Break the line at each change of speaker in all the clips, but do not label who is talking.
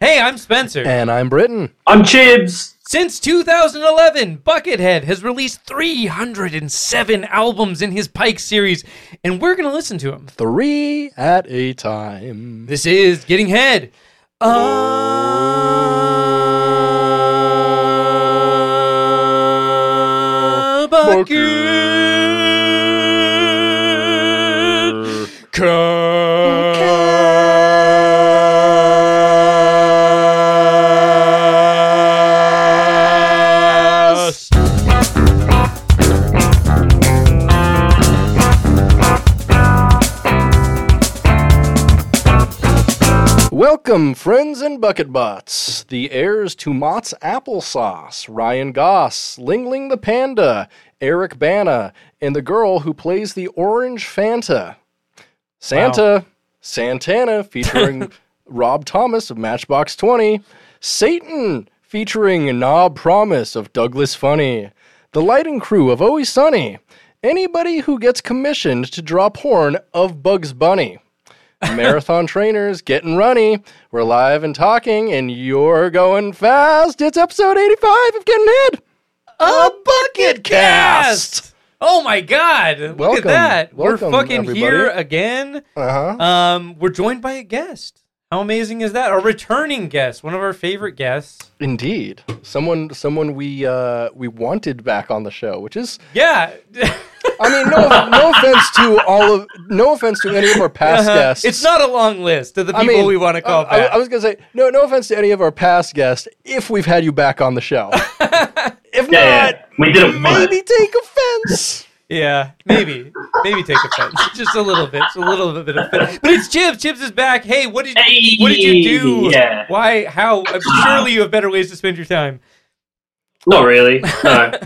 Hey, I'm Spencer.
And I'm Britain.
I'm Chibs.
Since 2011, Buckethead has released 307 albums in his Pike series, and we're going to listen to them.
Three at a time.
This is Getting Head. Uh, Bucket. Cast.
Welcome, friends and bucket butts, the heirs to Mott's Applesauce, Ryan Goss, Lingling the Panda, Eric Bana, and the girl who plays the orange Fanta. Santa, Santana, featuring Rob Thomas of Matchbox 20, Satan, featuring Knob Promise of Douglas Funny, the lighting crew of Always Sunny, anybody who gets commissioned to draw porn of Bugs Bunny. Marathon trainers getting runny. We're live and talking, and you're going fast. It's episode 85 of Getting Head. A bucket
Cast. Oh my God! Look at
Welcome.
that. We're
Welcome,
fucking here
everybody.
again.
Uh-huh.
Uh huh.
Um, we're joined by a guest. How amazing is that? A returning guest, one of our favorite guests.
Indeed, someone, someone we uh, we wanted back on the show, which is,
Yeah,
I mean, no, no offense to all of, no offense to any of our past guests.
Uh-huh. it's not a long list of the
I
people
mean, uh,
we want to call
I- I,
back.
I was gonna say, no, no offense to any of our past guests. If we've had you back on the show, if
Yeah, yeah.
not,
we did it once.
maybe take offense.
yeah, maybe, maybe take offense, just a little bit, just a little bit of offense. But it's Chips. Chips is back. Hey, what did
Hey,
what did you do?
yeah.
Why? How? Uh, Surely you have better ways to spend your time.
Not really. No.
I mean,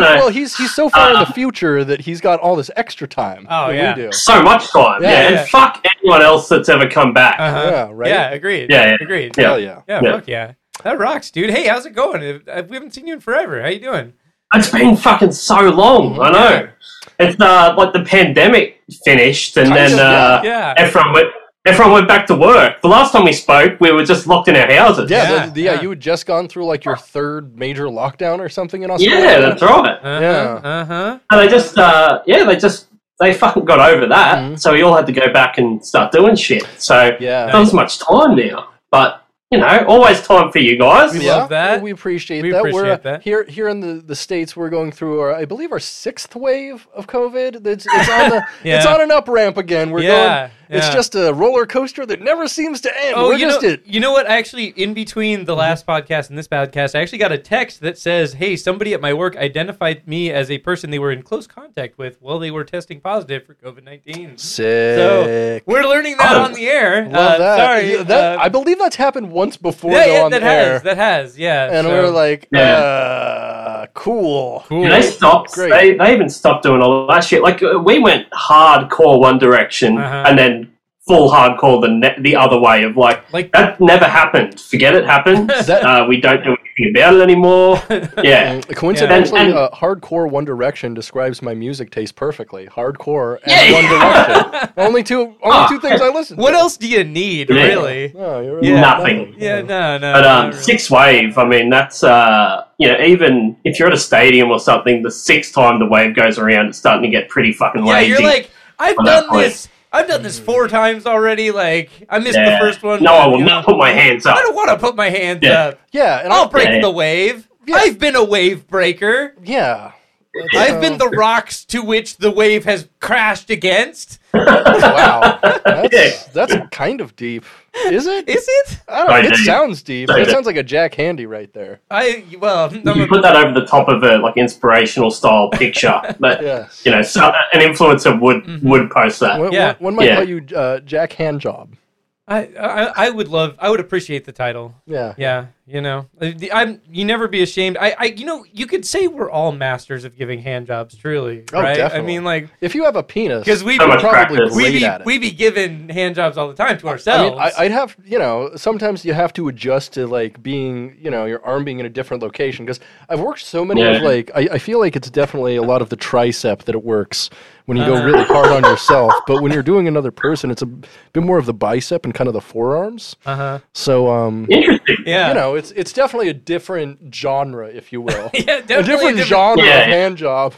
No. Um,
well, he's he's so far in the future that he's got all this extra time.
Oh,
than
yeah.
we do.
so much time.
Yeah,
Yeah,
yeah.
and fuck anyone else that's ever come back.
Uh-huh.
Yeah, right?
Yeah, agreed.
Yeah, yeah.
agreed.
Yeah.
Hell yeah.
yeah,
Yeah.
fuck yeah. That rocks, dude. Hey, how's it going? Uh, We haven't seen you in forever. How you doing?
It's been fucking so long. I know. It's uh, like the pandemic finished, and
Kind
then
of,
uh,
yeah.
everyone went. Everyone went back to work. The last time we spoke, we were just locked in our houses.
Yeah,
Yeah,
the- the- yeah,
yeah.
You had just gone through like your third major lockdown or something in Australia.
yeah, that's right.
Uh-huh,
Yeah.
Uh-huh.
And they just, uh, yeah, they just, they fucking got over that.
Mm-hmm.
Mhm.
So we all had to go back and start doing shit. So
Yeah.
not as much time now. But, you know, always time for you guys.
We
Yeah,
love that.
We appreciate
We
that. we're uh,
appreciate that.
here here in the, the states. We're going through, our, I believe, our sixth wave of COVID. It's, it's on the
Yeah.
it's on an up ramp again. We're
Yeah,
going. It's
yeah.
just a roller coaster that never seems to end.
Oh,
we're
you
just
know,
it.
you know what? Actually, in between
Mm-hmm.
the last podcast and this podcast, I actually got a text that says, "Hey, somebody at my work identified me as a person they were in close contact with while they were testing positive for COVID nineteen.
Sick.
So we're learning that
Oh.
on the air.
Love
Uh,
that.
Sorry,
Yeah, that-
uh,
I believe that's happened once before
yeah,
though
yeah,
on
that
the
has,
air.
that has, yeah.
and
so-
we are like,
Yeah.
uh, cool.
cool.
They stopped.
Great.
They, they even stopped doing all that shit. Like uh, we went hardcore one direction,
Uh-huh.
and then full hardcore the ne- the other way of like
Like,
that never happened. Forget it happened.
That-
uh, we don't do anything about it anymore. Yeah,
Mm, Coincidentally,
Yeah. And-
uh, hardcore One Direction describes my music taste perfectly. Hardcore and
Yeah.
One Direction, only two, only
Ah.
two things I listen.
what
to.
else do you need,
Yeah.
really?
No, you're
Yeah.
Nothing.
Yeah, no, no.
But
not
um,
really.
six wave, I mean, that's uh, you know, even if you're at a stadium or something, the sixth time the wave goes around, it's starting to get pretty fucking
Yeah,
lazy.
you're like, I've
on that
done
point.
this. I've done
Mm.
this four times already. Like, I missed
Yeah.
the first one.
no, I will
you know.
not put my hands up.
I don't want to put my hands
Yeah.
up.
Yeah, and
I'll
I,
break
Yeah.
the wave.
Yeah.
I've been a wave breaker.
yeah. That's,
I've
uh,
been the rocks to which the wave has crashed against.
wow. That's,
Yeah.
that's kind of deep, is it?
Is it?
I don't. know. It
Sorry,
sounds deep.
Sorry,
It
Dave.
sounds like a Jack Handy right there.
I well, I'm
you
a-
put that over the top of a like inspirational style picture, but
Yes.
you know, so, uh, an influencer would
Mm-hmm.
would post that.
One,
Yeah.
one, one might
Yeah.
call you uh, Jack Handjob.
I, I I would love. I would appreciate the title.
Yeah.
Yeah, You know, I- I'm. You never be ashamed. I, I, you know, you could say we're all masters of giving hand jobs. Truly,
Oh,
right? I
definitely.
mean, like,
If you have a penis,
because we
So much
probably
practice.
we
great
be,
at it.
we be giving hand jobs all the time to
I
ourselves.
mean, I, I'd have you know. Sometimes you have to adjust to like being you know your arm being in a different location because I've worked so many
Yeah.
of like I, I feel like it's definitely a lot of the tricep that it works when you
Uh-huh.
go really hard on yourself, but when you're doing another person, it's a bit more of the bicep and kind of the forearms.
uh huh.
So um,
Interesting.
Yeah.
you know, it's it's definitely a different genre, if you will,
yeah. Definitely
a different genre
Yeah.
of hand job.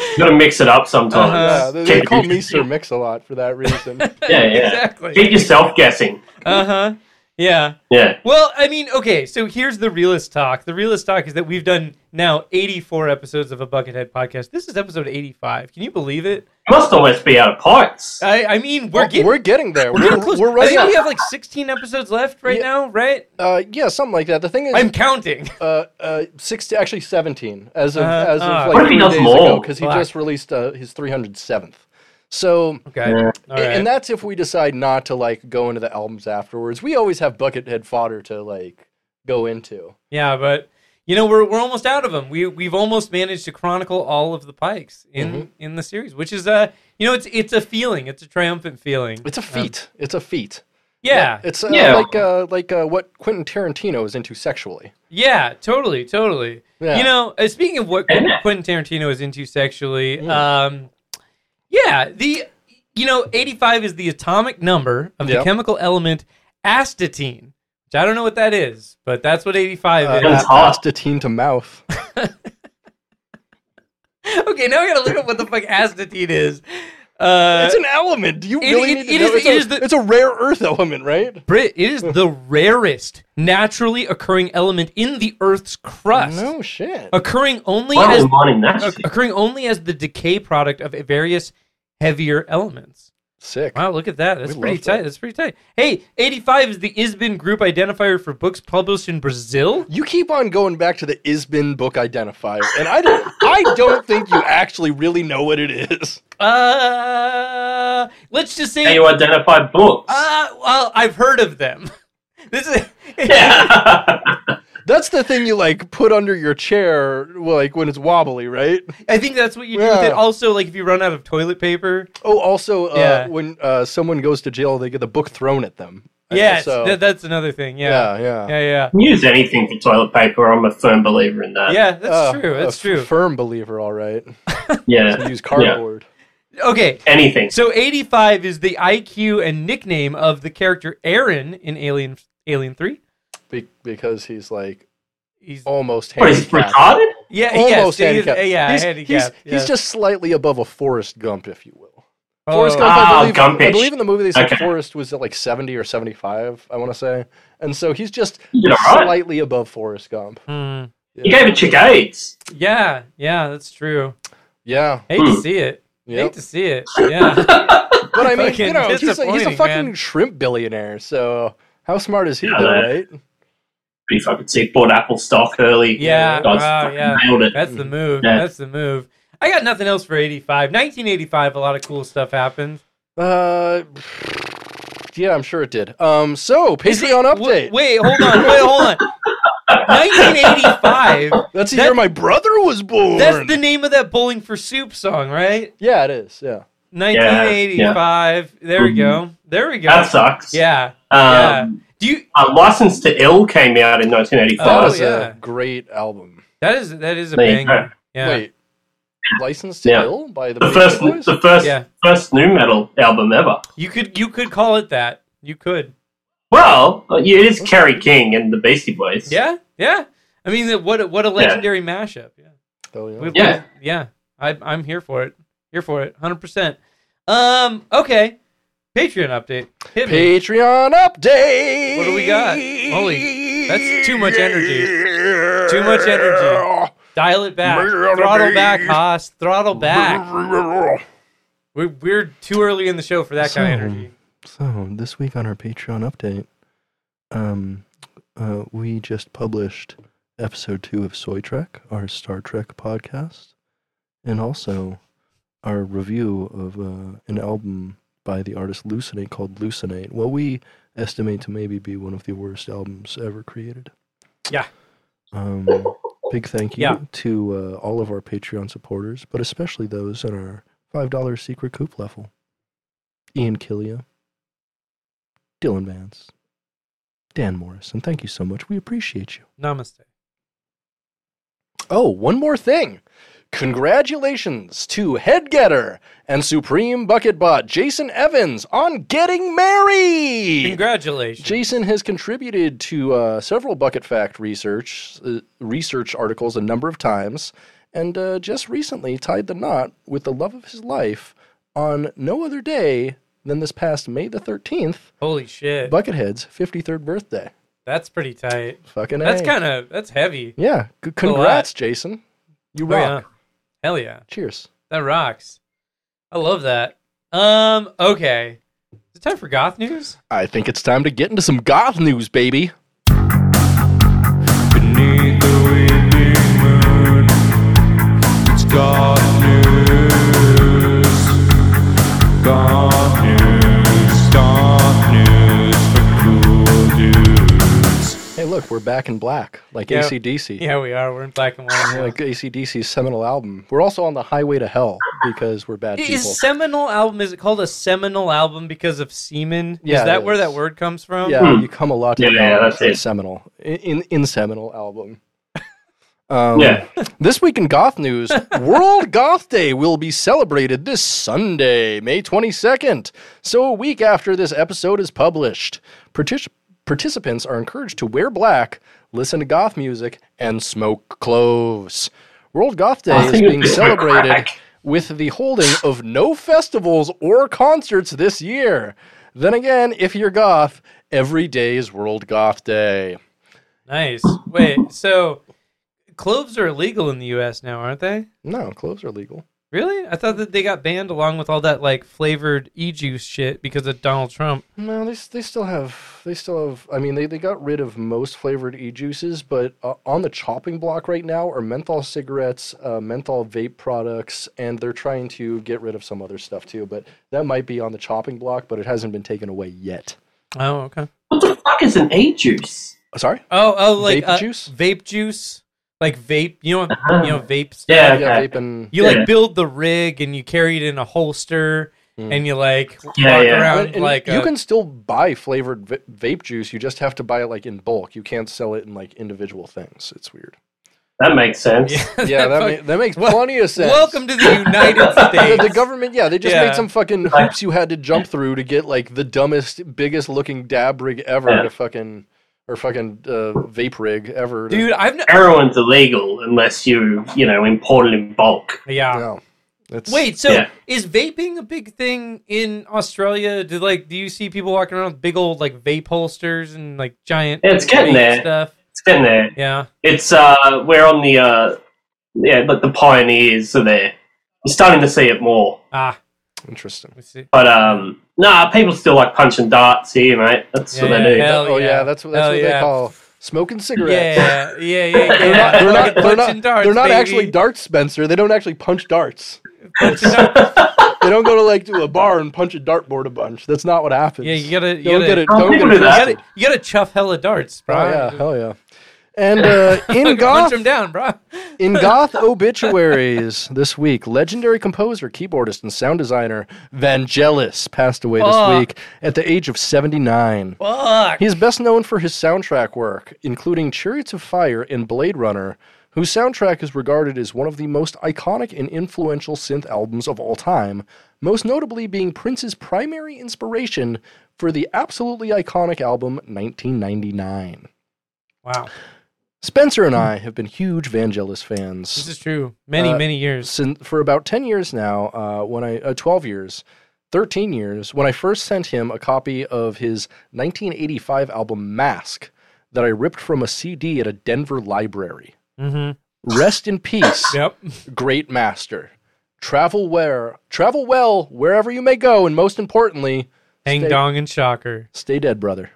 You gotta mix it up sometimes.
Uh-huh.
Yeah, they, they
Keep it
call me
interesting.
Sir Mix a lot for that reason.
Yeah, yeah.
Exactly.
Keep yourself guessing.
Uh huh. Yeah.
Yeah.
Well, I mean, okay, so here's the realist talk. The realist talk is that we've done now 84 episodes of a Buckethead podcast. This is episode 85. Can you believe it?
Must almost be out of pints.
I, I mean,
we're,
we're getting.
Oh, we're getting there.
we're getting close.
we're
I
right
think
up.
we have like 16 episodes left right
Yeah.
now, right?
Uh, yeah, something like that. The thing is,
I'm counting.
uh, uh, six actually seventeen as of
Uh,
as of
uh,
like
What
if he
three
does
days
more?
ago because he
Black.
just released uh, his three hundred seventh. So.
Okay.
Yeah.
All right.
a- And that's if we decide not to like go into the albums afterwards. We always have Buckethead fodder to like go into.
yeah, but you know, we're, we're almost out of them. We we've almost managed to chronicle all of the pikes in
Mm-hmm.
in the series, which is uh, you know, it's it's a feeling. It's a triumphant feeling. Um,
It's a feat. it's a feat.
yeah.
It's uh,
Yeah.
like uh, like uh, what Quentin Tarantino is into sexually.
Yeah, totally, totally.
Yeah.
You know, uh, speaking of what Qu- Quentin Tarantino is into sexually,
Mm.
um, yeah, the you know, 85 is the atomic number of the
Yep.
chemical element astatine, which I don't know what that is, but that's what 85
Uh,
is. Uh,
That's
a-
hot.
astatine to mouth.
okay, now we gotta look up what the fuck astatine is. Uh,
it's an element. Do you
it-
really
it-
need to
it
know?
is-
it's,
it
a,
is the-
it's a rare earth element, right?
Brit, it is the rarest naturally occurring element in the Earth's crust,
No shit.
occurring only
Why
as
am I mining that?
oc- occurring only as the decay product of various heavier elements.
Sick.
Wow, look at that. That's
We
pretty
love that.
tight. That's pretty tight. Hey, 85 is the ISBN group identifier for books published in Brazil.
You keep on going back to the Isbin book identifier, and I don't, I don't think you actually really know what it is.
Uh, let's just
How
say
you identify books?
uh, well, I've heard of them. This is
yeah.
That's the thing you like put under your chair, like when it's wobbly, right?
I think that's what you do with it.
Yeah.
Also, like if you run out of toilet paper.
Oh, also, uh,
Yeah.
when uh, someone goes to jail, they get the book thrown at them. Uh,
Yes,
so-
that, that's another thing. Yeah.
yeah, yeah,
Yeah, yeah.
Use anything for toilet paper. I'm a firm believer in that.
Yeah, that's
Uh,
true.
a
That's
f-
true.
Firm believer, all right.
Yeah.
Use cardboard.
Okay,
Anything.
So 85 is the IQ and nickname of the character Aaron in Alien Alien 3.
Be- because he's like
He's
almost
What is it,
handicapped.
retarded?
yeah,
Oh, Almost
yes, he is-
handicapped.
yeah,
he's,
handicapped.
he's-
yeah.
he's just slightly above a Forrest Gump, if you will.
Oh,
Forrest Gump, I,
Ah,
believe, I
Gumpish.
believe in the movie they said
Okay.
Forrest was at like 70 or 75, I want to say. And so he's just
You did all right.
slightly above Forrest Gump.
hmm.
You gave a chick AIDS.
Yeah, yeah, that's true.
Yeah.
Hate to
Hmm.
see it. Hate
Yep.
to see it. Yeah.
But I mean,
Fucking
you know, he's a, he's a
disappointing,
fucking
man.
shrimp billionaire, so how smart is he,
Yeah,
though,
that-
right?
Pretty fucking sick. Bought Apple stock early.
Yeah,
Guys
wow,
fucking
yeah.
nailed it.
That's the move.
Hmm. Yeah.
That's the move. I got nothing else for 85. 1985, a lot of cool stuff happened.
Uh, yeah, I'm sure it did. Um, so,
Is it-
Patreon update.
w- wait, hold on. Wait, hold on. 1985.
That's the
that-
year my brother was born.
That's the name of that Bowling for Soup song, right?
yeah, it is. Yeah.
1985. There we go. There we go.
Mm-hmm. That sucks.
yeah.
Um,
Do you?
uh, License to Ill came out in 1985.
That
Oh,
is
yeah.
a great album.
That is that is a
There you
banger.
go.
Yeah.
Wait. Licensed to
Yeah.
Ill by the,
the
Beastie
first,
Boys?
the first,
Yeah.
first new metal album ever.
You could you could call it that. You could.
Well, uh, yeah, it is Kerry King and the Beastie Boys.
Yeah. Yeah. I mean, that- what a- what a legendary mashup. Yeah.
Oh, yeah.
We-
Yeah.
Yeah. I, I'm here for it. Here for it. 100. percent Um. Okay. Patreon update. Hit me.
Patreon update.
What do we got? Holy- that's too much energy. Too much energy. Dial it back.
Patreon
Throttle back,
update.
Haas. Throttle back. We're, we're too early in the show for that kind of
So-
energy.
So this week on our Patreon update, um, uh, we just published episode two of Soy Trek, our Star Trek podcast, and also our review of uh, an album by the artist Lucinate called Lucinate. What we estimate to maybe be one of the worst albums ever created.
Yeah.
Um, big thank you
Yeah.
to uh, all of our Patreon supporters, but especially those on our $5 secret coop level. Ian Killia, Dylan Vance, Dan Morris, and thank you so much. We appreciate you.
Namaste.
Oh, one more thing. Congratulations to Headgetter and Supreme Bucketbot Jason Evans on getting married.
Congratulations.
Jason has contributed to uh, several Bucket Fact research uh, research articles a number of times, and uh, just recently tied the knot with the love of his life on no other day than this past May the thirteenth,
Holy shit.
Buckethead's fifty third birthday.
That's pretty tight.
Fucking
That's
A.
kind of that's heavy.
yeah. C- congrats, Jason. You
Oh,
rock.
yeah. Hell yeah.
Cheers.
That rocks. I love that. Um, okay. Is it time for goth news?
I think it's time to get into some goth news, baby.
Beneath the weeping moon, it's God news. God news, God news for cool dudes.
Hey, look, we're back in black, like
Yeah.
ACDC.
Yeah, we are. We're in black and white.
Like ACDC's seminal album. We're also on the highway to hell because we're bad people.
Is seminal album is it called a seminal album because of semen?
Yeah,
is
it
that where
is.
that word comes from?
yeah,
Hmm.
you come a lot to
Yeah,
the
yeah,
album,
that's
the
it.
seminal in, in seminal album. Um,
Yeah.
This week in goth news, World Goth Day will be celebrated this Sunday, May 22nd. So a week after this episode is published, Partic- participants are encouraged to wear black, listen to goth music, and smoke cloves. World Goth Day
I
is
think
being
it's gonna
celebrated
crack.
with the holding of no festivals or concerts this year. Then again, if you're goth, every day is World Goth Day.
Nice. Wait, so cloves are illegal in the US now, aren't they?
No, cloves are legal.
Really? I thought that they got banned along with all that like flavored e juice shit because of Donald Trump.
No, they, s- they still have they still have. I mean, they, they got rid of most flavored e juices, but uh, on the chopping block right now are menthol cigarettes, uh, menthol vape products, and they're trying to get rid of some other stuff too. But that might be on the chopping block, but it hasn't been taken away yet.
Oh, okay.
What the fuck is an e juice?
Uh, Sorry.
Oh, oh, like
Vape
uh,
juice?
vape juice, like vape. You know, you know, vape stuff.
Uh-huh. Yeah, okay.
Yeah, vape and
You
Yeah.
like build the rig and you carry it in a holster
Mm.
and you like
Yeah,
walk
yeah.
around
And- and
like uh,
you
a-
can still buy flavored va- vape juice. You just have to buy it like in bulk. You can't sell it in like individual things. It's weird.
That makes sense.
Yeah, that,
fuck-
ma- that makes
Wel-
plenty of sense.
Welcome to the United
The,
States.
the government, yeah, they just
Yeah.
made some fucking hoops you had to jump through to get like the dumbest, biggest looking dab rig ever
Yeah.
to fucking or fucking uh, vape rig ever. to-
Dude, I've n-
Heroin's illegal unless you, you know, import it in bulk.
yeah.
no, it's,
Wait, so
Yeah.
is vaping a big thing in Australia? Do like do you see people walking around with big old like vape holsters and like giant
Yeah, it's getting
vape
there.
stuff?
It's been there.
Yeah.
It's uh, we're on the uh, yeah, like the pioneers are there. You're starting to see it more,
Ah,
interesting.
we see.
but um, nah, people still like punching darts here, mate. That's what
Yeah,
they do.
yeah. Hell
oh yeah,
yeah.
that's what that's
Hell
what
yeah.
they call smoking cigarettes.
Yeah, yeah, yeah. yeah.
They're not, they're not,
Fucking
they're
punching
not,
darts,
they're not
baby.
actually darts, Spencer. They don't actually punch darts.
Punching darts.
They don't go to like to a bar and punch a dartboard a bunch. That's not what happens.
Yeah, you gotta, you
don't
gotta,
get it.
Oh,
Don't get
people
it.
do that.
twisted.
You gotta chuff hella darts, bro.
Oh yeah, hell yeah. And uh, in
punch
goth,
them down, bro.
In goth obituaries this week, legendary composer, keyboardist, and sound designer Vangelis passed away this
Fuck.
week at the age of 79.
Fuck.
He is best known for his soundtrack work, including Chariots of Fire and Blade Runner, whose soundtrack is regarded as one of the most iconic and influential synth albums of all time, most notably being Prince's primary inspiration for the absolutely iconic album 1999.
Wow,
Spencer and I have been huge Vangelis fans
this is true. Many,
Uh,
many years.
since for about 10 years now uh, when i uh, 12 years 13 years when i first sent him a copy of his 1985 album mask that i ripped from a cd at a denver library
Mm-hmm.
rest in peace
Yep.
great master travel where travel well wherever you may go and most importantly
Hang
stay-
dong and shocker.
Stay dead, brother.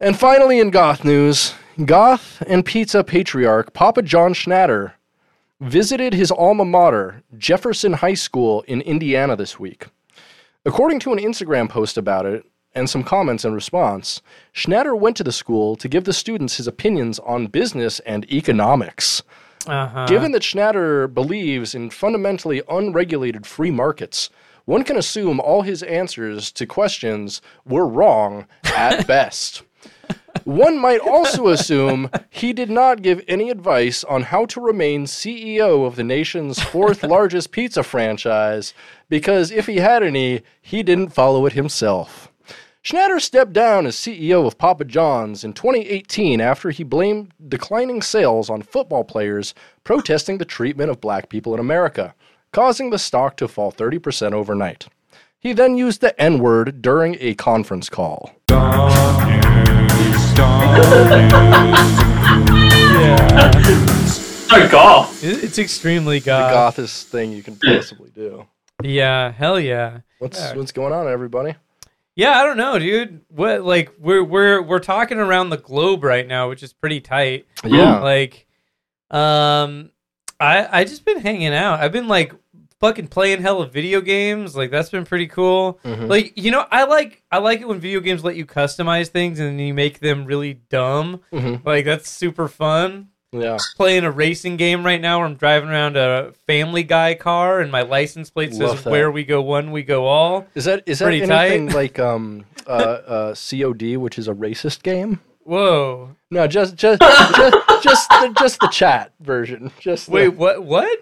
and finally, in goth news, goth and pizza patriarch Papa John Schnatter visited his alma mater, Jefferson High School in Indiana, this week. According to an Instagram post about it, and some comments in response, Schnatter went to the school to give the students his opinions on business and economics.
Uh-huh.
Given that Schnatter believes in fundamentally unregulated free markets, one can assume all his answers to questions were wrong at best. One might also assume he did not give any advice on how to remain CEO of the nation's fourth largest pizza franchise, because if he had any, he didn't follow it himself. Schnatter stepped down as CEO of Papa John's in 2018 after he blamed declining sales on football players protesting the treatment of black people in America, causing the stock to fall 30% overnight. He then used the N word during a conference call.
Dog news, dog news.
So golf.
It- It's extremely
The
goth.
gothest thing you can possibly do.
Yeah, hell yeah.
What's
Yeah.
what's going on, everybody?
Yeah, I don't know, dude. What like we're we're we're talking around the globe right now, which is pretty tight.
Yeah.
Like um I I just been hanging out. I've been like fucking playing hella video games. Like that's been pretty cool.
Mhm.
Like you know, I like I like it when video games let you customize things and you make them really dumb.
Mhm.
Like that's super fun.
Yeah.
Playing a racing game right now where I'm driving around a Family Guy car and my license plate
Love
says
that.
"Where we go one, we go all."
Is that is that
Pretty
anything
tight.
like um uh, uh COD, which is a racist game?
Whoa!
No, just just just just the, just the chat version. Just the-
Wait, what? What?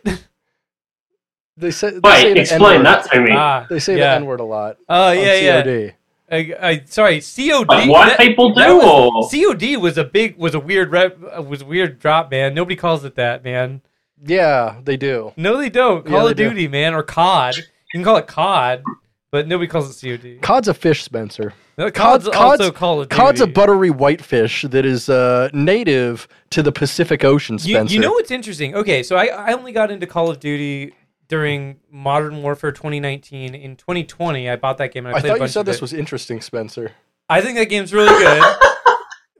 they say they say
Wait,
the
explain
N-word.
that to me.
Ah,
They say the
yeah.
N word a lot.
Oh
on
yeah, yeah.
COD.
I, I, sorry, COD.
Like what
that-
people do,
that
or
was- COD was a big, was a weird rep, uh, was a weird drop, man. Nobody calls it that, man.
Yeah, they do.
No, they don't.
Yeah,
Call of
they do.
Duty, man, or COD. You can call it COD, but nobody calls it COD.
Cod's a fish, Spencer.
No, COD's,
COD's-
also Call of Duty.
Cod's a buttery whitefish that is uh, native to the Pacific Ocean,
You,
Spencer.
you know what's interesting? Okay, so I, I only got into Call of Duty during Modern Warfare 2019. In 2020, I bought that game and I,
I
played a
thought you
bunch
said
of
this
it.
was interesting, Spencer.
I think that game's really good.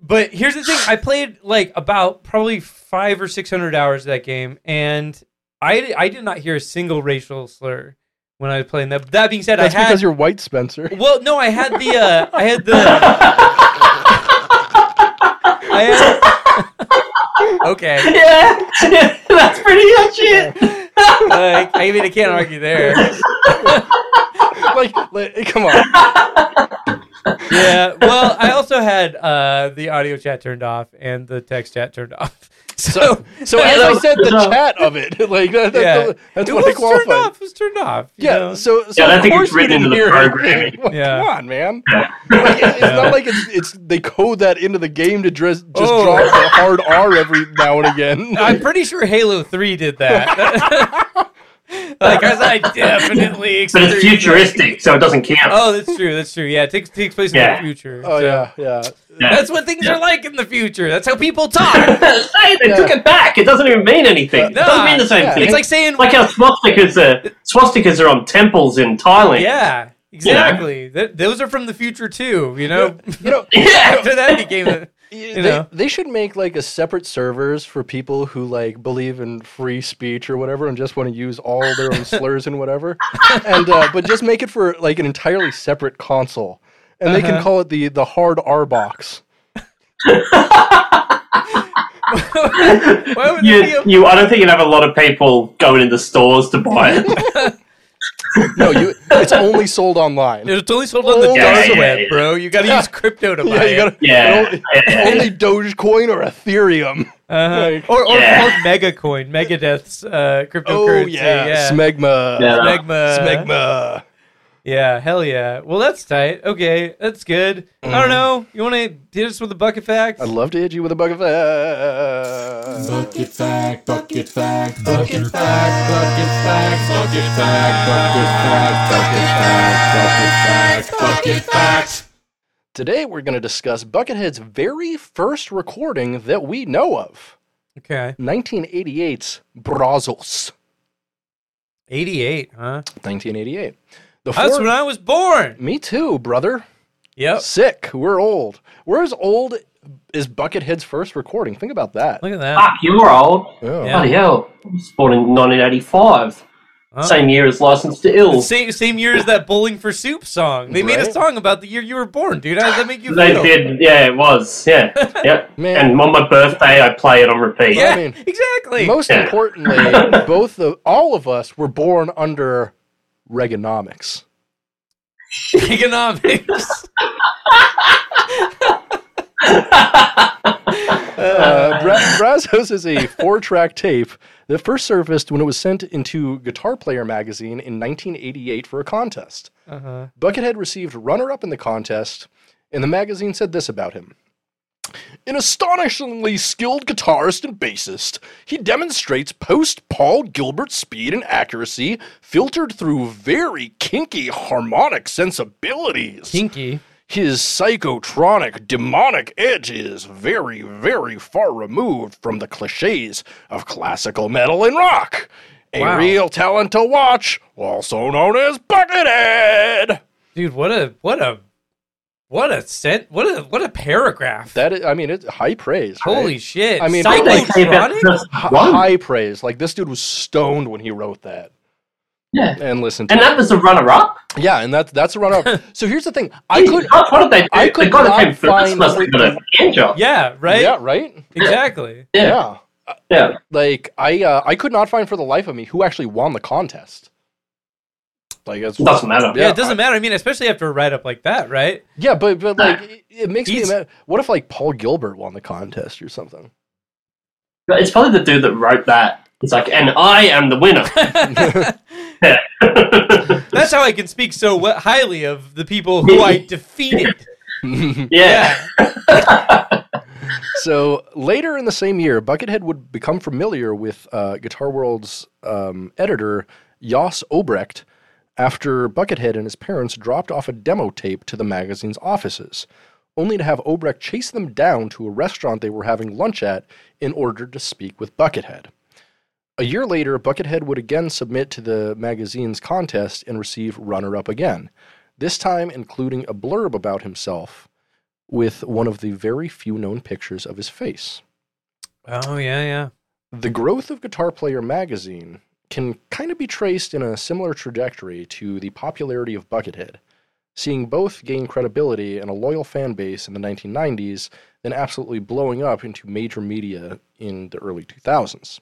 but here's the thing: I played like about probably five or six hundred hours of that game, and I I did not hear a single racial slur when I was playing that. That being said,
That's
I had
because you're white, Spencer.
well, no, I had the uh, I had the I had, okay.
yeah, yeah, that's pretty much it.
Like, I mean, I can't argue there.
like, like, come on.
Yeah. Well, I also had uh, the audio chat turned off and the text chat turned off. So,
So as I said, the chat of it, like that, that's,
Yeah.
the- that's
it
what
was
they
turned
qualified.
off. It was turned off. you
Yeah,
know?
so, so
Yeah, I
of
think it's
course you
written
didn't
into the
hear
programming.
anything. Like,
Yeah.
Come on, man. Like, it's not like it's, it's they code that into the game to dress, just
Oh.
drop a hard R every now and again.
I'm pretty sure Halo Three did that. like, as I definitely.
But it's
experienced-
futuristic, so it doesn't count.
Oh, that's true. That's true. Yeah, it takes takes place in
Yeah.
the future. so-
oh yeah, yeah.
Yeah.
That's what things are like in the future. That's how people talk.
hey, they took it back. It doesn't even mean anything. it doesn't mean the same
yeah,
thing.
It's like saying,
It's like how swastikas are swastikas are on temples in Thailand.
yeah, exactly. Th- those are from the future too. You know,
You know,
Yeah.
after that became. A-
they,
You know.
they should make like a separate servers for people who like believe in free speech or whatever and just want to use all their own slurs and whatever. And uh, but just make it for like an entirely separate console, and they can
Uh-huh.
call it the the hard R box.
Why would there be
You,
a-
you, I don't think you'd have a lot of people going into stores to buy it.
No, you. It's only sold online.
It's only sold on the
Yeah,
dark
yeah,
web,
yeah.
bro. You got to use crypto to buy
Oh Yeah, you
it.
gotta.
Yeah.
it
yeah,
only-
yeah.
Only Dogecoin or Ethereum.
Uh-huh.
Like-
or or,
Yeah.
or MegaCoin, Megadeth's uh, cryptocurrency.
Oh
yeah,
yeah, Smegma.
Yeah.
Smegma.
Smegma.
Yeah, hell yeah. Well, that's tight. Okay, that's good. I
Mm.
don't know. You want to hit us with a bucket fact?
I'd love to hit you with a uh, bucket of facts.
Bucket fact, bucket fact, bucket fact, bucket fact, bucket fact, bucket fact, bucket fact, bucket fact, bucket fact.
Today we're going to discuss Buckethead's very first recording that we know of,
Okay,
1988's Brazos.
eighty-eight, huh?
1988. The
That's
four-
when I Oh. was born.
Me too, brother.
Yep.
Sick. We're old. We're as old as Buckethead's first recording. Think about that. Oh.
Look at that.
Fuck, you're old.
Yeah.
Yeah.
Bloody hell. I was born in 1985.
Huh?
Same year as License to Ill.
Same same year as that Bowling for Soup song. They made a
Right.
song about the year you were born, dude. How does that make you
They
feel?
did, yeah, it was, yeah, yep.
Man.
And on my birthday, I play it on repeat.
Yeah,
I mean,
exactly.
Most
Yeah.
importantly, both the all of us were born under Reaganomics.
Economics.
Uh, Bra- Brazos is a four-track tape that first surfaced when it was sent into Guitar Player magazine in 1988 for a contest.
Uh-huh.
Buckethead received runner-up in the contest, and the magazine said this about him. An astonishingly skilled guitarist and bassist, he demonstrates post Paul Gilbert speed and accuracy filtered through very kinky harmonic sensibilities.
Kinky.
His psychotronic, demonic edge is very, very far removed from the cliches of classical metal and rock. A
Wow.
real talent to watch, also known as Buckethead.
Dude, what a what a what a sent what a what a paragraph.
That is, I mean, it's high praise. right?
Holy shit.
I mean-
What did they say about
Psychotronic?
this
Hi-
one?
high praise. Like this dude was stoned when he wrote that
Yeah.
and listened to.
And
it.
that was the runner up?
yeah, and that's that's a run up. so here's the thing. I could.
What did they do?
I could
the guy
not
that came first
find-
must have got a hand job.
Yeah, right?
Yeah. Right.
Exactly.
Yeah.
yeah.
yeah.
Like I, uh, I could not find for the life of me who actually won the contest. Like it's,
It doesn't matter.
Yeah,
Yeah,
it doesn't
I-
matter. I mean, especially after a write up like that, right?
yeah, but but like it, it makes me
He's-
imagine. What if like Paul Gilbert won the contest or something?
But It's probably the dude that wrote that. It's like, and I am the winner. Yeah.
That's how I can speak so we- highly of the people who I defeated.
yeah.
so later in the same year, Buckethead would become familiar with uh, Guitar World's um, editor Jos Obrecht after Buckethead and his parents dropped off a demo tape to the magazine's offices, only to have Obrecht chase them down to a restaurant they were having lunch at in order to speak with Buckethead. A year later, Buckethead would again submit to the magazine's contest and receive runner up again, this time including a blurb about himself with one of the very few known pictures of his face.
Oh yeah, yeah.
The growth of Guitar Player magazine can kind of be traced in a similar trajectory to the popularity of Buckethead, seeing both gain credibility and a loyal fan base in the 1990s, then absolutely blowing up into major media in the early 2000s.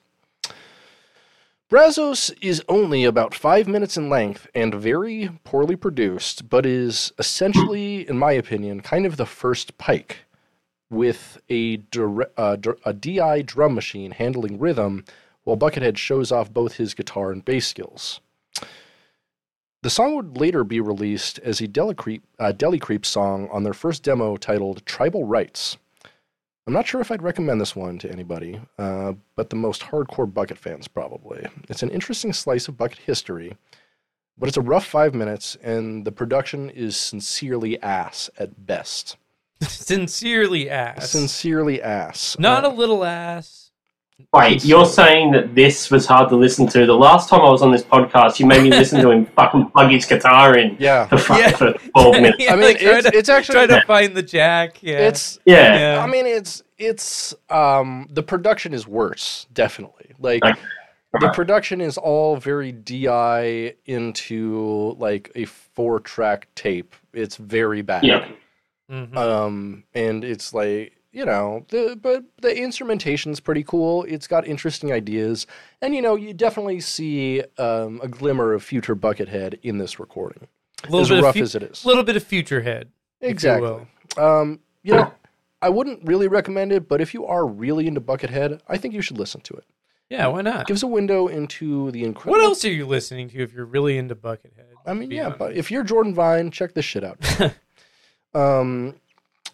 Brazos is only about five minutes in length and very poorly produced, but is essentially, in my opinion, kind of the first Pike with a, dire- uh, dir- a DI drum machine handling rhythm while Buckethead shows off both his guitar and bass skills. The song would later be released as a Deli Creep, uh, Deli Creep song on their first demo titled Tribal Rights. I'm not sure if I'd recommend this one to anybody, uh, but the most hardcore Bucket fans probably. It's an interesting slice of Bucket history, but it's a rough five minutes, and the production is sincerely ass at best.
Sincerely ass.
Sincerely ass.
Not
Uh,
a little ass.
Wait, you're saying that this was hard to listen to? The last time I was on this podcast, you made me listen to him fucking plug his guitar in
Yeah.
for, fuck
Yeah.
for 12 minutes.
Yeah,
I mean,
like, try
it's,
to-
it's actually
try to find the jack. Yeah.
it's.
Yeah.
Yeah.
I mean, it's it's um the production is worse, definitely. Like
Okay.
the
Alright.
production is all very di into like a four track tape. It's very bad.
Yeah.
Mhm.
Um, and it's like you know the but the instrumentation's pretty cool. It's got interesting ideas, and you know you definitely see um, a glimmer of future Buckethead in this recording.
a little
as
bit
rough
of
as it is.
little bit of future head. if you
Exactly.
will.
Um, you know, I wouldn't really recommend it, but if you are really into Buckethead, I think you should listen to it.
Yeah, why not?
Gives a window into the incredible.
What else are you listening to if you're really into Buckethead?
I mean,
Be
yeah,
honest.
but if you're Jordan Vine, check this shit out. um,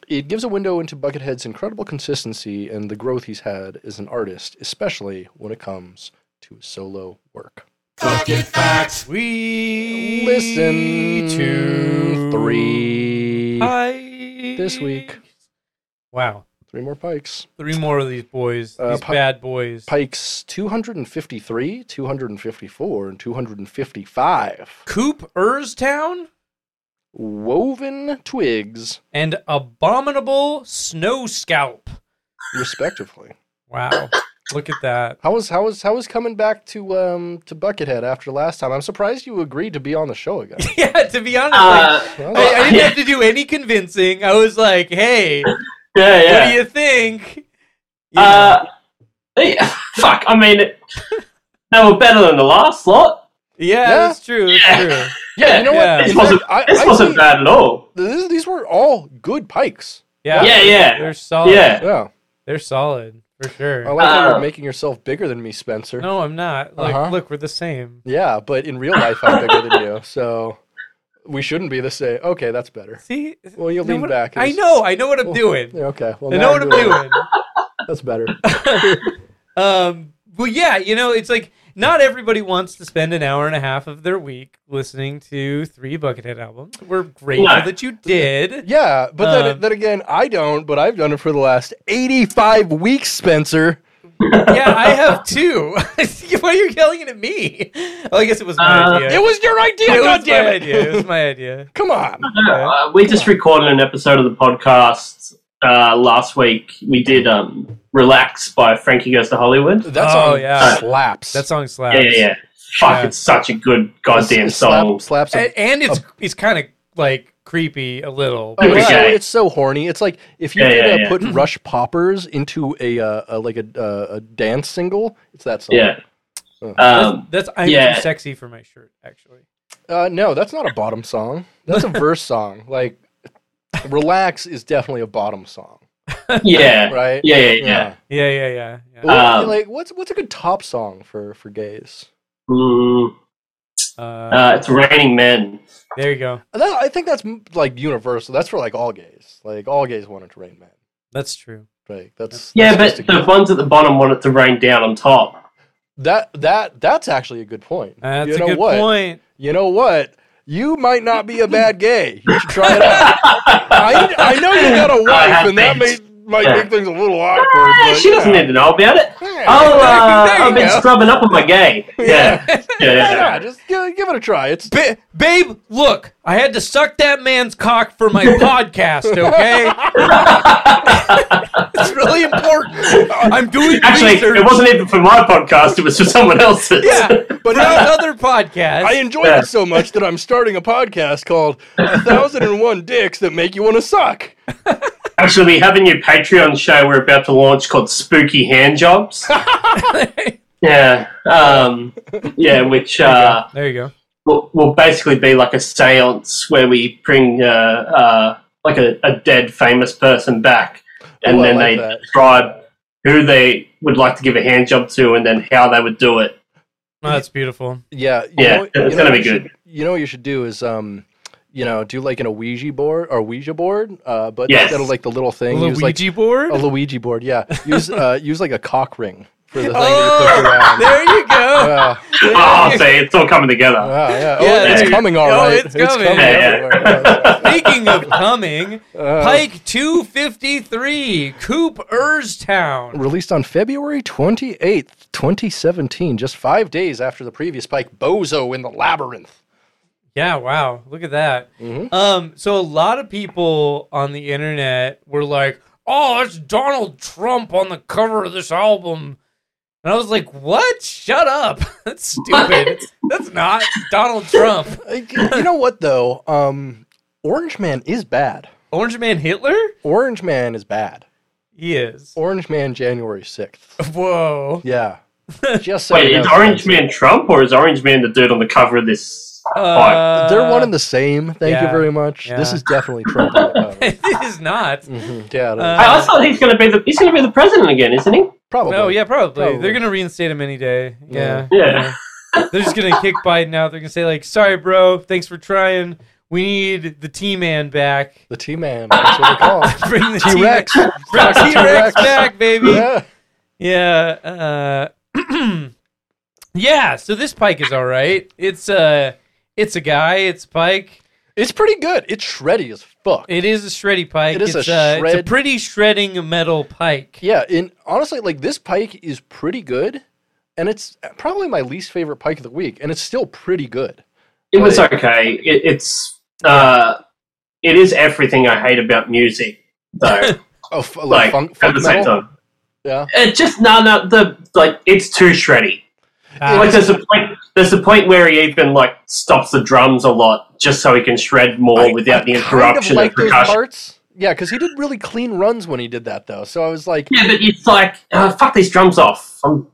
it gives a window into Buckethead's incredible consistency and the growth he's had as an artist, especially when it comes to his solo work.
Bucket facts.
We
Listen
to
three,
pikes.
This week.
Wow,
three more pikes.
three more of these boys,
Uh,
these
pi-
bad boys.
Pikes 253, 254, and 255.
Coop Erstown
woven twigs,
and Abominable Snow Scalp.
respectively.
Wow. Look at that.
How was how was how was coming back to um to Buckethead after last time? I'm surprised you agreed to be on the show again.
yeah, to be honest, like,
Uh,
That
I,
was-
I didn't have to do any convincing. I was like, hey,
yeah, yeah.
what do you think? You know.
Uh, yeah, fuck. I mean, it, they were better than the last lot.
yeah,
yeah.
that's true. That's
Yeah.
true.
yeah, you know
yeah.
what?
This
In
wasn't-
fact, I-
This
I
wasn't
see-
bad at all.
This, these were all good pikes.
Yeah,
Yeah, yeah.
They're solid.
Yeah.
Yeah,
they're solid for sure.
I like how you're
Uh,
making yourself bigger than me, Spencer.
No, I'm not. Like,
Uh-huh.
look, we're the same.
Yeah, but in real life, I'm bigger than you, so we shouldn't be the same. Okay, that's better.
See,
Well, you'll
Know
lean
what-
back.
I
It's-
know. I know what I'm
Well,
doing.
Yeah, okay. Well,
I
now
know what I'm
you're-
doing.
That's better.
Um, well, yeah, you know, it's like not everybody wants to spend an hour and a half of their week listening to three Buckethead albums. We're grateful
No.
that you did.
Yeah, but then,
Um,
then again, I don't. But I've done it for the last 85 weeks, Spencer.
Yeah, I have two. Why are you yelling at me? Oh, I guess it was my
Uh,
idea.
It was your idea.
It was
God damn
my
it!
idea. It was my idea.
Come on.
No, uh, we just recorded an episode of the podcast uh, last week. We did um, "Relax" by Frankie Goes to Hollywood.
That's
Oh,
on
yeah.
slaps.
That song slaps.
Yeah, yeah, yeah. Fuck,
Yeah.
it's such a good
It's-
goddamn
it's slap-
song.
slaps. a-
And, and it's it's kind of like creepy a little.
Oh, it's, so,
Yeah.
it's so horny. It's like if you
Yeah,
could
yeah,
uh,
yeah.
put Rush Poppers into a, uh, a like a, uh, a dance single, it's that song.
Yeah.
Oh.
Um,
that's, that's I'm
yeah.
too sexy for my shirt, actually.
Uh, no, that's not a bottom song. That's a verse song. Like, relax is definitely a bottom song,
yeah,
right?
yeah, yeah, yeah.
Yeah, yeah, yeah. yeah.
Well, what-
Um,
like, what's what's a good top song for for gays?
Mm,
Uh,
uh, it's "Raining Men."
there you go.
That- I think that's m- like universal. That's for like all gays. Like all gays want it to rain men.
That's true.
Like that's
Yeah,
that's
but
just a
the
good-
ones at the bottom want it to rain down on top.
that that that's actually a good point.
That's
you
a
know
good
what?
point.
You know what? You might not be a bad gay. You should try it out. I, I know you got a wife,
have
and that may,
things.
might
Yeah.
make things a little awkward.
Ah,
but,
she doesn't
yeah.
need to know about it.
Yeah.
There
Oh,
you
uh, I've been
go.
scrubbing up on my gay. Yeah.
Yeah.
Yeah, yeah,
Why
yeah.
not? Just give, give it a try. It's
Ba- babe, look, I had to suck that man's cock for my podcast, okay? it's really important. I'm doing
Actually,
research.
it wasn't even for my podcast, it was for someone else's.
yeah,
but
but
now
other podcasts.
I enjoy
Yeah.
it so much that I'm starting a podcast called "A Thousand and One Dicks That Make You Want to Suck."
Actually, we have a new Patreon show we're about to launch called Spooky Hand Jobs. yeah. Um, yeah, which uh,
there you go.
will, will basically be like a seance where we bring uh, uh, like a, a dead famous person back and
Oh, I
then
like
they
that.
describe who they would like to give a hand job to and then how they would do it.
Oh, that's beautiful.
Yeah, you
Yeah,
know-
it's
you know
gonna
what
be
you
good.
should- you know what you should do is, um, you know, do like an a Ouija board or Ouija board, uh, but
Yes.
instead of like the little thing, use
Luigi
like
board?
a Luigi board. Yeah, use uh, use like a cock ring for the thing that you push
oh,
around.
there you go.
Yeah,
Oh, see, it's all coming together.
yeah, yeah. Oh,
Yeah,
it's
dude.
coming all
Oh,
right.
it's coming.
Yeah,
all right.
Speaking of coming,
Uh,
Pike 253, Coop Erstown.
released on February 28th, 2017, just five days after the previous Pike Bozo in the Labyrinth.
Yeah, wow. Look at that.
Mhm.
Um, so a lot of people on the internet were like, "Oh, it's Donald Trump on the cover of this album," and I was like, "What? Shut up! That's stupid. That's not Donald Trump.
Like, you know what, though? Um, Orange Man is bad.
Orange Man Hitler?
Orange Man is bad.
He is.
Orange Man January 6th.
Whoa.
Yeah. Just so
Wait,
you
is
know,
Orange Man Trump or is Orange Man the dude on the cover of this? Pike?
Uh,
They're one and the same. Thank you
yeah,
very much. This
yeah.
is definitely Trump. on the cover.
it is not.
Mhm, Yeah, it is.
Uh,
I, I thought he's going to be the he's going to be the president again, isn't he?
probably.
Oh yeah, probably.
Probably.
They're gonna reinstate him any day. Yeah.
Yeah.
They're just gonna kick Biden out. They're gonna say like, "Sorry, bro. Thanks for trying. We need the T Man back.
The T Man. That's what they call him.
Bring the
T Rex.
Bring T Rex
T-Rex.
back, baby.
Yeah.
Yeah. Uh, yeah. So this pike is all right. It's uh it's a guy. It's a pike.
It's pretty good. It's shreddy as fuck.
It is a shreddy pike.
It is a
it's, uh, it's a
shred-
pretty shredding metal pike.
Yeah, and honestly, like this pike is pretty good, and it's probably my least favorite pike of the week, and it's still pretty good.
It was okay. It, it's uh, it is everything I hate about music, though.
Oh, f- like,
like
funk,
at
funk
the
metal.
same time,
Yeah.
It just no, no. The like, it's too shreddy.
Ah,
Like, there's a point. There's a point where he even like stops the drums a lot just so he can shred more
I-
without
I
the
kind of
interruption
like
of
those
percussion.
parts. Yeah, because he did really clean runs when he did that, though. So I was like,
Yeah, but it's like, uh, fuck these drums off. I'm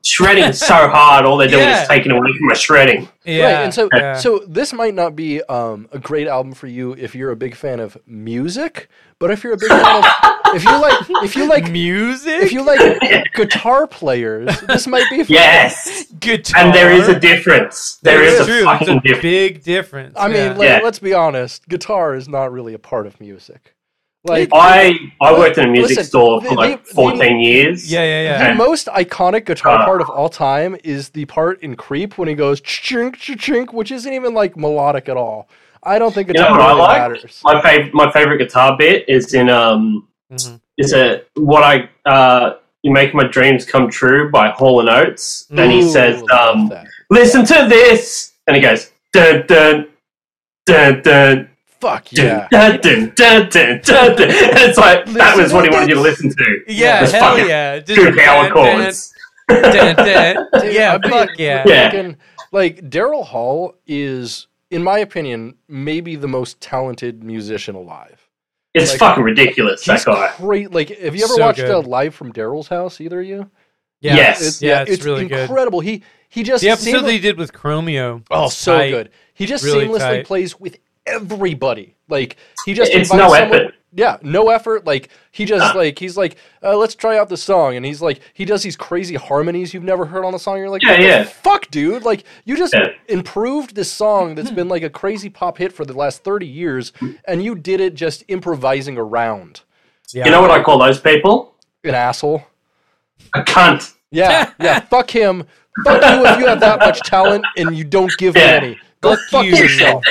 shredding so hard. All they're doing
Yeah.
is taking away from my shredding.
yeah.
right. And so,
yeah.
so this might not be um, a great album for you if you're a big fan of music, but if you're a big fan of, if you like, if you like,
music,
if you like guitar players, this might be. Fun.
Yes,
guitar,
and there is a difference. There
It's
is a
true. It's
fucking
a
difference.
big difference.
I mean,
yeah.
like,
Yeah.
let's be honest, guitar is not really a part of music. Like
I I worked in a music
Listen,
store
the-
for like
the- the-
14 years.
yeah, yeah, yeah.
the
Okay.
most iconic guitar
Uh.
part of all time is the part in Creep when he goes chink chink, which isn't even like melodic at all. I don't think
You know
guitar
what I
really
like?
matters.
My favorite my favorite guitar bit is in um
Mm-hmm.
Mhm.
is a what I uh you make my dreams come true by Hall and Oates, and he
Ooh,
says
love
um
that.
listen to this, and he goes dun dun dun dun.
"Fuck
Dun,
yeah."
dun, dun, dun, dun, dun, dun. And it's like that
Listen
was what he
to
wanted you to
this.
listen to.
Yeah,
Those
hell
fucking
yeah. Just
Two power
dun, dun,
chords.
dun, dun.
Dude,
Yeah,
I mean,
fuck yeah.
Yeah.
fucking- like Daryl Hall is, in my opinion, maybe the most talented musician alive.
It's
Like-
fucking ridiculous.
He's
That guy.
great. Like, have you ever
So
watched
good.
uh, live from Daryl's house? Either of you?
Yeah.
Yes.
It's-
Yeah, it's really good.
incredible. He he just
The episode
seamless-
they did with Chromeo.
oh so
tight.
good. He just
Really
seamlessly
tight.
plays with everybody. Like he just
It's
invites
no
someone-
effort.
Yeah, no effort. Like he just
Uh.
like he's like uh, let's try out the song, and he's like he does these crazy harmonies you've never heard on the song. You're like
Yeah,
"What the
yeah.
fuck, dude. Like you just
Yeah.
improved this song
Hmm.
that's been like a crazy pop hit for the last thirty years, and you did it just improvising around
Yeah.
You know what I call those people?
an asshole.
A cunt.
Yeah, yeah. fuck him. Fuck you if you have that much talent and you don't give me
Yeah.
any. Go fuck,
Fuck you.
yourself.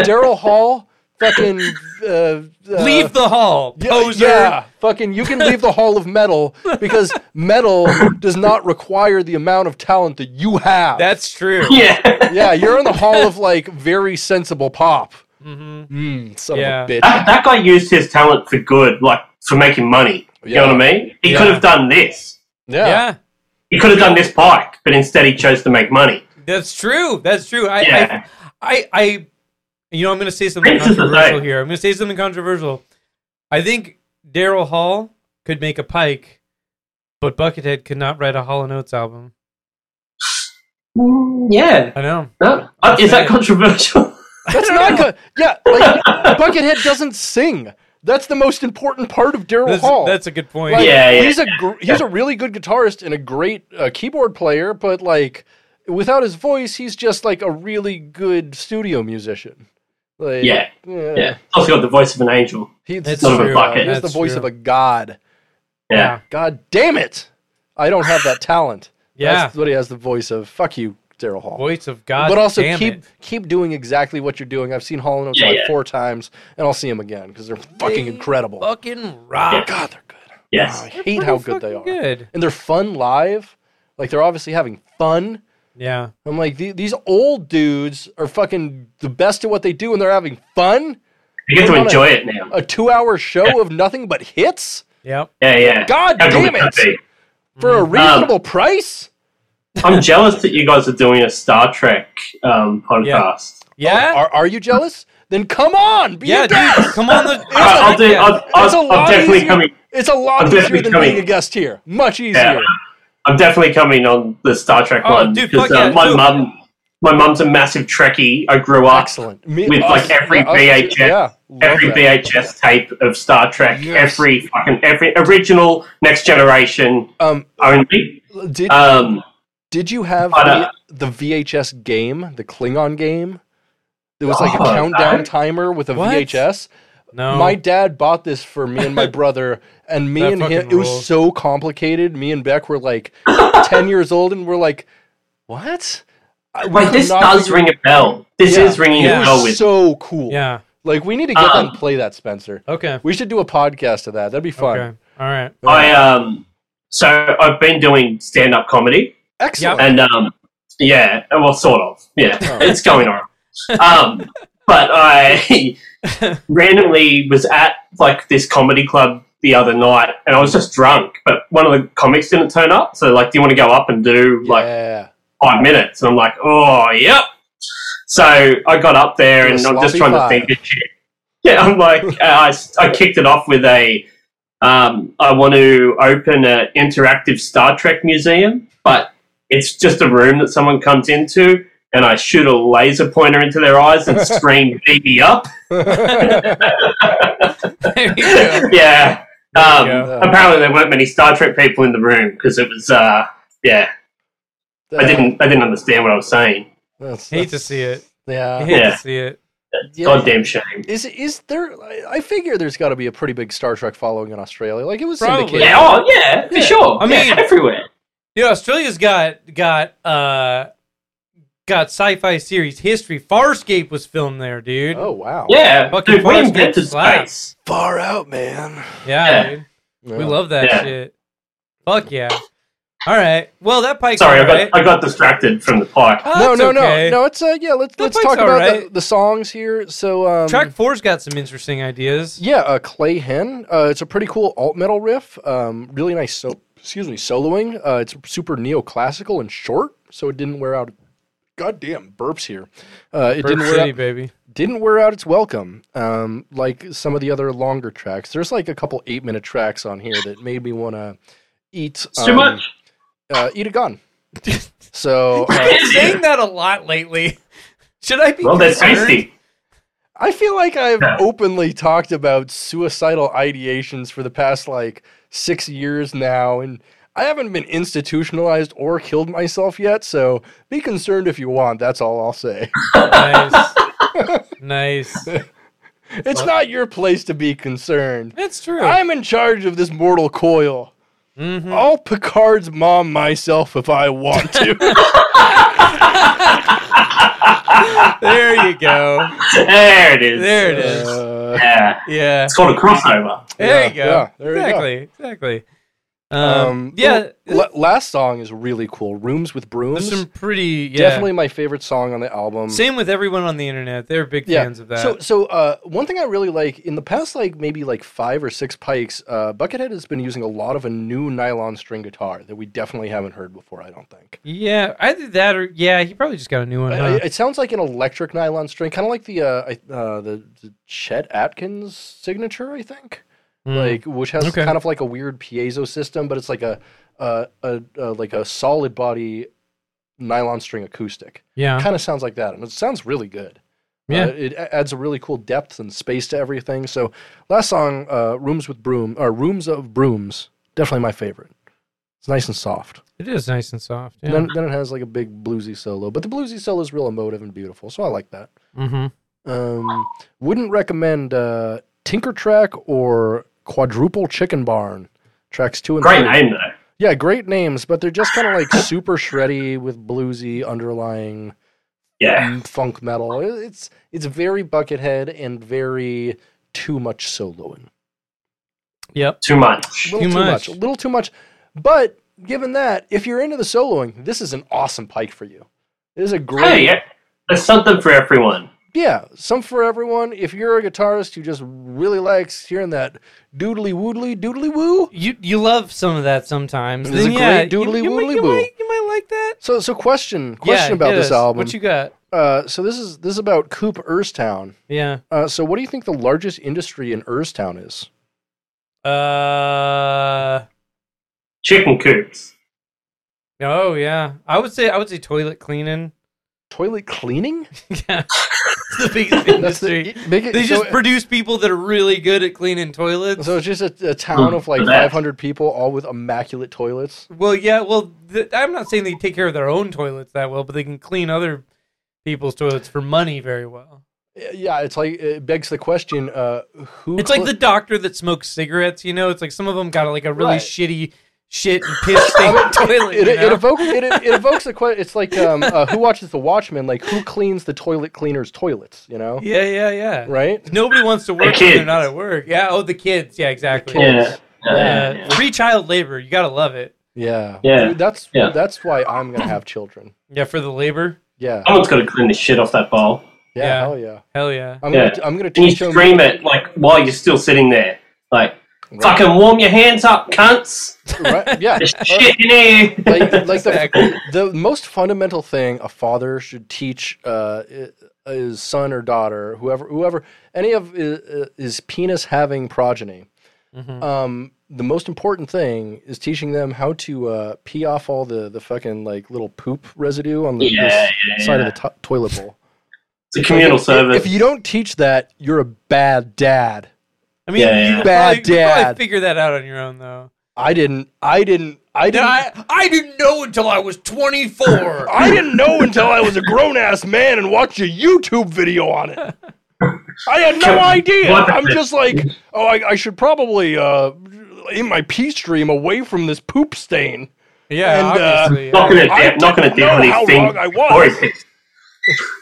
Daryl Hall, fucking uh, uh,
Leave the hall,
yeah,
poser.
Yeah, fucking. You can leave the Hall of Metal because metal does not require the amount of talent that you have.
That's true.
Yeah.
yeah. You're in the Hall of like very sensible pop.
hmm
Mm, son
Yeah.
of a bitch.
That, that guy used his talent for good, like for making money. You know what I mean? He
Yeah.
could have done this.
Yeah.
Yeah,
He could have done this bike, but instead he chose to make money.
that's true. That's true. I,
Yeah.
I, I, I, you know, I'm going to say something
This is the
controversial
thing.
here. I'm going to say something controversial. I think Daryl Hall could make a Pike, but Buckethead could not write a Hall and Oates album.
Mm, Yeah.
I know.
No. Uh, is that controversial?
That's not good. Yeah, like Buckethead doesn't sing. That's the most important part of Daryl
That's,
Hall.
that's a good point.
Like,
Yeah, yeah.
he's a gr- he's a really good guitarist and a great uh, keyboard player, but like without his voice, he's just like a really good studio musician. Like,
yeah.
yeah,
Yeah. Also got the voice of an angel.
He's,
That's
he's
true.
the- he's the
That's
voice
true.
of a god.
Yeah.
God damn it! I don't have that talent.
Yeah.
that's what he has the voice of. Fuck you, Daryl Hall.
Voice of God.
but also
damn
keep
it.
keep doing exactly what you're doing. I've seen Hall and Oates
Yeah,
like
yeah.
four times, and I'll see him again because they're fucking
They
incredible.
Fucking rock.
God, they're good.
Yes.
I hate how good they
Fucking
are.
Good.
and they're fun live. Like they're obviously having fun.
Yeah.
I'm like the- these old dudes are fucking the best at what they do, and they're having fun.
You get to
Wanna-
enjoy it now.
A two-hour show of nothing but hits
Yep.
Oh,
Yeah, yeah.
God
How good
damn
would that
it.
be?
for
Mm-hmm.
a reasonable
Um,
price.
I'm jealous that you guys are doing a Star Trek um, podcast.
Yeah.
Are, are you jealous? Then come on, be
yeah,
a guest.
dude. Come on. The,
I- I'll do. I'll,
It's a
I'll,
lot
I'm definitely
easier.
coming.
It's a lot
I'm
easier
definitely
than
coming.
being a guest here. Much easier.
Yeah. I'm definitely coming on the Star Trek
Oh,
one
dude,
because
fuck yeah,
uh, my
dude.
mum, my mum's a massive Trekkie. I grew up
Excellent. Me-
With, like, every
us-
VHS
yeah, love
every
that.
VHS tape of Star Trek,
Yes.
every fucking every original Next Generation
Um,
only.
did
Um,
Did you have
But, uh,
the, the VHS game, the Klingon game? There was like a
Oh,
countdown
no.
timer with a
What?
VHS.
no.
My dad bought this for me and my brother, and me
That
and him.
fucking
It was
rules.
so complicated. Me and Beck were like ten years old, and we're like, "What?" I- we
like
could
this
not
does
figure-
ring a bell. This
Yeah.
is ringing
Yeah.
a
It
bell with.
was so cool.
yeah.
Like we need to get that and
Um,
play that, Spencer.
Okay.
We should do a podcast of that. That'd be fun.
Okay. All right.
I um, so I've been doing stand up comedy.
Excellent.
and um, yeah, uh, well, sort of, yeah,
Oh.
it's going on. Um, but I randomly was at like this comedy club the other night, and I was just drunk. But one of the comics didn't turn up, so like, do you want to go up and do like
yeah.
five minutes? And I'm like, oh, yep. So I got up
Do
there,
a
and I'm just
sloppy
trying
five.
to think of shit. Yeah, I'm like, uh, I I kicked it off with a. Um, I want to open an interactive Star Trek museum, but it's just a room that someone comes into, and I shoot a laser pointer into their eyes and scream "BB up."
There you go.
yeah. Um,
go.
apparently, there weren't many Star Trek people in the room because it was. Uh, yeah, I didn't. I didn't understand what I was saying.
That's,
Hate to see it.
yeah.
Hate
Yeah.
to see it.
Yeah.
Goddamn shame.
Is is there? I- I figure there's got to be a pretty big Star Trek following in Australia. Like it was
Probably.
syndicated.
Yeah. Oh, yeah. For
Yeah.
sure.
I
I mean,
mean-
everywhere.
Dude, Australia's got got uh got sci-fi series history. Farscape was filmed there, dude.
Oh wow.
Yeah.
Fucking
Dude, we
Forrest
invented
Gump slaps.
space.
Far out, man.
yeah,
yeah.
dude.
Yeah.
We love that
Yeah.
shit. Fuck yeah. All right. Well, that pike's
Sorry,
all
I got
right.
I got distracted from the pike.
Oh,
no,
that's
no,
okay.
no, no. It's uh, yeah. Let's
That
let's
fight's
talk about the,
alright.
the songs here. So um,
Track four's got some interesting ideas.
Yeah, uh, Clay Hen. Uh, it's a pretty cool alt metal riff. Um, really nice. So excuse me, soloing. Uh, it's super neoclassical and short, so it didn't wear out. Goddamn burps here. Uh, it
Burp
didn't wear
City,
out,
baby.
didn't wear out its welcome. Um, like some of the other longer tracks. There's like a couple eight minute tracks on here that made me want to eat
It's too
um,
much.
Uh, eat a gun. so uh,
I've been saying that a lot lately. Should I be
Well, they're
concerned?
tasty.
I feel like I've
Yeah.
openly talked about suicidal ideations for the past like six years now, and I haven't been institutionalized or killed myself yet. So be concerned if you want. That's all I'll say.
Nice. nice.
It's not your place to be concerned.
That's true.
I'm in charge of this mortal coil.
Mhm.
I'll Picard's mom myself if I want to.
There you go.
There it is.
There it is.
Uh,
Yeah.
Yeah.
It's called a crossover.
There
Yeah,
you go.
yeah, there you go.
exactly. Exactly. Um,
Um,
yeah.
la- last song is really cool. Rooms with brooms.
There's some pretty. Yeah.
Definitely my favorite song on the album.
Same with everyone on the internet. They're big
Yeah.
fans of that.
So, so uh, one thing I really like in the past, like maybe like five or six pikes, uh, Buckethead has been using a lot of a new nylon string guitar that we definitely haven't heard before. I don't think.
yeah. Either that or. Yeah, he probably just got a new one.
I-
huh?
I- it sounds like an electric nylon string, kind of like the uh, I- uh, the, the Chet Atkins signature, I think,
Mm.
like which has
Okay.
kind of like a weird piezo system, but it's like a uh, a, a like a solid body nylon string acoustic.
yeah.
kind of sounds like that, and it sounds really good. Uh,
Uh-huh. Yeah.
it a- adds a really cool depth and space to everything. So, last song, uh, "Rooms with Broom" or "Rooms of Brooms," definitely my favorite. It's nice and soft.
It is nice and soft. Yeah.
And then, then it has like a big bluesy solo, but the bluesy solo is real emotive and beautiful, so I like that.
mm-hmm.
Um, wouldn't recommend uh, Tinker Track or Quadruple Chicken Barn. Tracks two and
Great
three.
name though.
Yeah, great names, but they're just kind of like super shreddy with bluesy underlying
Yeah.
m- funk metal. It- It's it's very Buckethead and very too much soloing.
Yep.
Too much.
A little too,
Too much.
much. A little too much. But given that, if you're into the soloing, this is an awesome pike for you. It is a great
Hey, yeah. There's something for everyone.
yeah, some for everyone. If you're a guitarist who just really likes hearing that doodly woodly doodly woo.
You you love some of that sometimes.
It is
Then,
a
yeah,
great doodly
you, you, might,
woodly
you,
boo.
might, you might like that.
So so question question
Yeah,
about
hit
this
us.
album.
What you got?
uh, so this is this is about Coop Erstown.
Yeah.
Uh, so what do you think the largest industry in Erstown is?
Uh.
Chicken coops.
Oh yeah. I would say I would say toilet cleaning.
Toilet cleaning?
yeah. It's the biggest industry.
make it,
they
so-
just produce people that are really good at cleaning toilets.
So it's just a, a town of like
for that.
500 people, all with immaculate toilets.
well, yeah, well, th- I'm not saying they take care of their own toilets that well, but they can clean other people's toilets for money very well.
Yeah, it's like it begs the question: uh, Who?
It's like
cle-
the doctor that smokes cigarettes, you know? It's like some of them got like a really
Right.
shitty shit and piss stained toilet.
It,
you
it,
know?
evokes it, it evokes the question. It's like um, uh, who watches The Watchmen? Like who cleans the toilet cleaner's toilets? You know,
yeah, yeah, yeah.
right?
Nobody wants to work when
kids.
they're not at work. Yeah, oh, the kids. Yeah, exactly.
Yeah.
Yeah. Free child labor. You got to love it.
Yeah,
Yeah.
That's
Yeah.
that's why I'm gonna have children.
Yeah, for the labor.
Yeah,
Someone's got to clean the shit off that bowl.
yeah,
Oh, Yeah. Hell
hell yeah.
yeah.
I'm
Yeah.
gonna I'm gonna
And you
teach them.
scream it like while you're still sitting there, like Fucking warm your hands up, cunts.
Right? Yeah.
There's shit in here.
like, like
Exactly.
the, the most fundamental thing a father should teach uh, i- his son or daughter, whoever, whoever, any of is, is penis having progeny.
Mm-hmm.
Mhm.
Um, the most important thing is teaching them how to uh, pee off all the, the fucking like little poop residue on the
Yeah,
this
yeah,
side
yeah.
of the to toilet bowl.
It's a communal
If-
service.
If you don't teach that, you're a bad dad.
I mean,
Yeah,
you
yeah.
probably-
Bad
you probably
dad.
figure that out on your own, though.
I didn't. I didn't. I didn't.
I didn't know until I was 24.
I didn't know until I was a grown ass man and watched a YouTube video on it. I had no idea. I'm just like, oh, I, I should probably uh, aim my pee stream away from this poop stain.
yeah,
And, uh,
obviously.
Knocking it
I
down, knocking it
didn't
down
know how
anything.
wrong I was.
Or is it-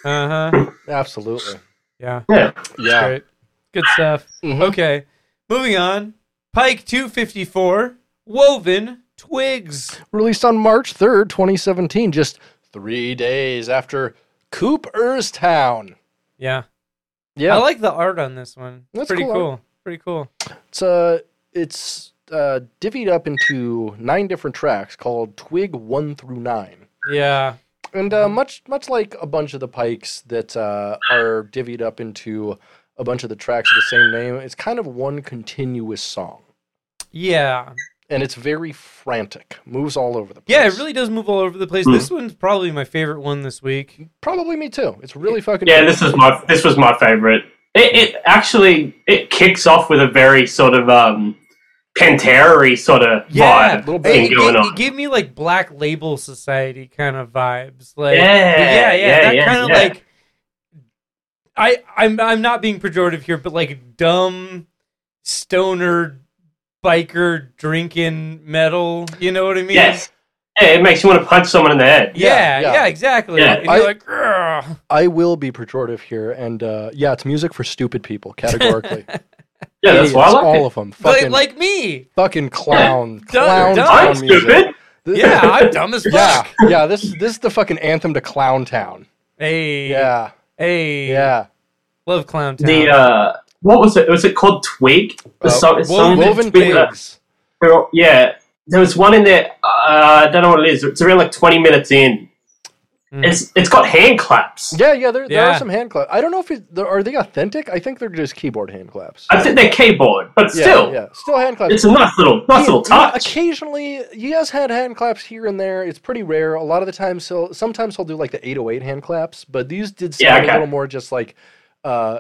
Uh huh.
Absolutely.
Yeah.
Yeah.
Yeah.
Great. Good stuff.
Mm-hmm.
Mhm.
Okay. Moving on. Pike 254, Woven Twigs.
Released on March 3rd, 2017, just three days after Coop Erstown.
Yeah.
Yeah.
I like the art on this one.
That's
Pretty
cool
cool.
art.
Pretty cool.
It's uh, it's uh, divvied up into nine different tracks called Twig One through Nine,
Yeah.
and uh, much much like a bunch of the pikes that uh, are divvied up into a bunch of the tracks of the same name, it's kind of one continuous song,
Yeah.
and it's very frantic, moves all over the place.
Yeah, it really does move all over the place.
Mm-hmm.
This one's probably my favorite one this week.
probably me too. It's really fucking
yeah, this is my this was my favorite. It, it actually it kicks off with a very sort of um Pantera sort of
Yeah.
vibe
little
It,
bit.
thing
it-
going
it
on.
gave me like Black Label Society kind of vibes. Like
Yeah,
yeah, yeah.
yeah,
that
yeah,
kind of
yeah.
like I I'm I'm not being pejorative here, but like dumb stoner biker drinking metal, you know what I mean?
Yes. Yeah, it makes you want to punch someone in the head.
Yeah, yeah,
Yeah, yeah.
exactly.
Yeah.
And you're
I-
like, "Grr."
I will be pejorative here, and uh, yeah, it's music for stupid people categorically.
Yeah, that's why I
Idiots,
like
all
it.
of them. Fucking
like, like me.
fucking clown, clown,
dumb.
town
I'm
music.
stupid.
Th-
Yeah, I'm dumb as fuck.
yeah, yeah. This this is the fucking anthem to Clown Town.
Hey,
Yeah,
hey,
yeah.
love Clown Town.
The uh what was it? Was it called Twig? The
Uh,
song, song
Woven
that
Woven
Twig- uh,
twigs.
Yeah, there was one in there. Uh, I don't know what it is. It's around like twenty minutes in.
Hmm.
Mm.
It's it's got hand claps.
Yeah, yeah. There, there
Yeah.
are some hand claps. I don't know if it, there, are they authentic. I think they're just keyboard hand claps.
I think they're keyboard, but
Yeah,
still,
yeah. Still hand claps.
it's a nice little nice little
Yeah,
touch.
Occasionally, he has had hand claps here and there. It's pretty rare. A lot of the times, he'll sometimes he'll do like the 808 hand claps, but these did sound
Yeah,
a
okay.
little more just like uh,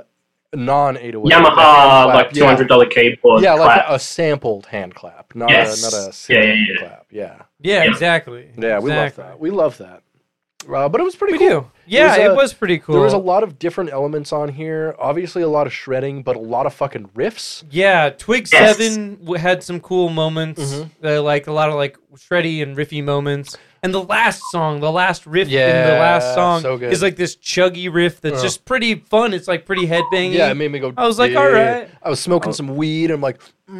non 808.
Yamaha like two hundred dollar
Yeah,
keyboard.
yeah like
clap.
a sampled hand clap, not
Yes.
a not a
Yeah,
single
yeah,
hand
yeah.
clap. Yeah.
yeah,
yeah.
exactly.
Yeah, we
exactly.
love that. We love that. Uh, but it was pretty
We
cool.
do. Yeah,
was
it was,
a-
pretty cool.
There was a lot of different elements on here. Obviously, a lot of shredding, but a lot of fucking riffs.
Yeah, Twig
Yes.
Seven w- had some cool moments,
Mhm.
uh, like a lot of like shreddy and riffy moments. And the last song, the last riff in the
Yeah,
last song
so good.
is like this chuggy riff that's
Uh.
just pretty fun. It's like pretty headbanging.
Yeah, it made me go.
I was like,
"Yeah."
all right.
I was smoking some weed. I'm like,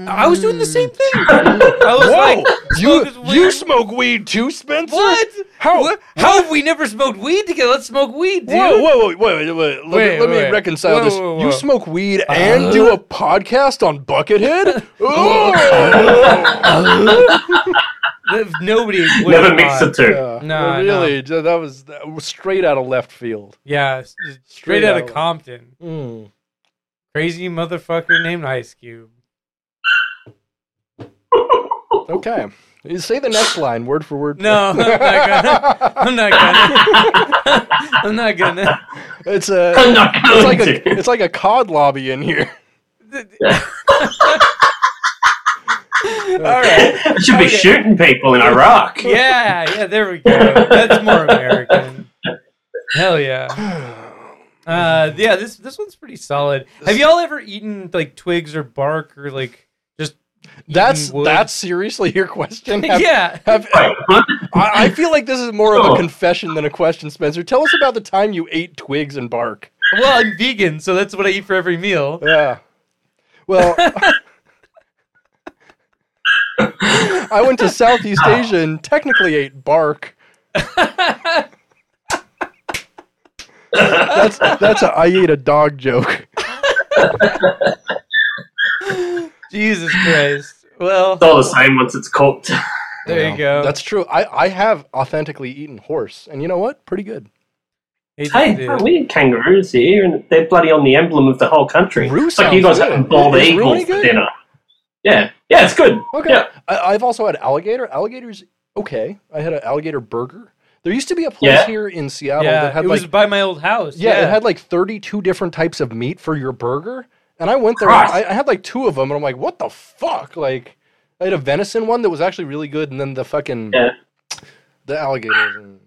I was doing the same thing. I was
mm. whoa,
like,
you
smoking
you
weed.
smoke weed too, Spencer?
what?
How?
What? How have we never smoked weed together? Let's smoke weed, dude.
Whoa, whoa, whoa, wait, wait, wait. Let,
Wait,
me, let me
wait.
reconcile
Whoa,
this.
whoa, whoa. Uh,
You smoke weed and do a podcast on Buckethead? oh!
Th- Nobody would
Never
have
mix the
thought.
two.
Yeah,
No,
really, j- that was that was straight out of left field.
Yeah, s- straight,
Straight
out
out
of
of-
Compton.
Mm.
Crazy motherfucker named Ice Cube.
Okay, You say the next line word for word.
No, I'm not gonna. I'm not gonna. I'm not gonna.
it's a
I'm not
it's
going
like
to.
a it's like a cod lobby in here.
All right.
I should be
Okay.
shooting people in Iraq.
Yeah, yeah. There we go. That's more American. Hell yeah. Uh, yeah. This this one's pretty solid. Have y'all ever eaten like twigs or bark or like just? eaten
That's
wood?
that's seriously your question. Have-
yeah.
have- I,
Wait, what?
I feel like this is more of
Sure.
a confession than a question, Spencer. Tell us about the time you ate twigs and bark.
Well, I'm vegan, so that's what I eat for every meal.
Yeah. Well, I went to Southeast
Ah.
Asia and technically ate bark. that's that's a I ate a dog joke.
Jesus Christ. Well,
It's all the same once it's cooked.
there you go.
That's true. I, I have authentically eaten horse, and you know what? Pretty good.
Hate to
Hey,
do
man,
it.
we need kangaroos here, and they're bloody on the emblem of the whole country.
Roo
it's like you
sounds
guys have
good.
bald
Is Roo
eagle
any
for
good?
dinner. Yeah, yeah, it's good.
Okay.
Yeah.
I, I've also had alligator. Alligators, okay. I had an alligator burger. There used to be a place
Yeah.
here in Seattle
Yeah,
that had
it
like
was by my old house.
yeah,
Yeah,
it had like 32 different types of meat for your burger. And I went there,
Christ.
I, I had like two of them, and I'm like, what the fuck? Like, I had a venison one that was actually really good, and then the fucking
Yeah.
the alligators. And,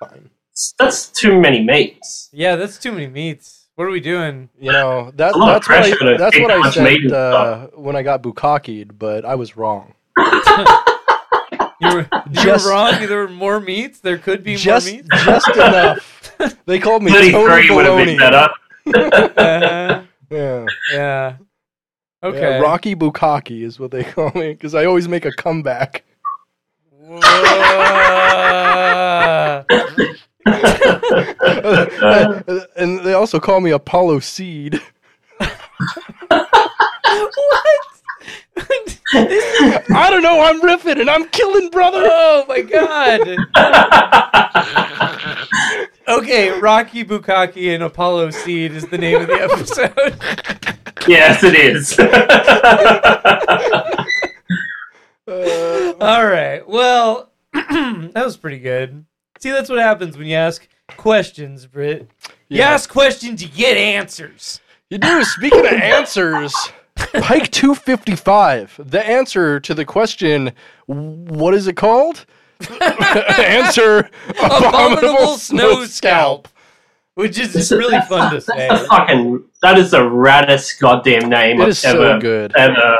fine.
That's too many meats.
yeah, that's too many meats. What are we doing?
You know that,
A lot of
that's what
pressure
I,
to
that's
take
what
that
I
much meat
said
and
uh, when I got bukakied, but I was wrong.
You were, you were
Just-
wrong. There were more meats. There could be
Just
more meats.
just enough. They called me Tony
33 would have been
Baloney.
better.
Uh,
Yeah.
yeah. Okay.
Yeah, Rocky Bukaki is what they call me because I always make a comeback.
Whoa.
and they also call me Apollo Seed.
what?
I don't know. I'm riffing and I'm killing, brother.
oh my god. Okay, Rocky Bukaki and Apollo Seed is the name of the episode.
yes, it is.
Uh,
All right. Well, that was pretty good. See, that's what happens when you ask questions, Britt. You
Yeah.
ask questions, you get answers.
you do. Speaking of answers, Pike 255, the answer to the question, what is it called? answer Abominable,
Abominable snow scalp. Which is just really fun to say.
That's a fucking, that is the raddest goddamn name
It
I've
is
ever,
so good.
ever.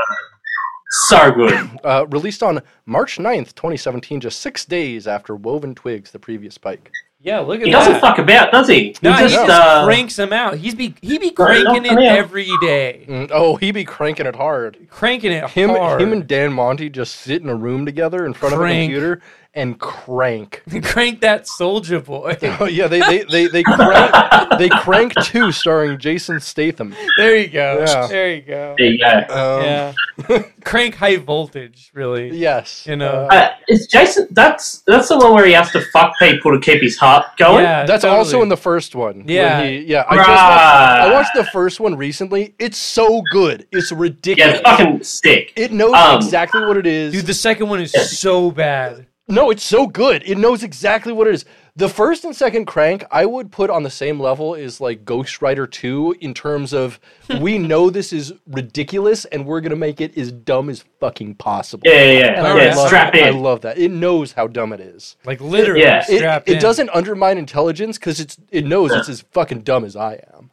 So good.
Uh, released on March 9th, 2017, just six days after Woven Twigs, the previous Pike.
Yeah, look at
He
that.
doesn't fuck about, does he?
no, he
he just,
just
uh,
cranks them out. He's be he be cranking
Right, knock
it
'em out.
every day,
Mm, Oh, he be cranking it hard.
cranking it
Him,
hard.
him and Dan Monty just sit in a room together in front of a
Crank.
computer and crank.
crank that soldier boy.
Oh yeah, they they they they crank, they crank two, starring Jason Statham.
There you go.
Yeah.
There you go.
there you go.
Um,
yeah, crank high voltage. Really,
Yes.
You know.
Uh,
Uh, is Jason? That's that's the one where he has to fuck people to keep his heart going.
yeah.
that's
totally.
also in the first one. when
Yeah.
he- yeah. I just watched, I
Bruh.
watched the first one recently. It's so good. It's
yeah,
ridiculous.
it's fucking sick.
It knows
Um,
exactly what it is.
Dude, the second one is so bad.
No, it's so good. It knows exactly what it is. The first and second crank I would put on the same level as like Ghost Rider 2 in terms of we know this is ridiculous and we're gonna make it as dumb as fucking possible.
Yeah, yeah, yeah.
And
Oh,
I,
yeah
yeah.
love
strap
that. I
in.
love that. It knows how dumb it is.
Like literally
Yeah.
It,
strapped
it
in.
doesn't undermine intelligence because it's it knows it's as fucking dumb as I am.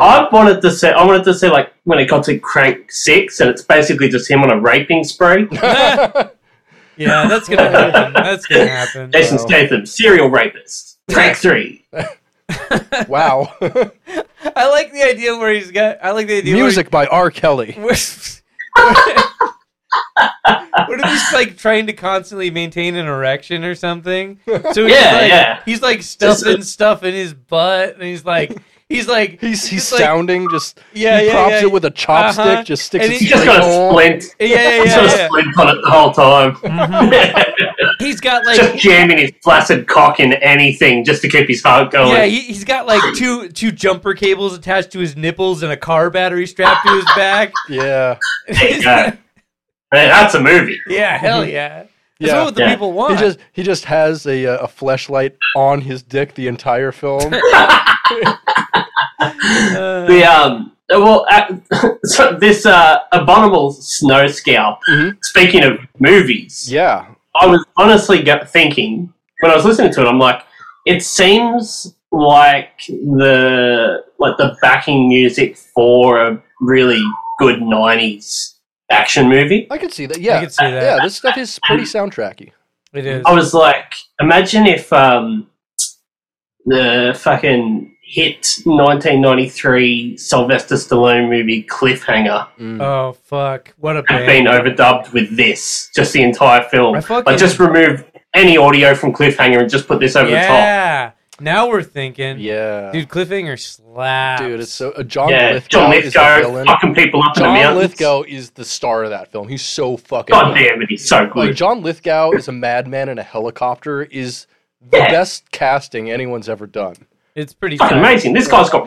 I wanted to say, I wanted to say, like when it got to Crank Six, and it's basically just him on a raping spree.
Yeah, that's gonna happen. That's gonna happen.
Jason
Wow.
Statham, serial rapist. Crank Three.
Wow.
I like the idea where he's got. I like the idea.
Music by R. Kelly.
Where he's, what if he's like trying to constantly maintain an erection or something? So he's
Yeah,
like,
yeah. uh,
He's like stuffing stuff in his butt, and he's like, he's like,
He's he's
just like-
sounding just
Yeah,
he
yeah,
props
yeah.
it with a chopstick,
Uh-huh.
just sticks
And
it
he
He
just
just
straight
got a
home.
splint.
yeah, yeah,
He's got
yeah.
a splint on it the whole time.
He's got
just
like,
jamming his flaccid cock in anything just to keep his heart going.
yeah, he, he's got like two two jumper cables attached to his nipples and a car battery strapped to his back.
Yeah.
Yeah. Man, that's a movie.
yeah, hell yeah. That's
Mm-hmm. Yeah.
what the
Yeah.
people want.
He just he just has a uh, a flashlight on his dick the entire film.
Uh,
The um, well, uh, so this uh, abominable snow scalp.
Mm-hmm.
Mhm.
Speaking of movies,
yeah,
I was honestly go- thinking when I was listening to it, I'm like, it seems like the like the backing music for a really good '90s action movie.
I could see that.
I
Yeah,
can see that.
yeah, this stuff is pretty soundtracky.
It is.
I was like, imagine if um, the fucking hit 1993 Sylvester Stallone movie Cliffhanger
Mm.
Oh fuck! What a band.
had been overdubbed with this, just the entire film.
I fucking-
Like, just remove any audio from Cliffhanger and just put this over the top.
yeah, Now we're thinking,
Yeah.
dude, cliffhanger slaps.
Dude, it's so. Uh, John
yeah,
Lithgow
John
is the
Lithgow
villain.
fucking people up in the
John
mountains.
Lithgow is the star of that film. He's so fucking.
God
good.
damn it, he's so
Like
good.
John Lithgow is a madman in a helicopter is the
Yeah.
best casting anyone's ever done.
it's pretty.
fucking
sad.
amazing. This guy's got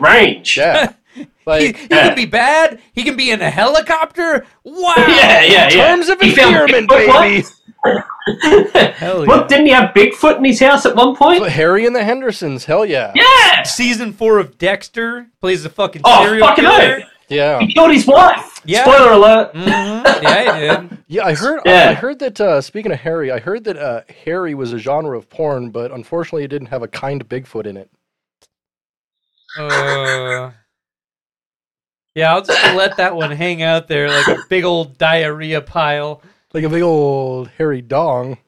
range.
Yeah.
He, he
Like
can be bad. He can be in a helicopter. Wow.
yeah, yeah. yeah.
terms of
He found
endearment,
Bigfoot
baby.
once.
Hell yeah.
What didn't he have Bigfoot in his house at one point?
But Harry and the Hendersons, hell yeah.
Yeah.
Season four of Dexter plays a fucking
Oh,
serial
fucking
killer.
oath.
Yeah.
He killed his wife.
Yeah.
Spoiler alert.
Mhm. Yeah, he did.
Yeah, I heard I,
Yeah.
I heard that uh, speaking of Harry, I heard that uh, Harry was a genre of porn, but unfortunately it didn't have a kind Bigfoot in it.
Uh, yeah, I'll just let that one hang out there like a big old diarrhea pile.
Like a big old Harry Dong.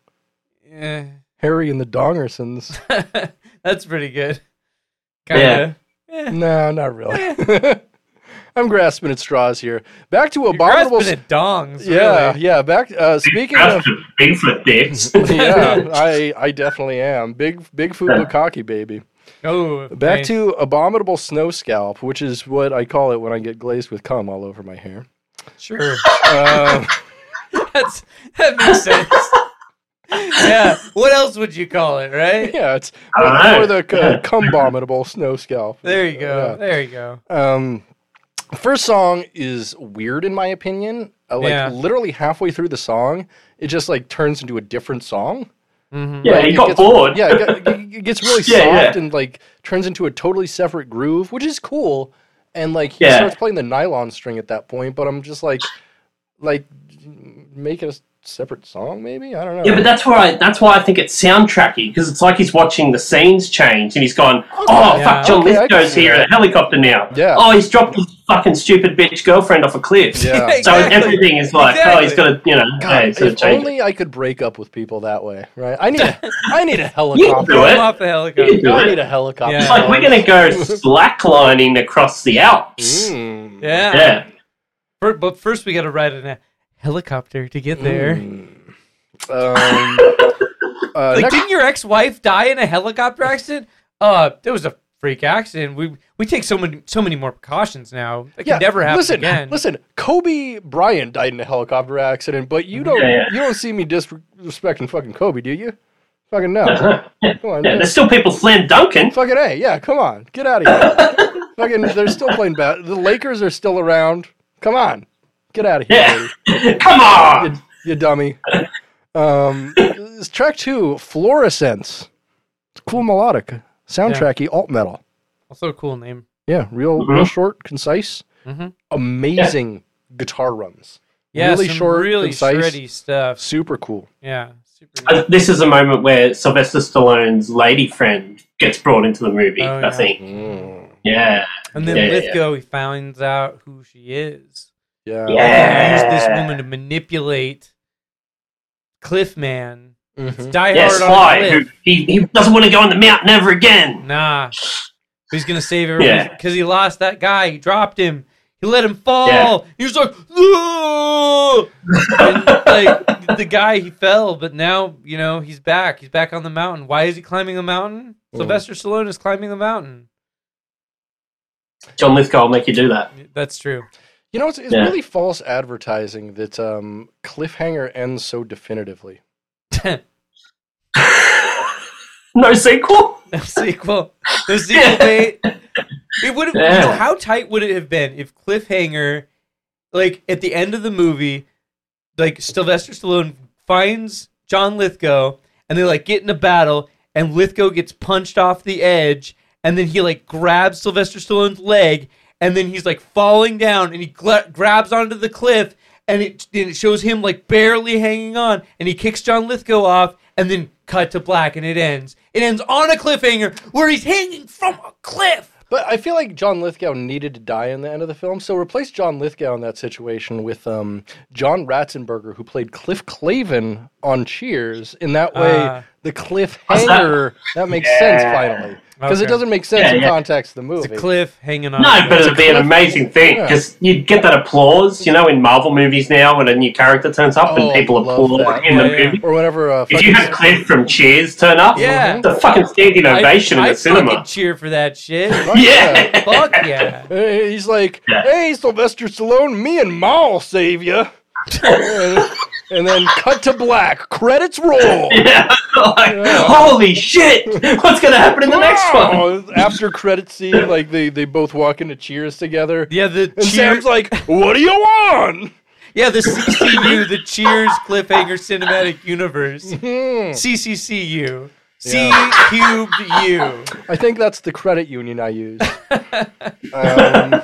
Yeah.
Harry and the Dongersons.
Eh. That's pretty good. Kinda. Yeah.
no, not really. I'm grasping at straws here. Back to abominable.
Grasping at dongs.
yeah,
really.
yeah. Back. Uh, speaking of
That's the Bigfoot dicks.
yeah, I, I definitely am. Big big food bukkake, baby.
Oh,
Back
nice.
to abominable snow scalp, which is what I call it when I get glazed with cum all over my hair.
sure.
Um,
That's that makes sense. yeah. What else would you call it, right?
yeah, it's
All right.
or the uh, cum abominable snow scalp.
There you go.
Yeah.
There you go.
Um, first song is weird in my opinion. Uh, like
Yeah.
literally halfway through the song, it just like turns into a different song.
hmm
Yeah,
Like,
he
it
got
gets-
bored.
Yeah, it, got- it gets really
Yeah,
soft
yeah.
and like turns into a totally separate groove, which is cool. And like he
Yeah.
starts playing the nylon string at that point, but I'm just like, like, make it a separate song, maybe. I don't know.
Yeah, but that's why I, that's why I think it's soundtracky because it's like he's watching the scenes change and he's gone, oh
Yeah,
fuck, John
okay, I can
Lithgow's
see
here in
that.
a helicopter now.
Yeah.
Oh, he's dropped his fucking stupid bitch girlfriend off a cliff.
Yeah.
So everything is like, oh, he's
Exactly.
gonna, you know,
God,
hey, he's gonna
if
change.
only I could break up with people that way, right? I need, a, I need a
do
helicopter.
it.
Come off the
You can
helicopter.
do
I
it.
need a helicopter.
Yeah.
It's like we're gonna go slacklining across the Alps.
Mm.
Yeah.
Yeah.
Fir- but first, we got to ride in a helicopter to get there.
Mm. Um, uh,
Like,
next-
didn't your ex-wife die in a helicopter accident? Uh, there was a freak accident. We we take so many so many more precautions now. That
yeah,
could never happen
listen,
again.
Listen, Kobe Bryant died in a helicopter accident, but you don't
Yeah, yeah.
you don't see me disrespecting fucking Kobe, do you? Fucking no. Come on,
Yeah,
man.
there's still people slam dunking.
fucking A, yeah, come on. Get out of here. fucking they're still playing bad. The Lakers are still around. Come on. Get out of here,
Yeah.
lady.
Come on.
you, you dummy. Um it's track two, Fluorescence. It's cool melodic. Soundtracky alt metal.
Also, a cool name.
Yeah, real real short, concise.
Mhm.
Amazing guitar runs.
Yeah,
really
some
short,
really
concise.
shreddy stuff.
Super cool.
Yeah, super.
Uh, This is a moment where Sylvester Stallone's lady friend gets brought into the movie.
Oh,
I
yeah.
think.
Mm.
Yeah.
And then
Yeah, yeah, yeah.
Lithgow, he finds out who she is.
Yeah.
He used this
Yeah.
woman to manipulate Cliffman.
Mhm.
Die
Yeah,
hard on
Sly,
a
who
cliff.
he, he doesn't want to go on the mountain ever again.
Nah. He's going to save everyone
Yeah.
because he lost that guy. He dropped him. He let him fall.
Yeah.
He was like, "Ugh!" and, like the guy, he fell, but now, you know, he's back. He's back on the mountain. Why is he climbing a mountain?
Mm.
Sylvester Stallone is climbing a mountain.
John Lithgow will make you do that.
That's true.
You know, it's, it's
Yeah.
really false advertising that um, cliffhanger ends so definitively.
No sequel?
The sequel. The sequel bait. It would have.
Yeah.
You know, how tight would it have been if cliffhanger, like at the end of the movie, like Sylvester Stallone finds John Lithgow and they like get in a battle and Lithgow gets punched off the edge and then he like grabs Sylvester Stallone's leg and then he's like falling down and he gla- grabs onto the cliff and it, and it shows him like barely hanging on and he kicks John Lithgow off and then cut to black and it ends. It ends on a cliffhanger where he's hanging from a cliff.
But I feel like John Lithgow needed to die in the end of the film, so replace John Lithgow in that situation with um, John Ratzenberger, who played Cliff Clavin on Cheers. In that way,
Ah.
the cliffhanger that makes sense
Yeah.
finally. because it
Okay.
doesn't make sense
Yeah,
in
yeah.
context of the
It's
movie.
a cliff hanging on.
No, but it'd be an
cliff.
amazing thing
Yeah.
because you'd get that applause, you know, in Marvel movies now when a new character turns up
Oh,
and people
love
applaud
that.
in the
Yeah, yeah.
movie.
or whenever uh,
If you
fucking-
had Cliff from Cheers turn up,
Yeah.
the fucking standing ovation
I,
in
I
the cinema.
fucking cheer for that shit.
Fuck
Yeah,
Fuck yeah.
Hey, He's like,
Yeah.
"Hey, Sylvester Stallone, me and Ma'll save you." and, and then cut to black. Credits roll.
yeah. like,
Yeah.
holy shit! What's gonna happen in the next one?
Wow. Oh, After credit scene, like they they both walk into Cheers together.
Yeah, the
And
cheers.
Sam's like, "What do you want?"
yeah, the CCU, the Cheers cliffhanger cinematic universe.
Hmm.
CCCU.
Yeah.
C cubed U.
I think that's the credit union I use. um,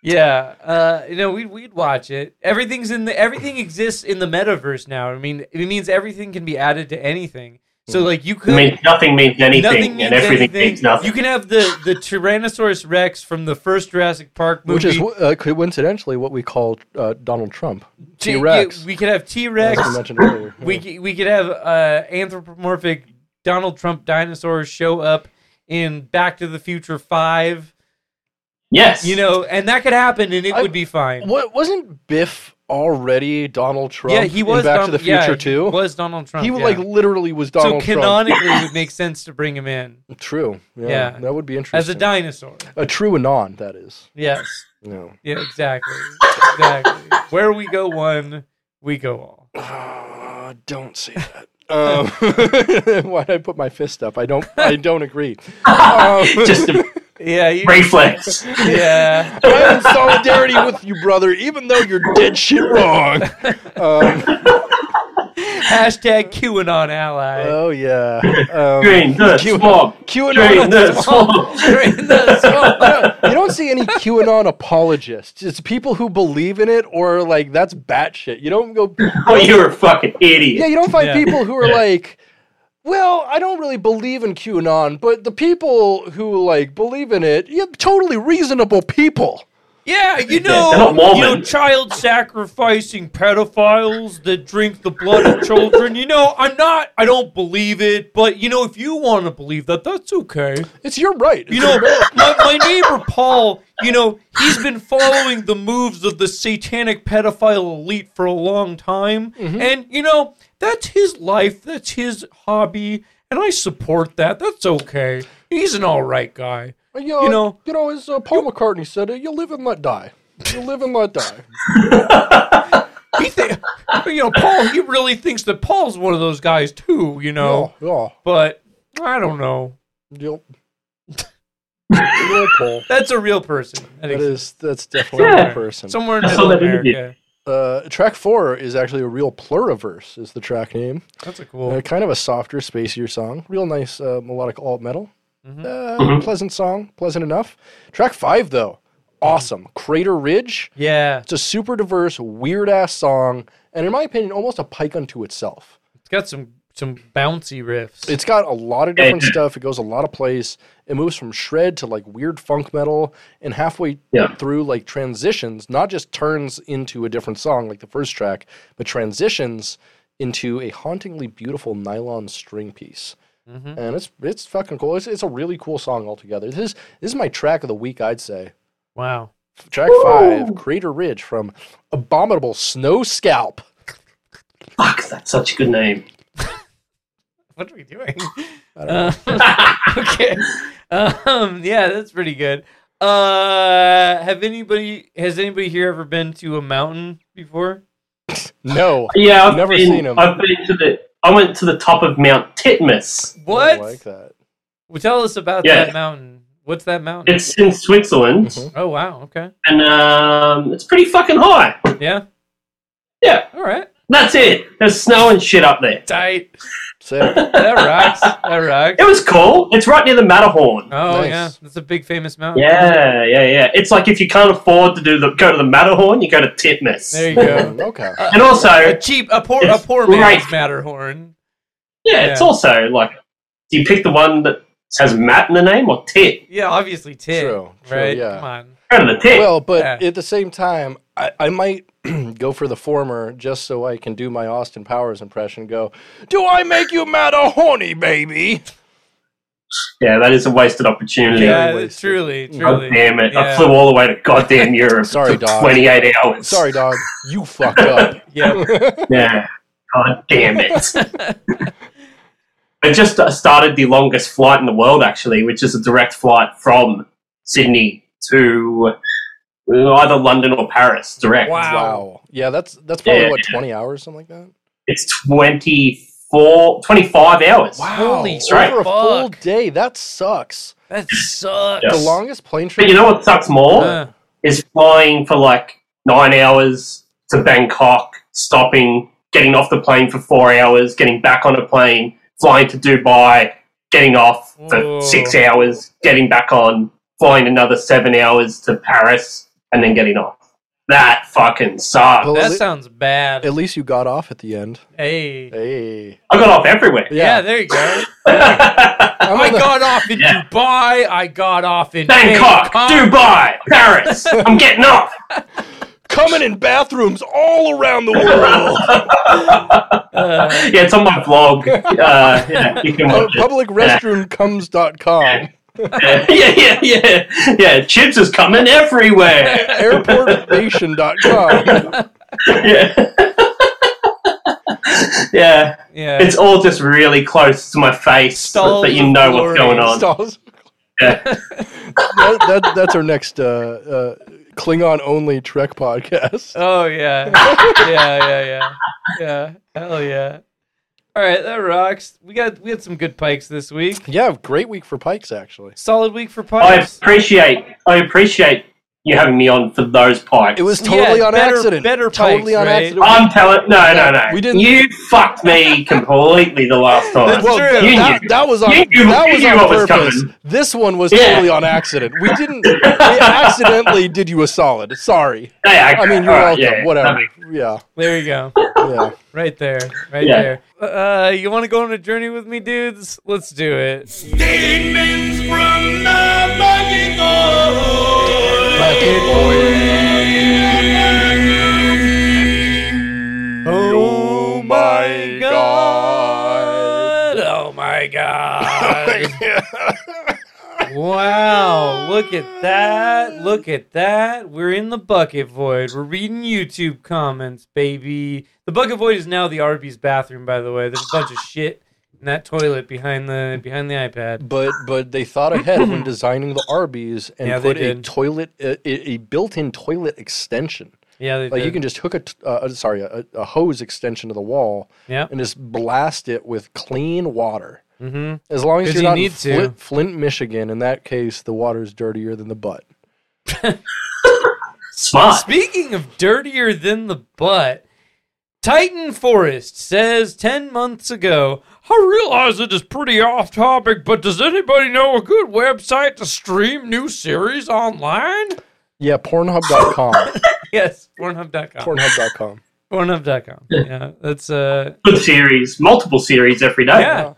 Yeah, uh, you know, we'd we'd watch it. Everything's in the everything exists in the metaverse now. I mean, it means everything can be added to anything.
Mm-hmm.
So like you
I
could
mean, nothing means anything,
nothing means
and everything
anything.
means nothing.
You can have the the Tyrannosaurus Rex from the first Jurassic Park movie.
which is uh, coincidentally what we call uh, Donald Trump.
T-
T-Rex.
yeah, we could have T
As
Rex.
we mentioned earlier.
We c- we could have uh, anthropomorphic Donald Trump dinosaurs show up in Back to the Future Five.
yes,
You know, and that could happen, and it
I-
would be fine.
What wasn't Biff already Donald Trump?
yeah, he
in
was
Back
Don-
to the
yeah,
Future too.
He was Donald Trump.
he
yeah.
like literally was Donald
so
Trump.
canonically it would make sense to bring him in
True. Yeah,
Yeah.
that would be interesting.
as a dinosaur.
a true anon, that is.
Yes.
No.
Yeah, exactly. Exactly. Where we go one, we go all.
Ah, don't say that. Um, why did I put my fist up? I don't. I don't agree. Um,
just a
Yeah, you,
reflex.
yeah.
I'm in solidarity with you, brother, even though you're dead shit wrong. Um,
Hashtag QAnon ally.
oh yeah. Um,
Green the
Q-
swamp. Green
QAnon.
the swamp.
During the swamp.
You don't see any QAnon apologists. It's people who believe in it or like that's batshit. You don't go
Oh, you're a fucking
Yeah,
idiot.
you don't find
Yeah.
people who are
Yeah.
like, well, I don't really believe in QAnon, but the people who like believe in it, yeah, totally reasonable people.
Yeah, you
they're
know,
not Mormon.
you know, child sacrificing pedophiles that drink the blood of children. You know, I'm not, I don't believe it, but you know, if you want to believe that, that's okay.
It's your right. It's
You
your
know, my, my neighbor Paul, you know, he's been following the moves of the satanic pedophile elite for a long time. And, you know, that's his life, that's his hobby, and I support that. That's okay. He's an all right guy.
right. you know,
you know-
you know, as uh, Paul McCartney said, uh, you live and let die. You live and let die.
He th- you know, Paul, he really thinks that Paul's one of those guys, too, you know.
yeah,
But I don't know.
yeah. Yep. You know, Paul.
That's a real person. That
That
exists
is that's definitely a
Yeah.
real person.
Somewhere in
I
Middle
saw that interview.
America.
Uh, track four is actually a real pluriverse. Is the track name?
That's a cool.
Uh, kind of a softer, spacier song. Real nice uh, melodic alt metal.
Mhm.
Uh,
Mhm.
Pleasant song, pleasant enough. Track five, though, awesome. Crater Ridge.
Yeah.
It's a super diverse, weird ass song, and in my opinion, almost a pike unto itself.
It's got some some bouncy riffs.
It's got a lot of different
Yeah.
stuff. It goes a lot of place. It moves from shred to like weird funk metal, and halfway
Yeah.
through, like transitions, not just turns into a different song like the first track, but transitions into a hauntingly beautiful nylon string piece.
hmm
and it's it's fucking cool. It's, it's a really cool song altogether. This is this is my track of the week, I'd say.
Wow.
Track five, Crater Ridge from Abominable Snow Scalp.
Fuck, that's such a good name.
What are we doing?
I don't know.
Uh, okay. Um, yeah, that's pretty good. Uh, have anybody has anybody here ever been to a mountain before?
No,
Yeah, I've
Never
been,
seen 'em.
I've been to the. I went to the top of Mount Titmus.
I
What?
don't like that.
Well, tell us about
Yeah.
that mountain. What's that mountain?
It's in Switzerland,
Mhm.
oh wow. Okay.
and um, it's pretty fucking high.
Yeah.
Yeah,
All right.
that's it. There's snow and shit up there.
Tight.
Sick.
That rocks. That rocks.
It was cool. It's right near the Matterhorn.
Oh
Nice.
yeah, that's a big famous mountain. Uh,
Yeah, yeah, yeah. It's like if you can't afford to do the go to the Matterhorn, you go to
There
Titmus.
you go.
Mm, okay.
And also,
A cheap, a poor, a
It's
poor man's
right.
Matterhorn.
yeah, it's
yeah.
also like, do you pick the one that has Matt in the name or Tit?
Yeah, obviously tit.
True, true,
Right.
yeah.
Come on.
Go to the Tit.
Well, but
Yeah.
at the same time, I, I might go for the former just so I can do my Austin Powers impression. Go, do I make you mad a horny baby?
Yeah, that is a wasted opportunity.
yeah,
wasted.
truly,
God
truly.
Oh, damn it. I
Yeah.
flew all the way to goddamn Europe.
Sorry,
It took
dog.
28 hours.
Sorry, dog. You fucked up.
Yeah.
Yeah. God damn it. I just uh, started the longest flight in the world, actually, which is a direct flight from Sydney to uh, either London or Paris direct.
Wow.
Wow. Yeah, that's that's probably
Yeah,
what twenty hours, something like that.
It's 24, 25 hours.
Holy
over a full
fuck.
day. That sucks.
That sucks.
Yeah.
The
Yes.
longest plane
But
trip.
you know what sucks more?
Uh,
is flying for like nine hours to Bangkok, stopping, getting off the plane for four hours, getting back on a plane, flying to Dubai, getting off for
Ooh.
six hours, getting back on, flying another seven hours to Paris, and then getting off. That fucking sucks.
Well,
that
at-
sounds bad.
at least you got off at the end.
hey. Yeah.
Hey.
I got off everywhere.
Yeah.
there you go.
I'm
I
on Oh, the-
got off in
Yeah.
Dubai. I got off in
Bangkok,
Bangkok.
Dubai, Paris. I'm getting off.
coming in bathrooms all around the world.
Uh,
Yeah, it's on my vlog. Uh, yeah, you can watch it.
Publicrestroomcomes.com.
yeah, yeah, yeah, yeah. Chips is coming everywhere.
Airportnation.com.
yeah. yeah,
yeah.
it's all just really close to my face,
Stalls
but you
of
know
glory.
what's going on.
Stalls.
Yeah.
That, that, that's our next uh, uh, Klingon only Trek podcast.
Oh yeah, yeah, yeah, yeah, yeah. Hell yeah! All right, that rocks. We got we had some good pikes this week.
Yeah, great week for Pikes, actually.
Solid week for
I
pikes.
appreciate, I appreciate you having me on for those pikes.
It was totally
Yeah,
on
better-
accident.
better
totally
Pikes,
on
right?
accident.
I'm telling, no, no, no.
We didn't-
You fucked me completely the last time.
Well, That's true.
You
That,
knew.
that was on
You knew-
that
you
was
knew
on
what was
purpose.
coming.
this one was
Yeah.
totally on accident. We didn't. We accidentally did you a solid. Sorry.
Yeah,
I mean, you're
all right,
welcome.
yeah,
Whatever.
no,
Yeah.
There you go,
Yeah.
right there, right
Yeah.
there. Uh, you want to go on a journey with me, dudes? Let's do it.
Oh my god.
Oh my
Oh,
god! Wow, look at that. Look at that. We're in the bucket void. We're reading YouTube comments, baby. The bucket void is now the Arby's bathroom, by the way. There's a bunch of shit in that toilet behind the behind the iPad.
But but they thought ahead when designing the Arby's and
Yeah, they
put a
did.
toilet a, a a built-in toilet extension.
Yeah, they
Like
did.
you can just hook a t- uh, uh, sorry a, a hose extension to the wall
Yeah.
and just blast it with clean water.
Mm-hmm.
As long as
'Cause
you're
you
not in
need to.
Flint, Flint, Michigan, in that case, the water's dirtier than the butt.
Smart.
Speaking of dirtier than the butt, Titan Forest says 10 months ago, I realize it is pretty off topic, but does anybody know a good website to stream new series online?
Yeah, Pornhub.com.
Yes, Pornhub.com.
Pornhub.com.
Pornhub.com. Yeah, that's uh
Good series, multiple series every day.
yeah.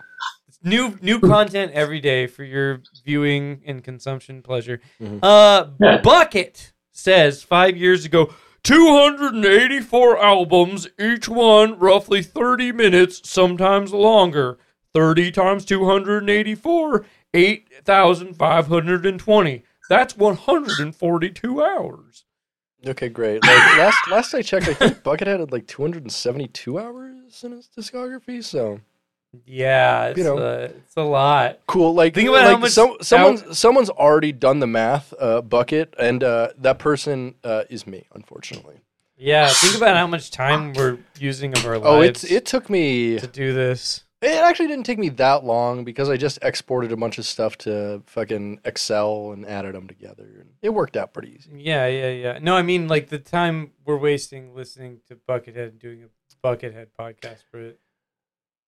New new content every day for your viewing and consumption pleasure. Uh
Yeah.
Bucket says 5 years ago 284 albums, each one roughly 30 minutes, sometimes longer. 30 times 284, 8,520. That's 142 hours.
Okay, great. Like last last I checked, I think Buckethead had like 272 hours in his discography. So
Yeah, it's,
You know.
uh, it's a lot.
cool. Like
Think about how
like
much-
some, someone's someone's already done the math. Uh, Bucket, and uh, that person uh, is me, unfortunately.
Yeah, think about how much time we're using of our lives
Oh, it's it took me.
to do this.
It actually didn't take me that long because I just exported a bunch of stuff to fucking Excel and added them together. And it worked out pretty easy.
Yeah, yeah, yeah. No, I mean like the time we're wasting listening to Buckethead and doing a Buckethead podcast for it.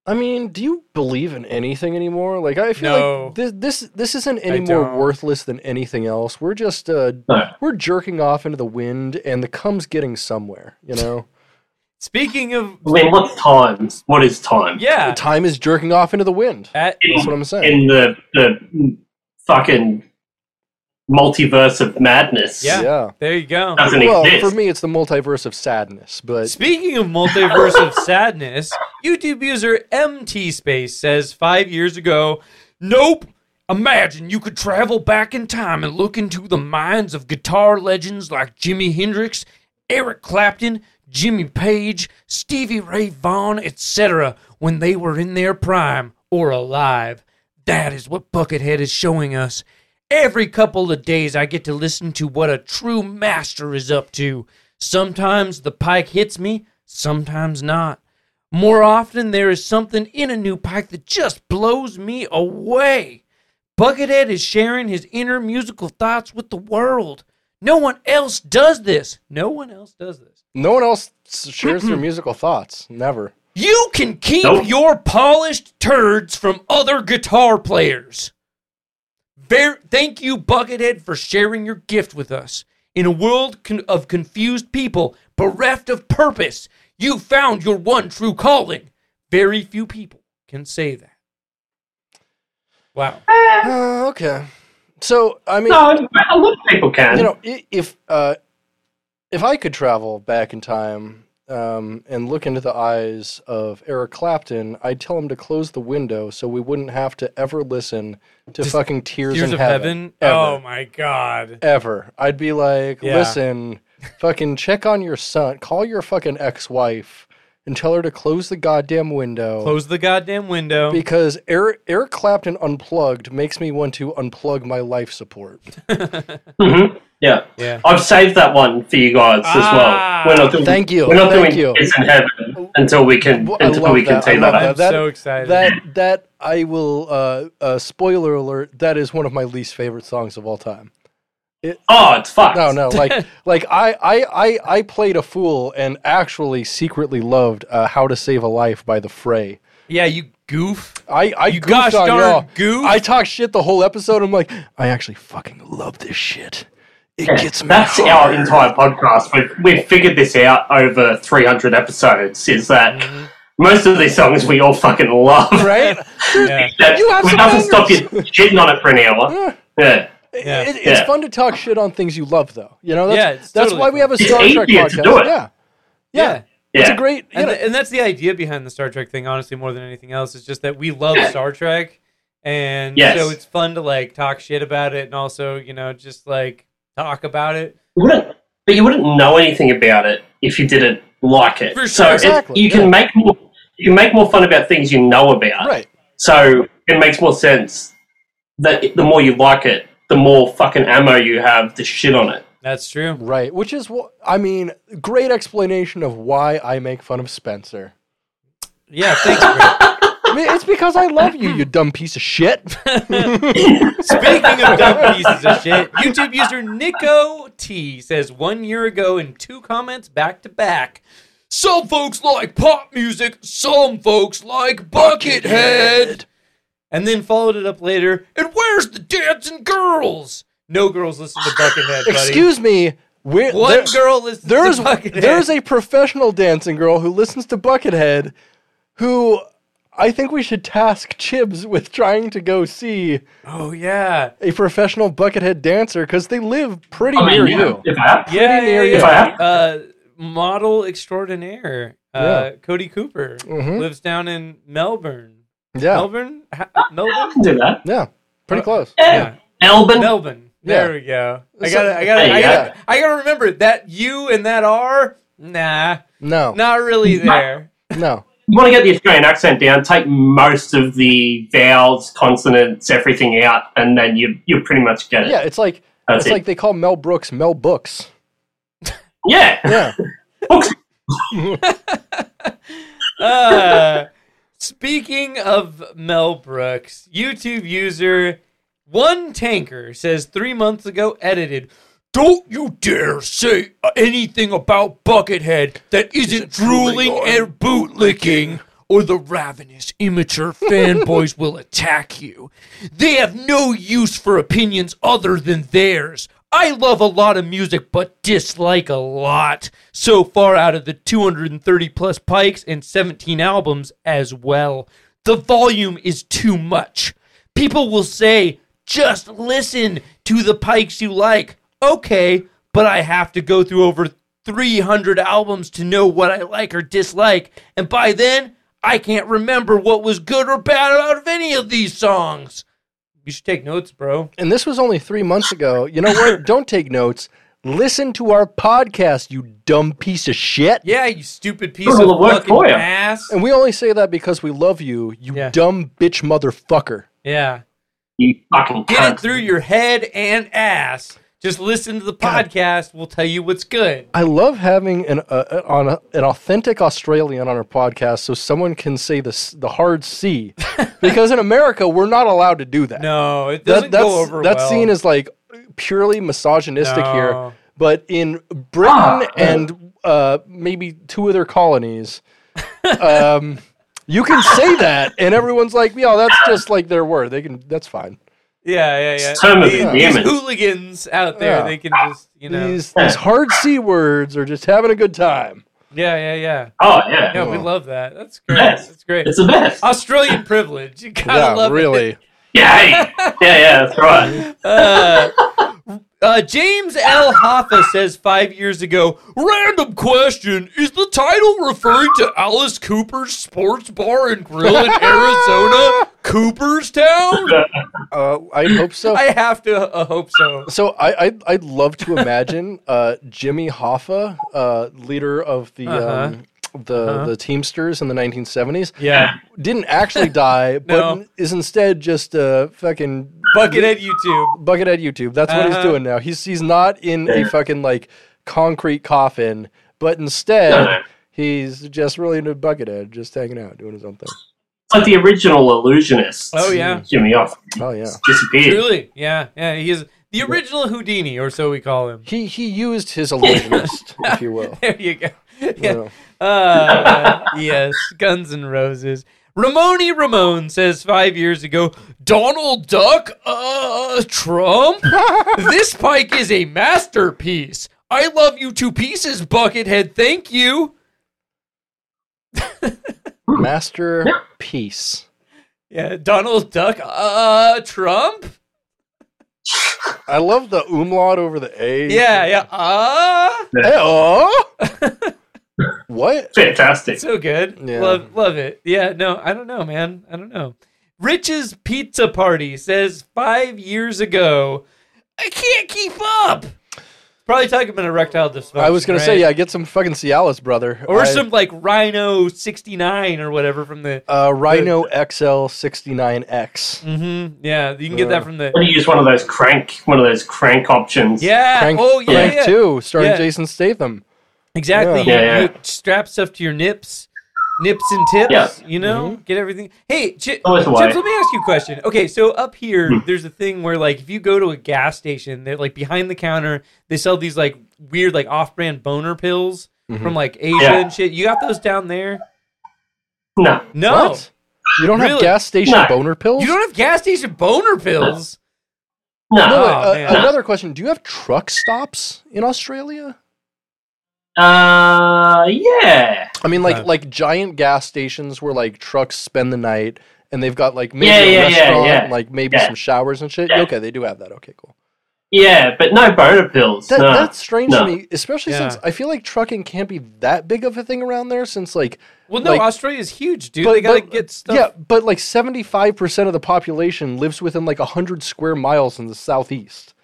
I mean, do you believe in anything anymore? Like, I feel
No.
like this this this isn't any more
don't.
worthless than anything else. We're just uh,
No.
we're jerking off into the wind, and the cum's getting somewhere. You know,
Speaking of
I mean, what's time? What is time?
yeah,
time is jerking off into the wind.
at,
That's what I'm saying.
in the the fucking multiverse of madness.
Yeah.
yeah.
there you go.
Doesn't
Well,
exist.
for me, it's the multiverse of sadness, but
Speaking of multiverse of sadness, YouTube user MT Space says five years ago, nope, Imagine you could travel back in time and look into the minds of guitar legends like Jimi Hendrix, Eric Clapton, Jimmy Page, Stevie Ray Vaughan, etc., when they were in their prime or alive. That is what Buckethead is showing us. Every couple of days, I get to listen to what a true master is up to. Sometimes the pike hits me, sometimes not. More often, there is something in a new pike that just blows me away. Buckethead is sharing his inner musical thoughts with the world. No one else does this. No one else does this.
No one else s- shares their musical thoughts. Never.
You can keep
Nope.
your polished turds from other guitar players. Ver- thank you, Buckethead, for sharing your gift with us. In a world con- of confused people, bereft of purpose, you found your one true calling. Very few people can say that. Wow.
Uh, okay. So I mean,
No, a lot of people can.
you know, i- if uh, if I could travel back in time um, and look into the eyes of Eric Clapton, I'd tell him to close the window so we wouldn't have to ever listen to
Just
fucking Tears,
Tears
in
of
Heaven.
Heaven.
Ever.
Oh my God.
ever. I'd be like,
Yeah.
listen, fucking check on your son, call your fucking ex-wife, and tell her to close the goddamn window.
Close the goddamn window.
Because Eric, Eric Clapton unplugged makes me want to unplug my life support.
Mhm. Yeah.
Yeah.
I've saved that one for you guys
Ah,
as well. We're not doing,
Thank you.
We're not
Thank
doing
you.
it's in heaven until we can
Well, I
until
love
we can
that.
see
I
that.
love
I'm
that-
so excited.
That that I will. Uh, uh, spoiler alert. That is one of my least favorite songs of all time.
Oh, it's fucked.
No, no, like like I I I, I played a fool and actually secretly loved uh, "How to Save a Life" by The Fray.
yeah, you goof.
I I
You
goofed
gosh
on
darn
y'all.
goof.
I talked shit the whole episode. I'm like, I actually fucking love this shit. It
Yeah,
gets me.
That's our
hard.
entire podcast. We've, we've figured this out over 300 episodes is that
Mm-hmm.
most of these songs we all fucking love.
right.
Yeah.
That
You have
we
some
haven't stopped you
bangers. Mm.
shitting on it for an hour. Yeah.
Yeah.
It, it's
Yeah.
fun to talk shit on things you love, though. You know, that's,
Yeah, it's
that's
totally
why we have a
It's
Star Trek
easier
podcast.
to do it.
Yeah. yeah,
Yeah.
it's
Yeah.
a great. You
and,
know,
th- and that's the idea behind the Star Trek thing, honestly, more than anything else. It's just that we love Star Trek, and
Yes.
so it's fun to like talk shit about it, and also you know just like talk about it.
You wouldn't, but you wouldn't know anything about it if you didn't like it.
For
so
sure.
it-
Exactly,
you
yeah.
can make more, you can make more fun about things you know about.
right.
So it makes more sense that the more you like it, the more fucking ammo you have to shit on it.
That's true.
Right, which is what I mean. Great explanation of why I make fun of Spencer.
Yeah, thanks. Greg.
I mean, it's because I love you, you dumb piece of shit.
Speaking of dumb pieces of shit, YouTube user Nico T says one year ago in two comments back to back. Some folks like pop music, some folks like Buckethead. And then followed it up later, and where's the dancing girls? No girls listen to Buckethead, buddy.
Excuse me. We're,
One
there-
girl listens
there's
to Buckethead.
there's a professional dancing girl who listens to Buckethead, who I think we should task Chibs with trying to go see
oh yeah,
a professional Buckethead dancer because they live pretty
I
near
mean, Oh,
Oh,
yeah,
you.
if I-
yeah, yeah,
near
yeah.
you. If I
Uh, model extraordinaire, uh, Cody Cooper
Mhm.
lives down in Melbourne.
Yeah,
Melbourne, ha-
I
Melbourne,
can do that.
yeah, pretty close.
yeah,
Melbourne.
Melbourne. There we go. I
So-
gotta, I gotta, I
Yeah.
gotta, I gotta remember that you and that R. Nah,
No,
not really there.
no,
you want to get the Australian accent down, take most of the vowels, consonants, everything out, and then you you pretty much get it.
yeah. It's like
That's
it's
it.
like they call Mel Brooks Mel Books.
yeah.
Yeah,
Books.
Uh, speaking of Mel Brooks, YouTube user One Tanker says three months ago edited. Don't you dare say anything about Buckethead that isn't drooling and bootlicking, or the ravenous, immature fanboys will attack you. They have no use for opinions other than theirs. I love a lot of music, but dislike a lot. So far, out of the 230 plus pikes and 17 albums as well, the volume is too much. People will say, just listen to the pikes you like. Okay, but I have to go through over 300 albums to know what I like or dislike. And by then, I can't remember what was good or bad out of any of these songs. you should take notes, bro.
And this was only three months ago. You know what? Don't take notes. Listen to our podcast, you dumb piece of shit.
Yeah, you stupid piece
Doing
of
all the work
fucking
for ya.
ass.
And we only say that because we love you, you
Yeah.
dumb bitch motherfucker.
Yeah,
You fucking
get it
cunt.
through your head and ass. Just listen to the
God.
podcast. We'll tell you what's good.
I love having an uh, on a, an authentic Australian on our podcast, so someone can say the s- the hard C, because in America we're not allowed to do that.
No, it
that
doesn't
that's,
go over
that
well.
scene is like purely misogynistic
No.
here. But in Britain
Ah.
and uh, maybe two other colonies, um, you can say that, and everyone's like, "Yeah, that's just like their word. They can. That's fine."
Yeah, yeah, yeah.
It's term of
These- these
endearment.
hooligans out there,
Yeah.
they can just, you know.
These these hard C words are just having a good time.
Yeah, yeah, yeah.
Oh, yeah.
Yeah, we
Oh.
love that. That's great.
Yes.
That's great.
It's the best.
Australian privilege. You gotta
yeah,
love it.
really.
Yeah, hey. yeah, yeah, that's right.
Uh, uh, James L. Hoffa says five years ago, random question, is the title referring to Alice Cooper's sports bar and grill in Arizona, Cooperstown?
Uh, I hope so.
I have to uh, hope so.
so I, I'd, I'd love to imagine uh, Jimmy Hoffa, uh, leader of the
Uh-huh.
um, the
Uh-huh.
the Teamsters in the 1970s,
Yeah.
didn't actually die, but
No.
is instead just uh, fucking
Buckethead YouTube.
buckethead YouTube. That's what he's
Uh-huh.
doing now. He's he's not in a
Yeah.
fucking like concrete coffin, but
No, no.
instead he's just really into buckethead, just hanging out, doing his own thing.
It's like the original illusionist.
Oh, yeah.
Jimmy off.
Oh yeah.
Disappeared.
Truly. Yeah. Yeah. He is the original Houdini, or so we call him.
He he used his illusionist, if you will.
There you go.
You
Yeah.
know.
Uh, yes, Guns N' Roses. Ramoni Ramon says five years ago, Donald Duck, uh, Trump? this pike is a masterpiece. I love you two pieces, Buckethead. Thank you.
Masterpiece.
Yeah, Donald Duck, uh, Trump?
I love the umlaut over the A.
Yeah, yeah, uh.
Hey, oh? what?
Fantastic.
So good.
Yeah.
Love love it. Yeah, no, I don't know, man. I don't know. Rich's Pizza Party says five years ago, I can't keep up. Probably talking about erectile dysfunction.
I was gonna
right?
say, yeah, get some fucking Cialis, brother,
Or
I-
some like Rhino 69 or whatever from the.
uh, Rhino XL sixty nine X.
hmm yeah, you can get
Uh,
that from
I'm
the.
gonna use one of those crank, one of those crank options.
Yeah.
Crank,
oh, yeah.
Crank
yeah.
Two, starring
Yeah.
Jason Statham.
Exactly.
Yeah.
You-
Yeah, yeah.
You strap stuff to your nips, nips and tips.
Yeah.
You know,
Mm-hmm.
get everything. Hey, Chi
Always
Chips,
the way.
let me ask you a question. Okay, so up here, there's a thing where like if you go to a gas station, they're like behind the counter, they sell these like weird like off-brand boner pills
Mm-hmm.
from like Asia
Yeah.
and shit. You got those down there?
No.
No,
What? You don't have
Really?
gas station
No.
boner pills.
you don't have gas station boner pills.
No.
No,
Oh,
uh,
man.
another question: Do you have truck stops in Australia?
Uh, yeah.
I mean, like
No.
like giant gas stations where like trucks spend the night, and they've got like maybe
Yeah,
a
yeah, yeah,
restaurant,
yeah.
and, like maybe
Yeah.
some showers and shit.
Yeah.
Okay, they do have that. Okay, cool.
Yeah, but no boner pills.
That,
no.
That's strange
No.
to me, especially
Yeah.
since I feel like trucking can't be that big of a thing around there. Since like,
Well, no,
Like-
Australia's huge, dude.
But-
they gotta
but-
get stuff.
yeah, but like seventy five percent of the population lives within like hundred square miles in the southeast.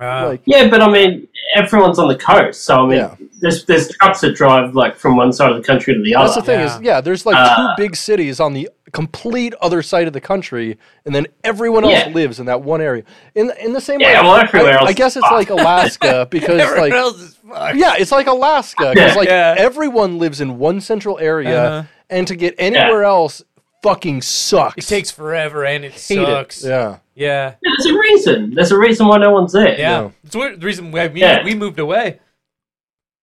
Ah.
Like,
Yeah, but I mean, everyone's on the coast, so I mean,
Yeah.
there's there's trucks that drive like from one side of the country to the
that's
other.
the thing
yeah.
is, yeah, there's like
Uh,
two big cities on the complete other side of the country, and then everyone else
Yeah.
lives in that one area. In in the same
Yeah,
way,
well, everywhere
I,
else
I guess
is
it's like Alaska because
Everyone
like.
else is fucked.
Yeah, it's like Alaska because
Yeah.
like
Yeah.
everyone lives in one central area,
Uh-huh.
and to get anywhere else fucking sucks.
It takes forever and it
Hate it.
sucks.
Yeah.
yeah.
Yeah, There's a reason. There's a reason why no one's there.
Yeah,
No.
it's weird. the reason why we,
Yeah.
we moved away.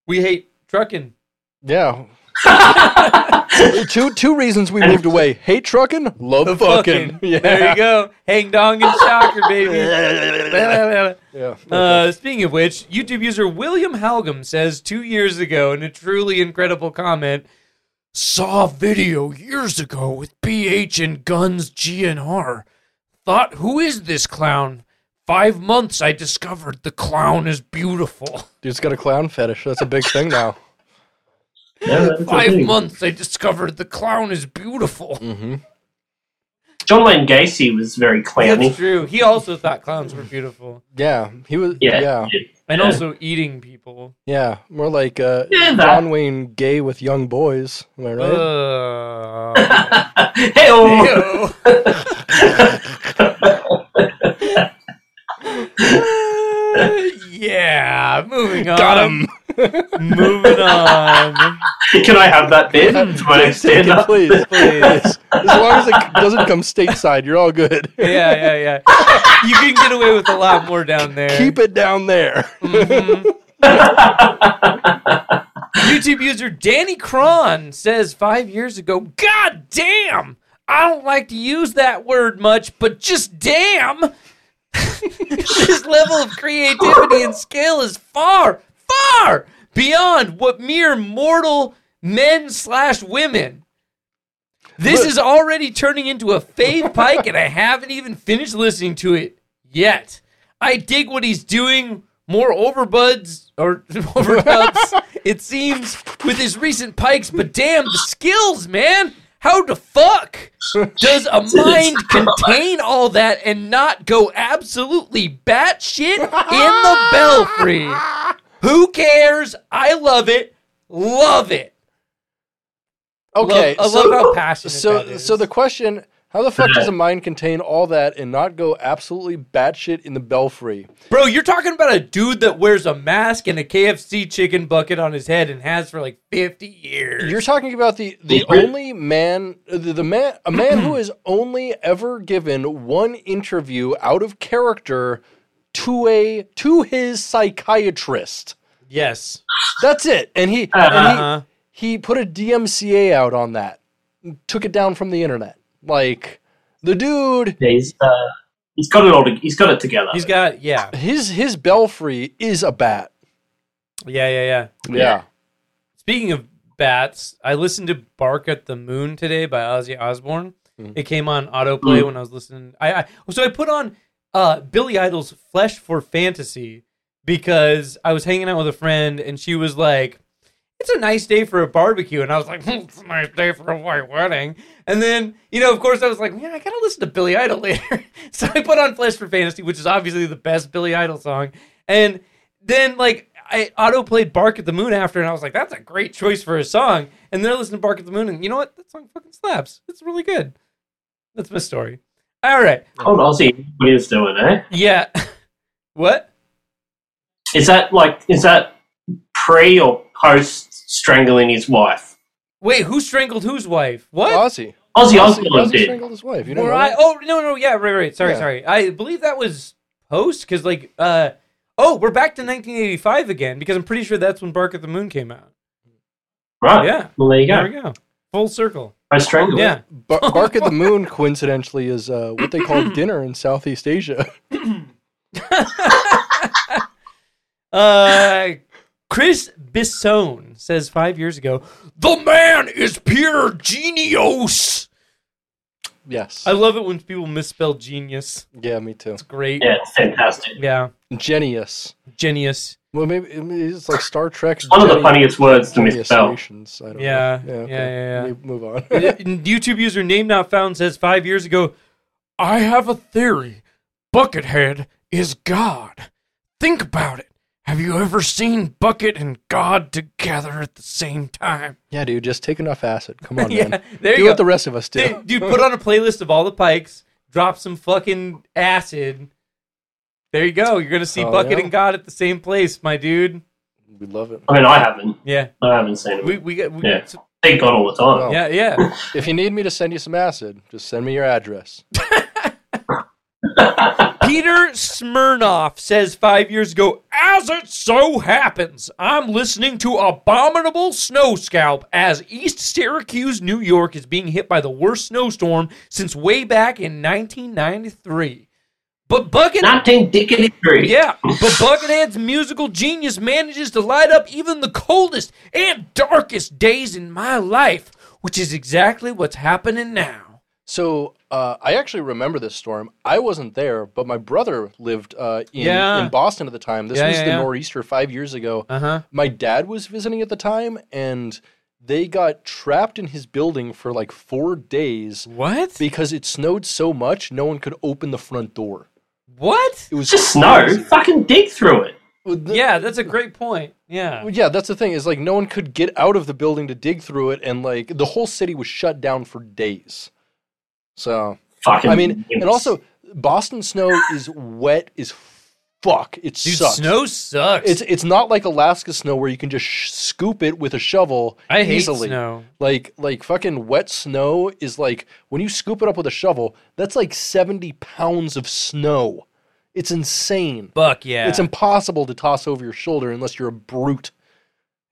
We hate trucking.
Yeah. two two reasons we moved away: hate trucking, love fucking. Yeah.
There you go. Hang dong and shocker, baby.
Yeah.
Uh, speaking of which, YouTube user William Halgum says two years ago in a truly incredible comment, saw a video years ago with BH and Guns GNR. Thought, who is this clown? Five months I discovered the clown is beautiful.
Dude's got a clown fetish. That's a big thing now.
Yeah, that's the
Five
thing.
months I discovered the clown is beautiful.
Mm-hmm.
John Wayne Gacy was very clowny.
That's true. He also thought clowns were beautiful,
Yeah, he was.
Yeah.
yeah,
and
Yeah.
also eating people.
yeah. More like uh,
Yeah, that.
John Wayne gay with young boys. Am I right?
Uh, Ugh.
Hey, oh.
Ew. Uh, yeah, moving on.
Got him.
Moving on.
can I have that bit for my next
Take
stand
it,
up?
please.
Please.
As long as it doesn't come stateside, you're all good.
Yeah, yeah, yeah. You can get away with a lot more down there.
Keep it down there.
Mhm. YouTube user Danny Cron says five years ago, God damn! I don't like to use that word much, but just damn! this level of creativity and skill is far, far beyond what mere mortal men slash women. This
Look-
is already turning into a fave pike, and I haven't even finished listening to it yet. I dig what he's doing. More overbuds or overbuds, it seems, with his recent pikes. But damn, the skills, man! How the fuck does a mind contain all that and not go absolutely batshit in the belfry? Who cares? I love it. Love it.
Okay,
Love- I
so
love how passionate that
so
is.
so the question: How the fuck does a mind contain all that and not go absolutely batshit in the belfry?
Bro, you're talking about a dude that wears a mask and a KFC chicken bucket on his head and has for like 50 years.
You're talking about the the
Really?
only man uh, the, the man a man who is only ever given one interview out of character to a to his psychiatrist.
yes.
That's it. And he
Uh-huh.
and he, he put a DMCA out on that. Took it down from the internet. Like the dude
He's, uh, he's got it all. To, he's got it together.
He's got, yeah.
his his belfry is a bat.
Yeah, yeah, yeah.
Yeah.
Speaking of bats, I listened to Bark at the Moon today by Ozzy Osbourne.
Mhm.
It came on autoplay
Mhm.
when I was listening. I, I so I put on uh, Billy Idol's "Flesh for Fantasy" because I was hanging out with a friend and she was like, "It's a nice day for a barbecue," and I was like, "Hmm, "It's a nice day for a white wedding." And then you know, of course, I was like, "Man, I gotta listen to Billy Idol later." so I put on "Flesh for Fantasy," which is obviously the best Billy Idol song, and then like I auto played Bark at the Moon after, and I was like, that's a great choice for a song. And then I listened to Bark at the Moon, and you know what? That song fucking slaps. It's really good. That's my story. All right.
Old Aussie, what he was doing, eh?
Yeah. what?
Is that like is that pre or post strangling his wife?
Wait, who strangled whose wife? What?
Ozzy.
Ozzy
Ozzy,
Osbourne
Ozzy
did.
strangled his wife. You don't
Were
know
I,
that?
oh no no yeah right right sorry
Yeah.
sorry I believe that was post because like uh oh we're back to 1985 again because I'm pretty sure that's when Bark at the Moon came out.
Right.
Yeah.
Well, there you
There
go.
we go. Full circle.
Post strangling.
Yeah.
Bar- Bark at the Moon coincidentally is uh, what they call dinner in Southeast Asia.
Uh, Chris Bissone says five years ago, the man is pure genius.
Yes.
I love it when people misspell genius.
yeah, me too.
It's great.
Yeah, it's fantastic.
Yeah,
Genius.
genius.
Well, maybe it's like Star Trek's
One of the
geni-
funniest words to
genius
misspell.
nations. I don't know.
Yeah, yeah,
okay.
yeah, yeah.
We move on.
YouTube user name not found says five years ago, I have a theory. Buckethead is God. Think about it. Have you ever seen Bucket and God together at the same time?
yeah, dude, just take enough acid. Come on,
Yeah,
man.
there
do
you
what
go.
the rest of us do.
Dude, dude, put on a playlist of all the pikes, drop some fucking acid. There you go. You're gonna see
Oh,
Bucket
yeah.
and God at the same place, my dude.
we love it.
I mean, I haven't.
Yeah,
I haven't seen it.
we we got we,
Yeah. They got all the time.
Wow.
yeah yeah.
If you need me to send you some acid, just send me your address.
Peter Smirnoff says five years ago, as it so happens, I'm listening to Abominable Snow Scalp as East Syracuse, New York, is being hit by the worst snowstorm since way back in 1993. But Bucket
1993.
Yeah, but Buckethead's musical genius manages to light up even the coldest and darkest days in my life, which is exactly what's happening now.
So uh, I actually remember this storm. I wasn't there, but my brother lived uh, in,
Yeah.
in Boston at the time. This
Yeah,
was
yeah,
the
yeah.
nor'easter five years ago.
Uh huh.
My dad was visiting at the time, and they got trapped in his building for like four days
What?
because it snowed so much no one could open the front door.
what?
It was
It's just snow.
crazy.
Fucking dig through it.
Well, the-
Yeah, that's a great point. Yeah.
well, yeah, that's the thing is like no one could get out of the building to dig through it, and like the whole city was shut down for days. So
Fucking.
I mean, and
idiots.
also Boston snow is wet as fuck. It
Dude,
sucks.
snow sucks.
It's it's not like Alaska snow where you can just sh- scoop it with a shovel
I hate
easily.
snow.
Like like fucking wet snow is like when you scoop it up with a shovel, that's like seventy pounds of snow. It's insane.
Fuck yeah.
It's impossible to toss over your shoulder unless you're a brute.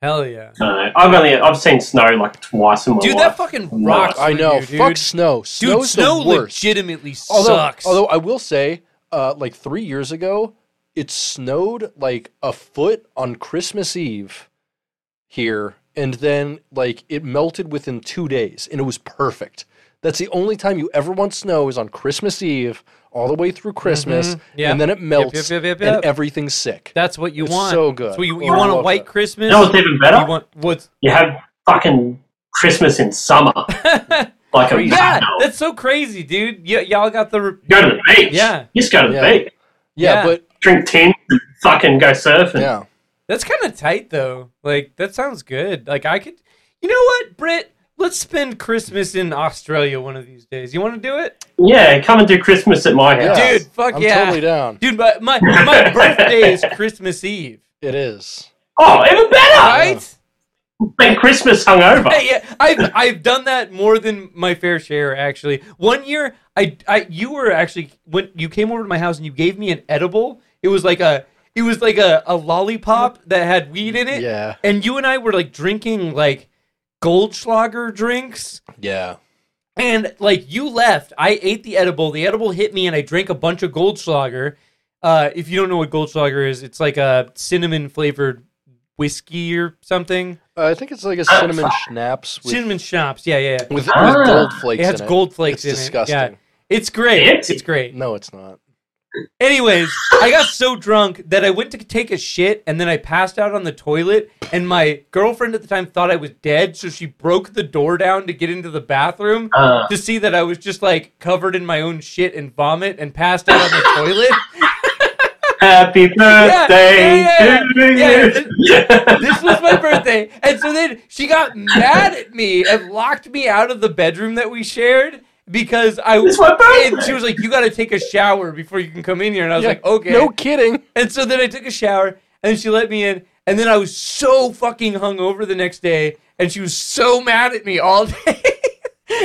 Hell yeah.
I don't know. I've only I've seen snow like twice in my
Dude,
life.
that fucking rocks.
I
for
know.
you, dude.
Fuck snow. Snow's
Dude, snow
the worst.
legitimately
although,
sucks.
although I will say, uh, like three years ago, it snowed like a foot on Christmas Eve here, and then like it melted within two days, and it was perfect. That's the only time you ever want snow is on Christmas Eve, all the way through Christmas,
Mhm. Yeah.
and then it melts,
yep, yep,
and
yep.
everything's sick.
that's what you
It's
want.
so good.
That's what you,
Oh,
you
I
want a
love
white
that.
Christmas.
You know what's even better?
You want what's
you have fucking Christmas in summer. like a
Yeah,
madhouse.
that's so crazy, dude. Y- y'all got the re-
Go to the beach.
Yeah.
You just go to the
Yeah.
beach.
yeah.
yeah, but
Drink tin and fucking go surfing.
yeah,
That's kind of tight though. Like that sounds good. Like I could You know what, Britt? Let's spend Christmas in Australia one of these days. You want to do it?
Yeah, come and do Christmas at my house.
yeah.
Dude, fuck
I'm
yeah.
totally down.
Dude, my my, my birthday is Christmas Eve,
It is.
Oh, even better!
right?
Been Christmas hungover.
Hey, yeah, I've I've done that more than my fair share actually. One year, I I you were actually when you came over to my house and you gave me an edible. It was like a it was like a, a lollipop that had weed in it.
Yeah,
And you and I were like drinking like Goldschlager drinks.
yeah.
And like you left, I ate the edible. The edible hit me, and I drank a bunch of Goldschlager. Uh, if you don't know what Goldschlager is, it's like a cinnamon flavored whiskey or something.
Uh, I think it's like a cinnamon schnapps with
cinnamon shops, yeah, yeah. yeah.
with,
Ah.
with gold flakes.
It has
in it.
gold flakes
It's
in
disgusting.
it. Yeah. It's great.
Fancy.
It's great.
No, it's not.
Anyways, I got so drunk that I went to take a shit and then I passed out on the toilet and my girlfriend at the time thought I was dead, so she broke the door down to get into the bathroom
Uh,
to see that I was just like covered in my own shit and vomit and passed out on the toilet.
happy birthday
yeah,
to
yeah,
you. Yeah.
This was my birthday. And so then she got mad at me and locked me out of the bedroom that we shared because I
It's my birthday.
and she was like, You gotta take a shower before you can come in here. And I was like, Okay.
No kidding.
And so then I took a shower and she let me in. And then I was so fucking hungover the next day and she was so mad at me all day.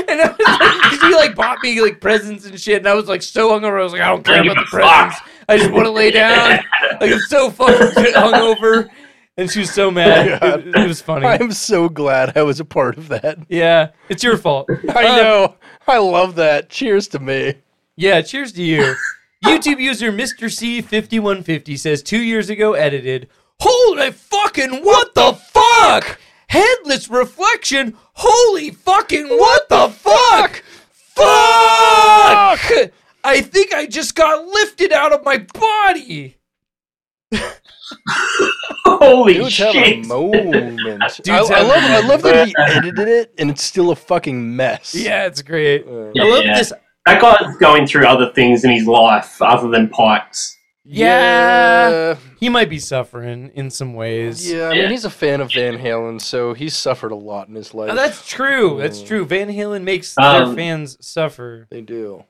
and I was like, she like bought me like presents and shit. And I was like so hungover. I was like, I don't care
Don't
about the
give a fuck.
presents. I just want to lay down. Like I'm so fucking hungover. And she was so mad. It, it was funny.
I'm so glad I was a part of that.
yeah, it's your fault.
I
Uh,
know. I love that. Cheers to me.
Yeah, cheers to you. YouTube user Mr. C5150 says two years ago edited, Holy fucking what the fuck? Headless reflection, holy fucking what the fuck? Fuck! I think I just got lifted out of my body.
Holy
Dudes have a
shit.
moment. I, I
have
love.
a
I love that he
moment.
edited it, and it's still a fucking mess.
Yeah, it's great.
Uh,
Yeah,
I love
yeah.
this.
That guy's going through other things in his life other than pipes.
Yeah. He might be suffering in some ways.
Yeah. I mean,
Yeah.
he's a fan of Van Halen, so he's suffered a lot in his life.
Oh, that's true. That's true. Van Halen makes their
Um,
fans suffer.
they do.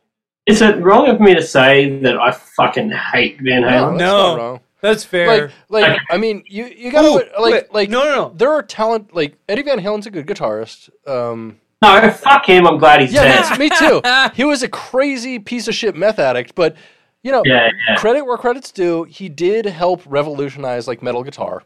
Is it wrong of me to say that I fucking hate Van Halen?
that's
No.
not wrong.
That's fair.
Like, like. I mean, you you gotta
Ooh,
like
wait,
like.
no, no, no.
There are talent like Eddie Van Halen's a good guitarist. Um,
No, fuck him. I'm glad he's
Yeah,
dead.
that's me too. He was a crazy piece of shit meth addict, but you know,
Yeah, yeah.
credit where credit's due, he did help revolutionize like metal guitar.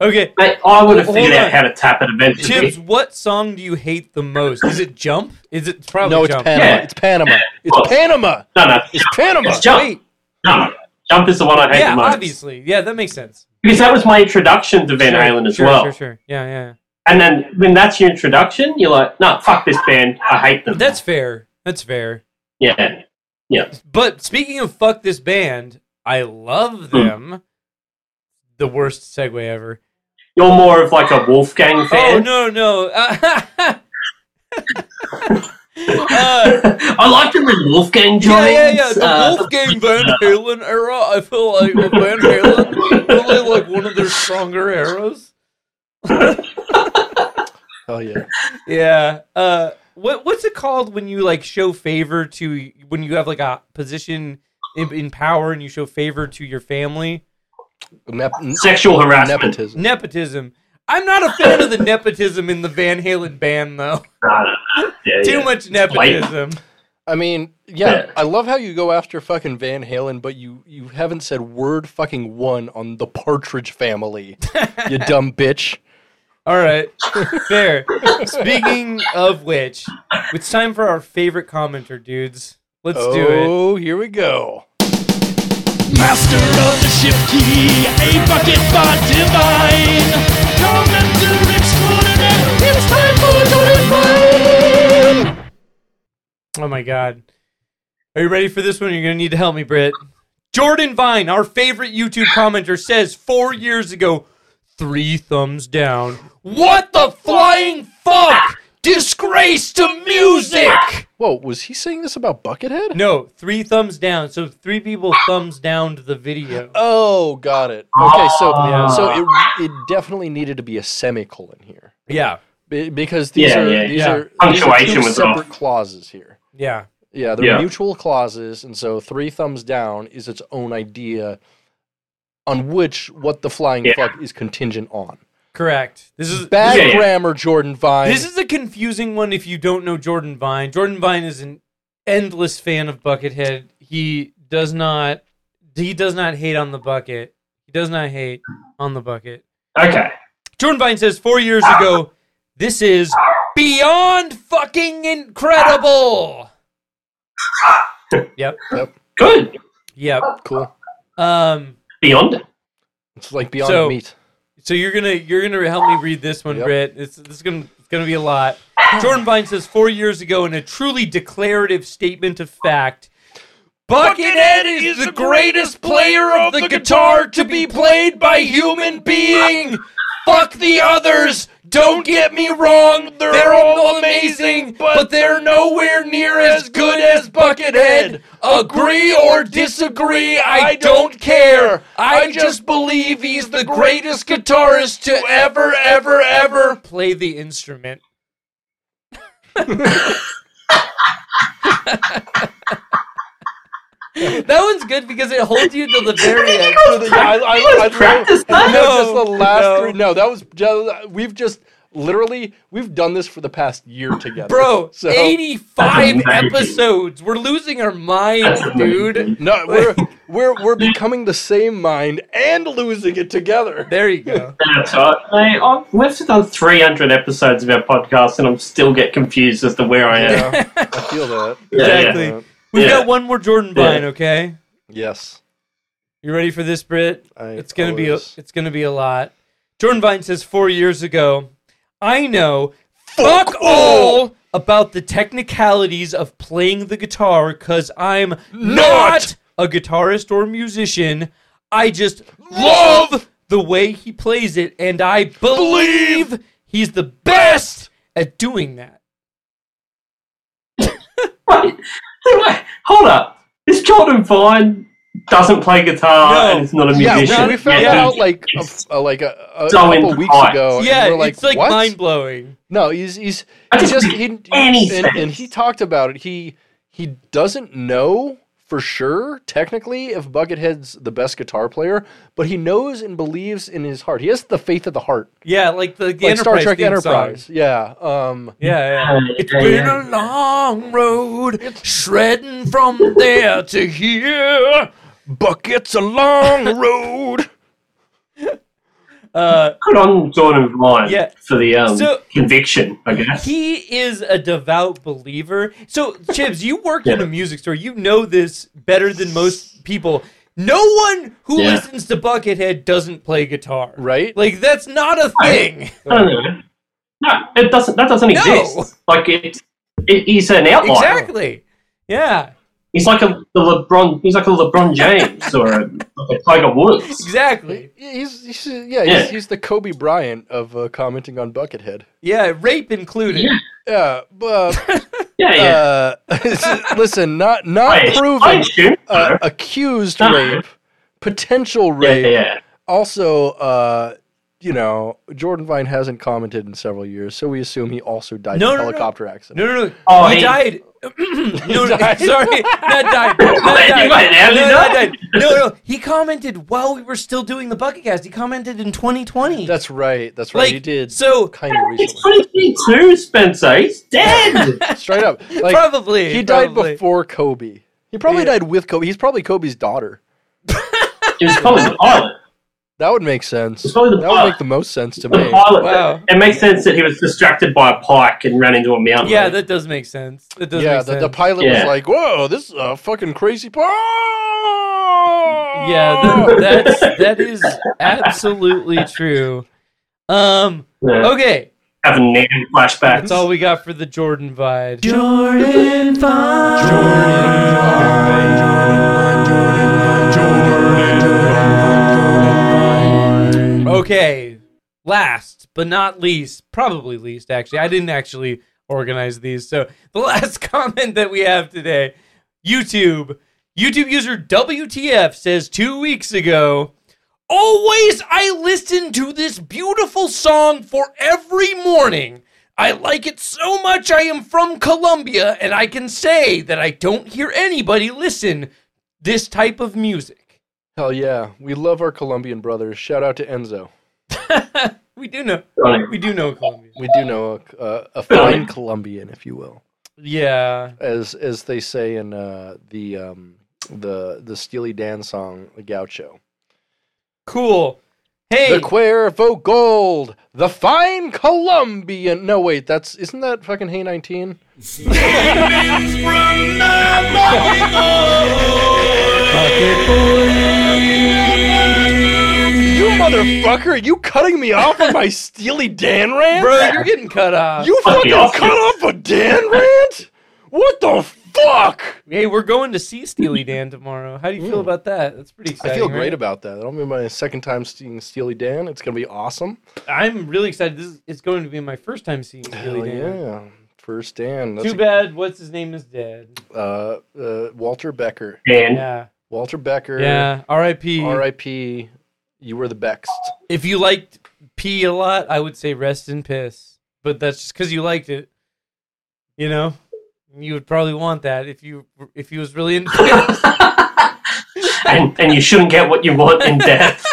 Okay,
Mate, I would have
Hold
figured
on.
out how to tap it eventually.
Chips, what song do you hate the most? Is it Jump? Is it it's probably
No, it's
Jump?
Panama.
Yeah.
It's Panama.
Well-
It's Panama.
No, no,
It's Panama.
It's Jump.
Wait.
Jump. Jump is the one I hate
yeah,
the most.
obviously. Yeah, that makes sense.
Because that was my introduction to Van
Sure,
Halen as
sure,
well.
Sure, sure. Yeah, yeah.
And then when that's your introduction, you're like, no, fuck this band. I hate them.
That's fair. That's fair.
yeah.
But speaking of fuck this
Hmm.
band, I love them. The worst segue ever.
You're more of like a Wolfgang
Oh
fan.
no, no. Uh, uh,
I liked him when Wolfgang
yeah,
joined.
yeah, yeah. The
uh,
Wolfgang Van Halen era. I feel like with Van Halen really like one of their stronger eras.
Hell yeah.
Yeah. Uh, what what's it called when you like show favor to when you have like a position in, in power and you show favor to your family?
Nep-
Sexual harassment.
nepotism.
Nepotism. I'm not a fan of the nepotism in the Van Halen band though.
No, no, no. Yeah,
Too
yeah.
much nepotism.
I mean, yeah,
Yeah.
I love how you go after fucking Van Halen, but you you haven't said word fucking one on the Partridge Family. you dumb bitch.
All right. Fair. Speaking of which, it's time for our favorite commenter, dudes. Let's do it.
oh, here we go.
Master of the shift key, a bucket bot divine. Commenter extraordinaire, it's time for Jordan Bryan.
Oh my god. Are you ready for this one? You're gonna need to help me, Britt. Jordan Vine, our favorite YouTube commenter, says four years ago, three thumbs down. What the flying fuck? Disgrace to music!
Whoa, was he saying this about Buckethead?
No, three thumbs down. So three people thumbs downed the video.
Oh, got it.
Ah.
Okay, so
Yeah.
so it it definitely needed to be a semicolon here
Yeah.
Be- because these
Yeah,
are
yeah,
these
yeah.
are these are two
Punctuation was off.
separate clauses here.
Yeah.
Yeah, they're
Yeah.
mutual clauses, and so three thumbs down is its own idea on which what the flying
Yeah.
fuck is contingent on.
Correct. This is
Bad
Yeah, yeah.
grammar, Jordan Vine.
This is a confusing one if you don't know Jordan Vine. Jordan Vine is an endless fan of Buckethead. He does not he does not hate on the bucket. He does not hate on the bucket.
Okay.
Jordan Vine says 4 years ago, this is beyond fucking incredible. yep.
Good.
Yep.
cool.
Um
Beyond.
It's like beyond
So-
meat.
So you're gonna you're gonna help me read this one,
Yep.
Britt. It's this is gonna it's gonna be a lot. Jordan Vine says four years ago in a truly declarative statement of fact. Buckethead is the greatest player of the guitar to be played by human being. Fuck the others. Don't get me wrong. They're, all amazing, but they're nowhere near as good as Buckethead. Agree or disagree, I don't care. I just believe he's the greatest guitarist to ever, ever, ever play the instrument. that one's good because it holds you to the very end.
I, I, I,
practice
no,
that?
that's the last
No.
three. No, that was just, we've just literally we've done this for the past year together,
Bro,
So
85
That's amazing.
episodes. We're losing our minds,
That's amazing.
dude.
no, we're we're we're becoming the same mind and losing it together.
There you go.
That's right. Mate, I've, we've done 300 episodes of our podcast and I'm still get confused as to where I am.
Yeah, I feel that.
Exactly.
Uh,
We've
Yeah.
got one more Jordan
Yeah.
Vine, okay?
yes,
You ready for this, Britt?
I
It's gonna be a,
always-
it's gonna be a lot. Jordan Vine says four years ago, I know fuck all about the technicalities of playing the guitar because I'm not, a guitarist or musician. I just love the way he plays it, and I believe he's the best at doing that.
Wait, wait, hold up. This Jordan Vine doesn't play guitar
No.
and is not a
Yeah,
musician.
should-
we found
yeah.
out like a,
It's-
a- like a, a
So
couple
in
weeks
time.
ago. Oh, and
yeah,
we were like,
it's like
what?
mind blowing.
No, he's he's
I
he
just
just
read
he, and,
anything.
and he talked about it. He he doesn't know for sure technically if Buckethead's the best guitar player, but he knows and believes in his heart. He has the faith of the heart,
Yeah, like the, the
like
Enterprise
Star Trek
theme song.
Enterprise. Yeah, um,
Yeah, yeah.
Yeah,
It's
Uh, yeah,
been
yeah.
a long road, shredding from there to here.
Bucket's a long road.
Uh,
Good on Jordan Vine
Yeah.
for the um,
So-
conviction, I guess.
he is a devout believer. So, Chibs, you work in a music store. You know this better than most people. No one who
Yeah.
listens to Buckethead doesn't play guitar.
Right?
Like, that's not a thing.
I don't know. No, it doesn't. That doesn't
No.
exist. Like it, it, he's an outlier.
exactly. Yeah.
He's like a the LeBron. He's like a LeBron James or a, like a Tiger Woods.
Exactly.
He's, he's yeah, he's,
Yeah.
he's the Kobe Bryant of uh, commenting on Buckethead.
Yeah, rape included.
Yeah.
Yeah, but
Yeah, yeah.
uh, listen, not not
I, I
uh, proven,
assume so.
uh, accused
No.
rape, potential
yeah,
rape.
yeah, yeah.
Also, uh, you know, Jordan Vine hasn't commented in several years, so we assume he also died
No,
in a
no, no.
helicopter accident.
No, no, no.
Oh,
he
he-
died. no, no,
died.
sorry, not died. Not
Wait,
died.
you went there,
no,
did
not
I?
died. No, no. He commented while we were still doing the bucket cast. He commented in 2020.
That's right. That's right.
like
he did
So
kind of
He's
recently,
2022, Spencer. uh, He's dead.
straight up. Like
probably
he died
probably.
before Kobe. He probably
Yeah.
died with Kobe. He's probably Kobe's daughter.
it was probably the pilot.
That would make sense.
It's probably the
that would
pilot.
make the most sense to
The
me.
pilot.
Wow.
It makes sense that he was distracted by a pike and ran into a mountain.
Yeah, that does make sense. That does
yeah,
make
the,
sense.
the pilot was
Yeah.
like, "Whoa, this is a fucking crazy part."
yeah, th- that's that is absolutely true. Um.
Yeah.
Okay,
Having Nan flashbacks.
that's all we got for the Jordan Vide. Okay. Last but not least, probably least actually. I didn't actually organize these. So the last comment that we have today, YouTube. YouTube user WTF says two weeks ago, Always I listen to this beautiful song for every morning. I like it so much I am from Colombia and I can say that I don't hear anybody listen this type of music.
Hell yeah, we love our Colombian brothers. Shout out to Enzo.
We do know
Right.
we do know Colombia.
We do know a, a, a fine Colombian, if you will,
Yeah.
as as they say in uh, the um, the the Steely Dan song "The Gaucho."
Cool. Hey,
The Cuervo Gold, the fine Colombian. No, wait, that's isn't that fucking Hey 19? You motherfucker, are you cutting me off on my Steely Dan rant?
bro, you're getting cut off.
you
Fuck
fucking
me
cut
off,
off a Dan rant? What the fuck?
hey, we're going to see Steely Dan tomorrow. How do you feel about that? That's pretty exciting.
Mm. I feel great
right?
about that. That'll be my second time seeing Steely Dan. It's gonna be awesome.
I'm really excited. This is it's going to be my first time seeing Steely
Hell
Dan.
yeah. First Dan. That's
Too bad. What's his name is dead.
Uh, uh, Walter Becker.
Man.
Yeah.
Walter Becker.
Yeah. R.I.P.
R.I.P. You were the best.
If you liked pee a lot, I would say rest in piss. But that's just because you liked it. You know, you would probably want that if you if you was really into piss.
and, and you shouldn't get what you want in death.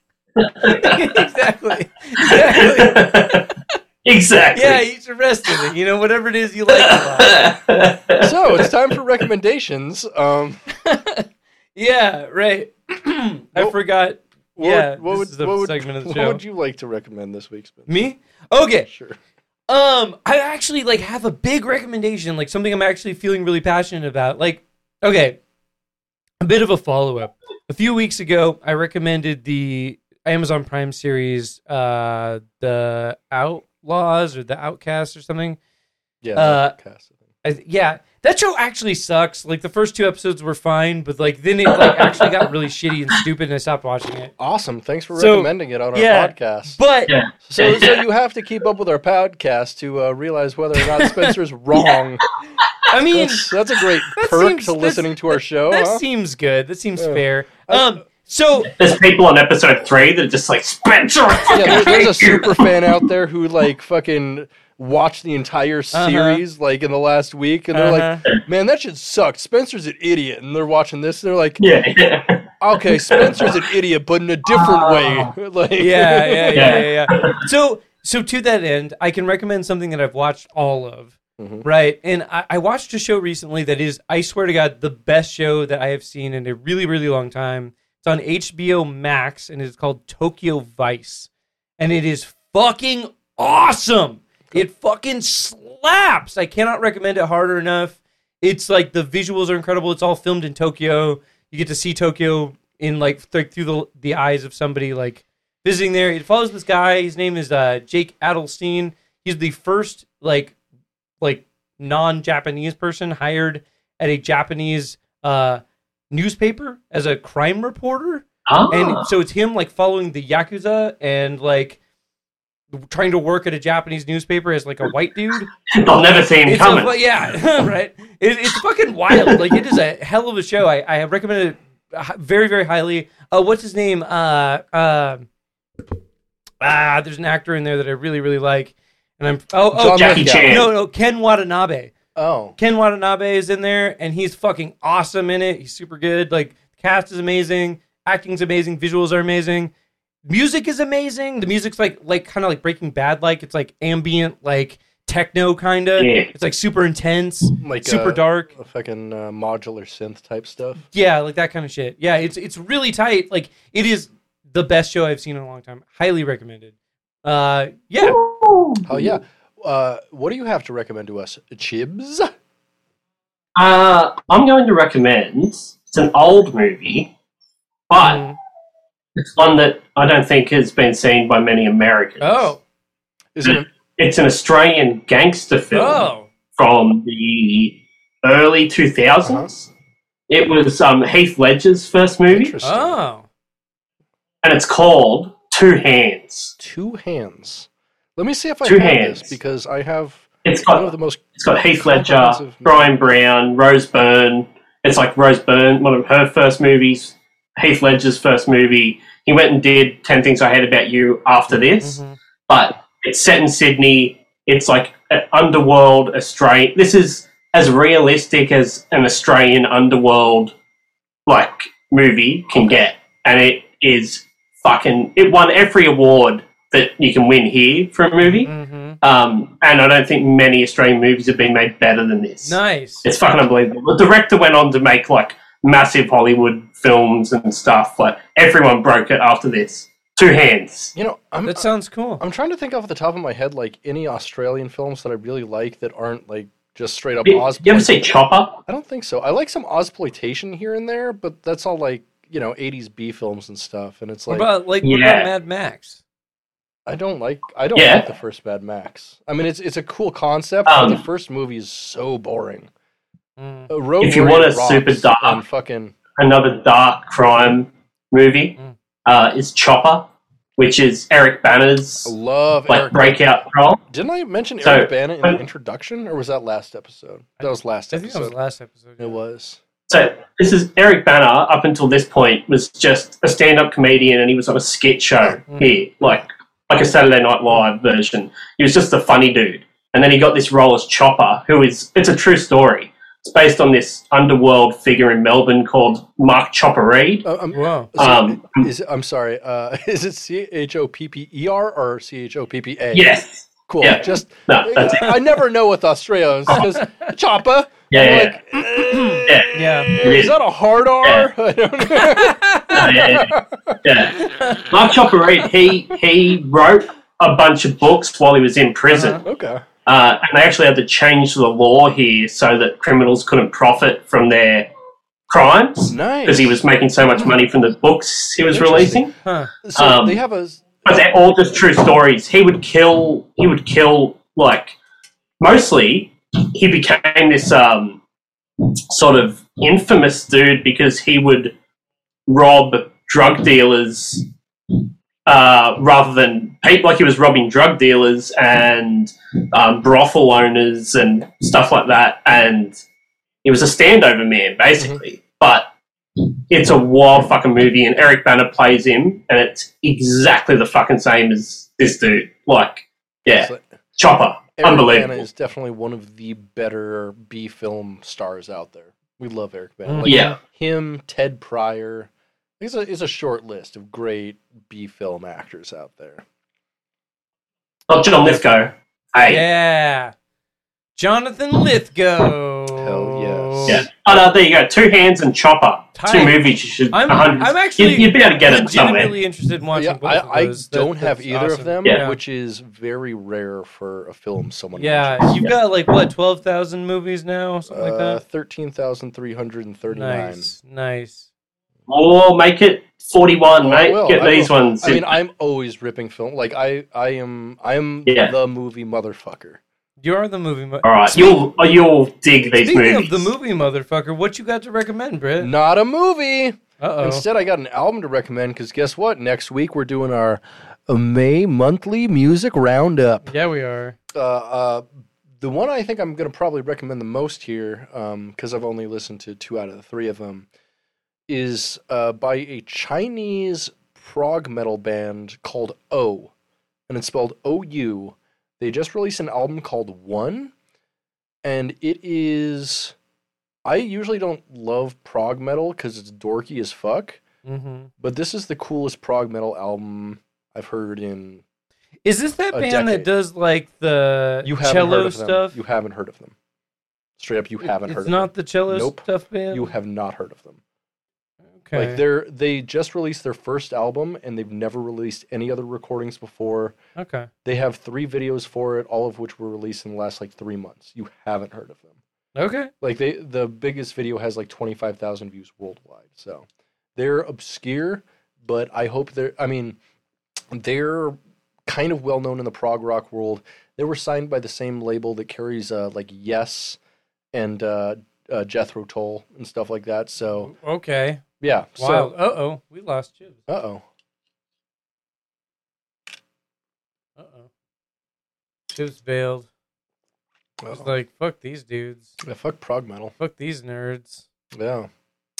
exactly. Exactly.
exactly.
Yeah, you should rest in it. You know, whatever it is you like. A lot.
So it's time for recommendations. Um,
Yeah, right. I
Well,
forgot.
what
yeah,
would, what
this
would,
is the
what would-
segment of the
what
show.
would you like to recommend this week, Spencer?
Me? Okay.
Sure.
Um, I actually like have a big recommendation, like something I'm actually feeling really passionate about. Like, okay, a bit of a follow up. A few weeks ago, I recommended the Amazon Prime series, uh, the Outlaws or the Outcasts or something.
Yeah.
Uh,
cast it.
I, th- yeah, that show actually sucks. Like the first two episodes were fine, but like then it like actually got really shitty and stupid, and I stopped watching it.
awesome. Thanks for
so,
recommending it on our
yeah,
podcast.
But
Yeah.
so, so you have to keep up with our podcast to uh, realize whether or not Spencer's wrong.
I mean,
That's, that's a great
That
perk
seems-
to
that's-
listening to our show.
that
huh?
seems good. That seems
Uh-huh. Yeah.
fair. Um, so
There's people on episode three that are just like, Spencer, I fucking
yeah, there- there's a
hate you."
super fan out there who like fucking watched the entire series like in the last week, and they're like, "Man, that shit sucked." Spencer's an idiot, and they're watching this, and they're like,
Yeah, yeah. Oh.
"Okay, Spencer's an idiot, but in a different way." like,
yeah, yeah, yeah,
Yeah.
yeah, yeah. So, so to that end, I can recommend something that I've watched all of,
Mhm.
right? And I, I watched a show recently that is, I swear to God, the best show that I have seen in a really, really long time. It's on HBO Max, and it's called Tokyo Vice, and it is fucking awesome. It fucking slaps. I cannot recommend it harder enough. It's like the visuals are incredible. It's all filmed in Tokyo. You get to see Tokyo in like th- through the the eyes of somebody like visiting there. It follows this guy. His name is uh, Jake Adelstein. He's the first like like non Japanese person hired at a Japanese uh, newspaper as a crime reporter,
Ah,
and so it's him like following the yakuza and like trying to work at a Japanese newspaper as like a white dude.
I'll never see him
It's
coming.
a, fu- yeah, right. It, it's fucking wild. Like it is a hell of a show. I, I recommend it hi- very very highly. Uh, what's his name? Uh, uh, ah, there's an actor in there that I really really like, and I'm oh oh
John
Jackie
Lithgow.
Chan.
no no Ken Watanabe.
Oh,
Ken Watanabe is in there, and he's fucking awesome in it. He's super good. Like cast is amazing, acting's amazing, visuals are amazing, music is amazing. The music's like like kind of like Breaking Bad, like it's like ambient, like techno kind of.
Yeah.
It's like super intense,
like
super
uh,
dark.
a fucking uh, modular synth type stuff.
Yeah, like that kind of shit. Yeah, it's it's really tight. Like it is the best show I've seen in a long time. Highly recommended. Uh, yeah.
Oh yeah. Uh, what do you have to recommend to us, Chibs?
Uh, I'm going to recommend. It's an old movie, but
Mm.
it's one that I don't think has been seen by many Americans.
Oh,
Is it?
It's an Australian gangster film
oh,
from the early 2000s. It was um, Heath Ledger's first
Uh-huh.
movie,
Interesting.
oh.
and it's called Two Hands.
Two hands. Let me see if I
Two
have this
hands. Uh,
because I have
It's
one of
got
Oh, the most.
it's got Heath Ledger,
comprehensive-
Brian Brown, Rose Byrne. It's like Rose Byrne, one of her first movies, Heath Ledger's first movie. He went and did Ten Things I Hate About You after
Mm-hmm.
this,
Mhm.
but it's set in Sydney. It's like an underworld Australian. This is as realistic as an Australian underworld like movie can get, and it is fucking. It won every award that you can win here for a movie.
Mhm.
Um, and I don't think many Australian movies have been made better than this.
Nice.
It's fucking unbelievable. The director went on to make like massive Hollywood films and stuff. Like everyone broke it after this. Two hands.
You know, I'm
That sounds cool.
I'm trying to think off the top of my head like any Australian films that I really like that aren't like just straight up
You,
Oz.
you ever see Chopper?
I don't think so. I like some Ozploitation here and there, but that's all like you know 80s B films and stuff. And it's
What
like
about like what
Yeah.
about Mad Max?
I don't like I don't
Yeah.
like the first Mad Max. I mean, it's it's a cool concept, but the
Um,
first movie is so boring.
Mm.
Uh, Road
If you
Warrior
want a super
rocks
dark-
and fucking
Another dark crime movie
Mm.
uh, is Chopper, which is Eric Banner's
I love
like
Eric.
breakout role.
Didn't I mention
So-
Eric Bana in the
I'm-
introduction, or was that last episode? That was last
I think that
episode.
was last episode.
It was.
So this is Eric Banner. Up until this point, was just a stand-up comedian, and he was on a skit show
Mm.
here, like like a Saturday Night Live version. He was just a funny dude, and then he got this role as Chopper, who is it's a true story. It's based on this underworld figure in Melbourne called Mark Chopper Reed.
Uh, um,
Whoa.
so
Um,
is it, I'm sorry. Uh, is it C H O P P E R or C H O P P A?
Yes,
Cool.
yeah.
Just
no, that's it. Oh.
I never know with Australians because Choppa.
Yeah,
I'm
yeah,
like,
yeah.
Yeah.
It
Is
is.
that a hard R? I don't know.
Yeah, yeah, yeah. yeah. Mark Chopper Reed. He he wrote a bunch of books while he was in prison.
Okay.
Uh, and they actually had to change the law here so that criminals couldn't profit from their crimes
Nice.
because he was making so much money from the books he was
Interesting.
releasing.
Huh.
So
um,
they have a.
But they're all just true stories. He would kill. He would kill like mostly. He became this um, sort of infamous dude because he would rob drug dealers uh, rather than pay, like he was robbing drug dealers and um, brothel owners and stuff like that. And he was a standover man, basically.
Mm-hmm.
But it's a wild fucking movie, and Eric Banner plays him, and it's exactly the fucking same as this dude. Like, yeah,
Eric
Chopper, unbelievable.
Bana is definitely one of the better B film stars out there. We love Eric Bana.
Mm.
Like,
yeah,
him, Ted Pryor. It's a, it's a short list of great B film actors out there.
not Oh, John Lithgow. Hey,
Yeah. Jonathan Lithgow.
Hell yes.
Yeah. Oh no, there you go. Two hands and chopper.
Tight.
Two movies you should.
I'm,
100
I'm actually
You'd, you'd be able to get it somewhere.
legitimately interested in watching
Yeah,
both
I, I
of those. That-
don't have
that's
either
awesome.
of them,
Yeah.
which is very rare for a film someone
Yeah,
mentions.
you've got like what twelve thousand movies now, something like
Uh,
that.
13,339.
Nice, nice.
Or make it forty-one,
Well, Oh, I
mate.
will,
get
I
these
will.
ones.
I mean, I'm always ripping film. Like I, I am, I am
Yeah.
the movie motherfucker.
You are the movie. Mo-
All right, you'll you'll dig these
Speaking of
movies.
the movie motherfucker, what you got to recommend, Britt?
Not a movie.
Uh oh.
Instead, I got an album to recommend because guess what? Next week we're doing our uh, May monthly music roundup.
Yeah, we are.
Uh, uh, the one I think I'm going to probably recommend the most here, because I've only listened to two out of the three of them, is uh, by a Chinese prog metal band called O, and it's spelled O U. They just released an album called One, and it is. I usually don't love prog metal because it's dorky as fuck.
hmm
But this is the coolest prog metal album I've heard in.
Is this that
A
band that
decade.
does like the
You haven't heard
cello
of them.
stuff?
You haven't heard of them. Straight up, you haven't
it's
heard
not
of
the cello
Nope.
stuff
them.
band.
You have not heard of them.
okay.
Like they're they just released their first album and they've never released any other recordings before.
okay.
They have three videos for it, all of which were released in the last like three months. You haven't heard of them.
Okay.
Like they the biggest video has like twenty five thousand views worldwide. So they're obscure, but I hope they're I mean, they're kind of well known in the prog rock world. They were signed by the same label that carries uh like Yes and uh, uh Jethro Tull and stuff like that. So
Okay.
yeah.
Wow.
Oh. So
Uh oh. We lost you.
uh oh.
Uh oh. Chip's bailed. I was like, fuck these dudes.
Yeah, fuck prog metal.
Fuck these nerds.
Yeah.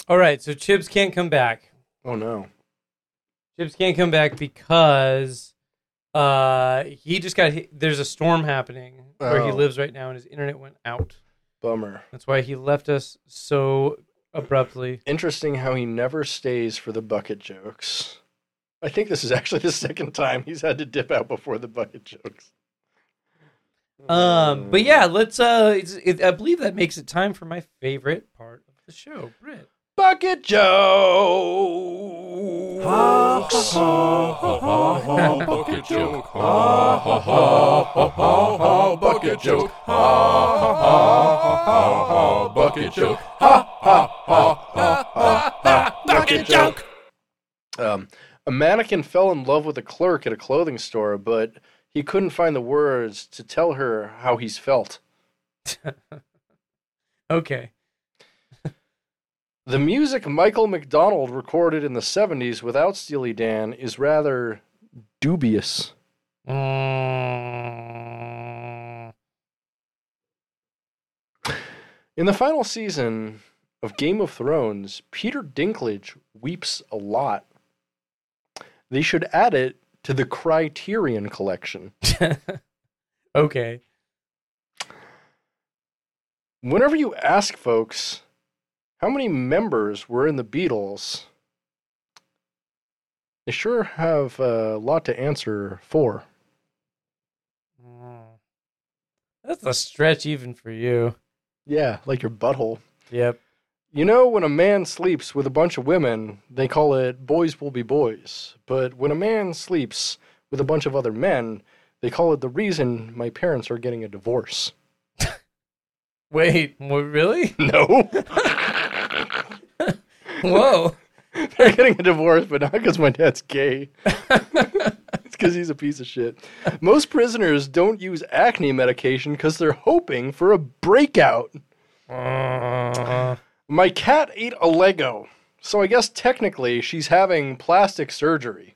All right, so Chips can't come back.
Oh no.
Chips can't come back because uh he just got hit. there's a storm happening where he
Oh.
lives right now and his internet went out.
Bummer.
That's why he left us so abruptly.
Interesting how he never stays for the bucket jokes. I think this is actually the second time he's had to dip out before the bucket jokes.
Um but yeah, let's uh it's, it, I believe that makes it time for my favorite part of the show, Brit.
Bucket jokes.
Bucket joke. Ha ha ha ha ha ha. Bucket joke. Ha ha ha ha ha. Bucket joke.
Bucket joke.
Um, a mannequin fell in love with a clerk at a clothing store, but he couldn't find the words to tell her how he's felt.
Okay.
The music Michael McDonald recorded in the 70s without Steely Dan is rather dubious.
Mm.
In the final season of Game of Thrones, Peter Dinklage weeps a lot. They should add it to the Criterion collection.
okay.
Whenever you ask folks how many members were in the Beatles, they sure have a lot to answer for.
Mm. That's a stretch even for you.
Yeah, like your butthole.
Yep.
You know, when a man sleeps with a bunch of women, they call it boys will be boys. But when a man sleeps with a bunch of other men, they call it the reason my parents are getting a divorce.
Wait, what, really?
No.
Whoa.
They're getting a divorce, but not because my dad's gay. it's because he's a piece of shit. Most prisoners don't use acne medication because they're hoping for a breakout.
Uh,
My cat ate a Lego, so I guess technically she's having plastic surgery.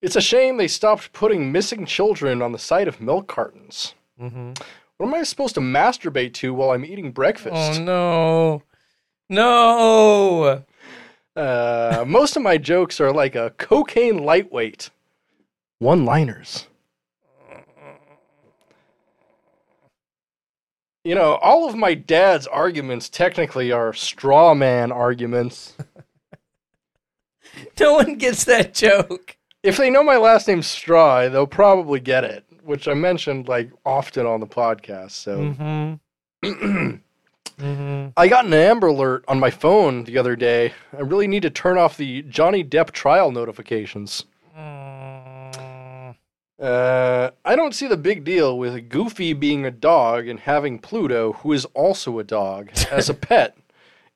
it's a shame they stopped putting missing children on the side of milk cartons.
mhm.
What am I supposed to masturbate to while I'm eating breakfast?
Oh no. No.
Uh, most of my jokes are like a cocaine lightweight. One liners. You know, all of my dad's arguments technically are straw man arguments.
No one gets that joke.
If they know my last name's Straw, they'll probably get it, which I mentioned like often on the podcast. So
Mm-hmm. mm-hmm.
I got an Amber Alert on my phone the other day. I really need to turn off the Johnny Depp trial notifications.
Mm-hmm.
Uh, I don't see the big deal with Goofy being a dog and having Pluto, who is also a dog, as a pet.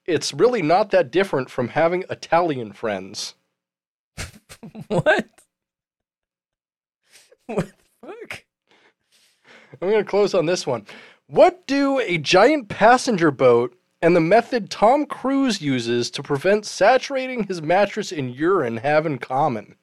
It's really not that different from having Italian friends.
What? What the fuck?
I'm going to close on this one. What do a giant passenger boat and the method Tom Cruise uses to prevent saturating his mattress in urine have in common?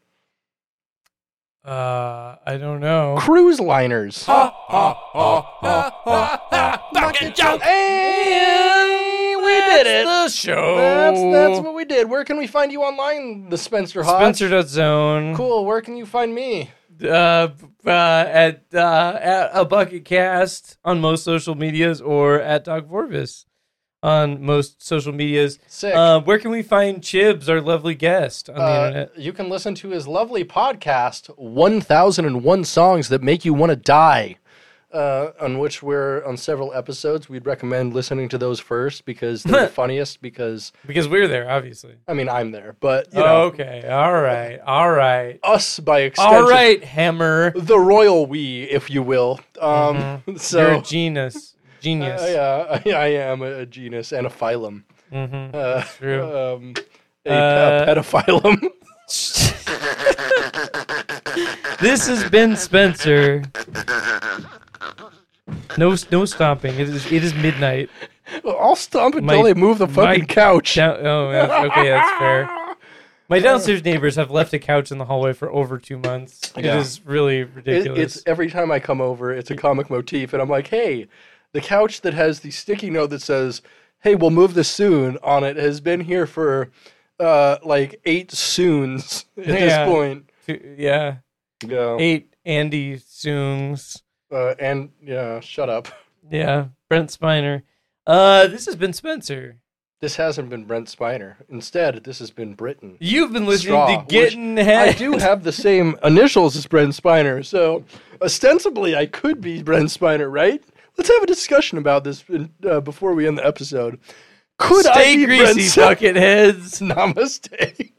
Uh, I don't know.
Cruise liners.
Oh.
Fucking joke.
Hey, we did it.
The show.
That's,
Oh.
that's what we did. Where can we find you online, the Spencer Hodge?
Spencer.zone.
Cool. Where can you find me?
uh, uh, at uh, at a bucket cast on most social medias or at Doc Vorvis on most social medias.
Sick.
Uh, where can we find Chibs, our lovely guest on the
Uh,
internet?
you can listen to his lovely podcast, 1001 Songs That Make You Want to Die, uh, on which we're on several episodes. We'd recommend listening to those first because they're the funniest. Because,
Because we're there, obviously.
I mean, I'm there, but you know,
oh, Okay. All right. All right.
us by extension.
All right, Hammer.
The royal we, if you will. Um,
Mm-hmm.
So,
You're a genius. Genius.
Uh, yeah, I, I am a, a genus and a phylum.
Mhm.
Uh,
True.
Um, a,
Uh,
a pedophylum.
This has been Spencer. No, no stomping. It is, it is midnight.
I'll stomp until
my-
they move the fucking
my
couch.
Down, oh, yeah, okay, that's fair. My downstairs neighbors have left a couch in the hallway for over two months.
Yeah.
It is really
It-
ridiculous.
it's every time I come over, it's a comic motif, and I'm like, hey, the couch that has the sticky note that says, "Hey, we'll move this soon" on it has been here for uh, like eight soons at
Yeah.
this point.
Two- yeah,
Yeah,
eight Andy Soongs.
uh, and yeah, shut up.
Yeah, Brent Spiner. Uh, this has been Spencer.
This hasn't been Brent Spiner. Instead, this has been Britain.
You've been listening
Straw,
to
which
Getting
I
Head.
do have the same initials as Brent Spiner, so ostensibly I could be Brent Spiner, right? Let's have a discussion about this uh, before we end the episode. Could I
Stay
be Brent
greasy,
Spiner?
bucket heads.
Namaste.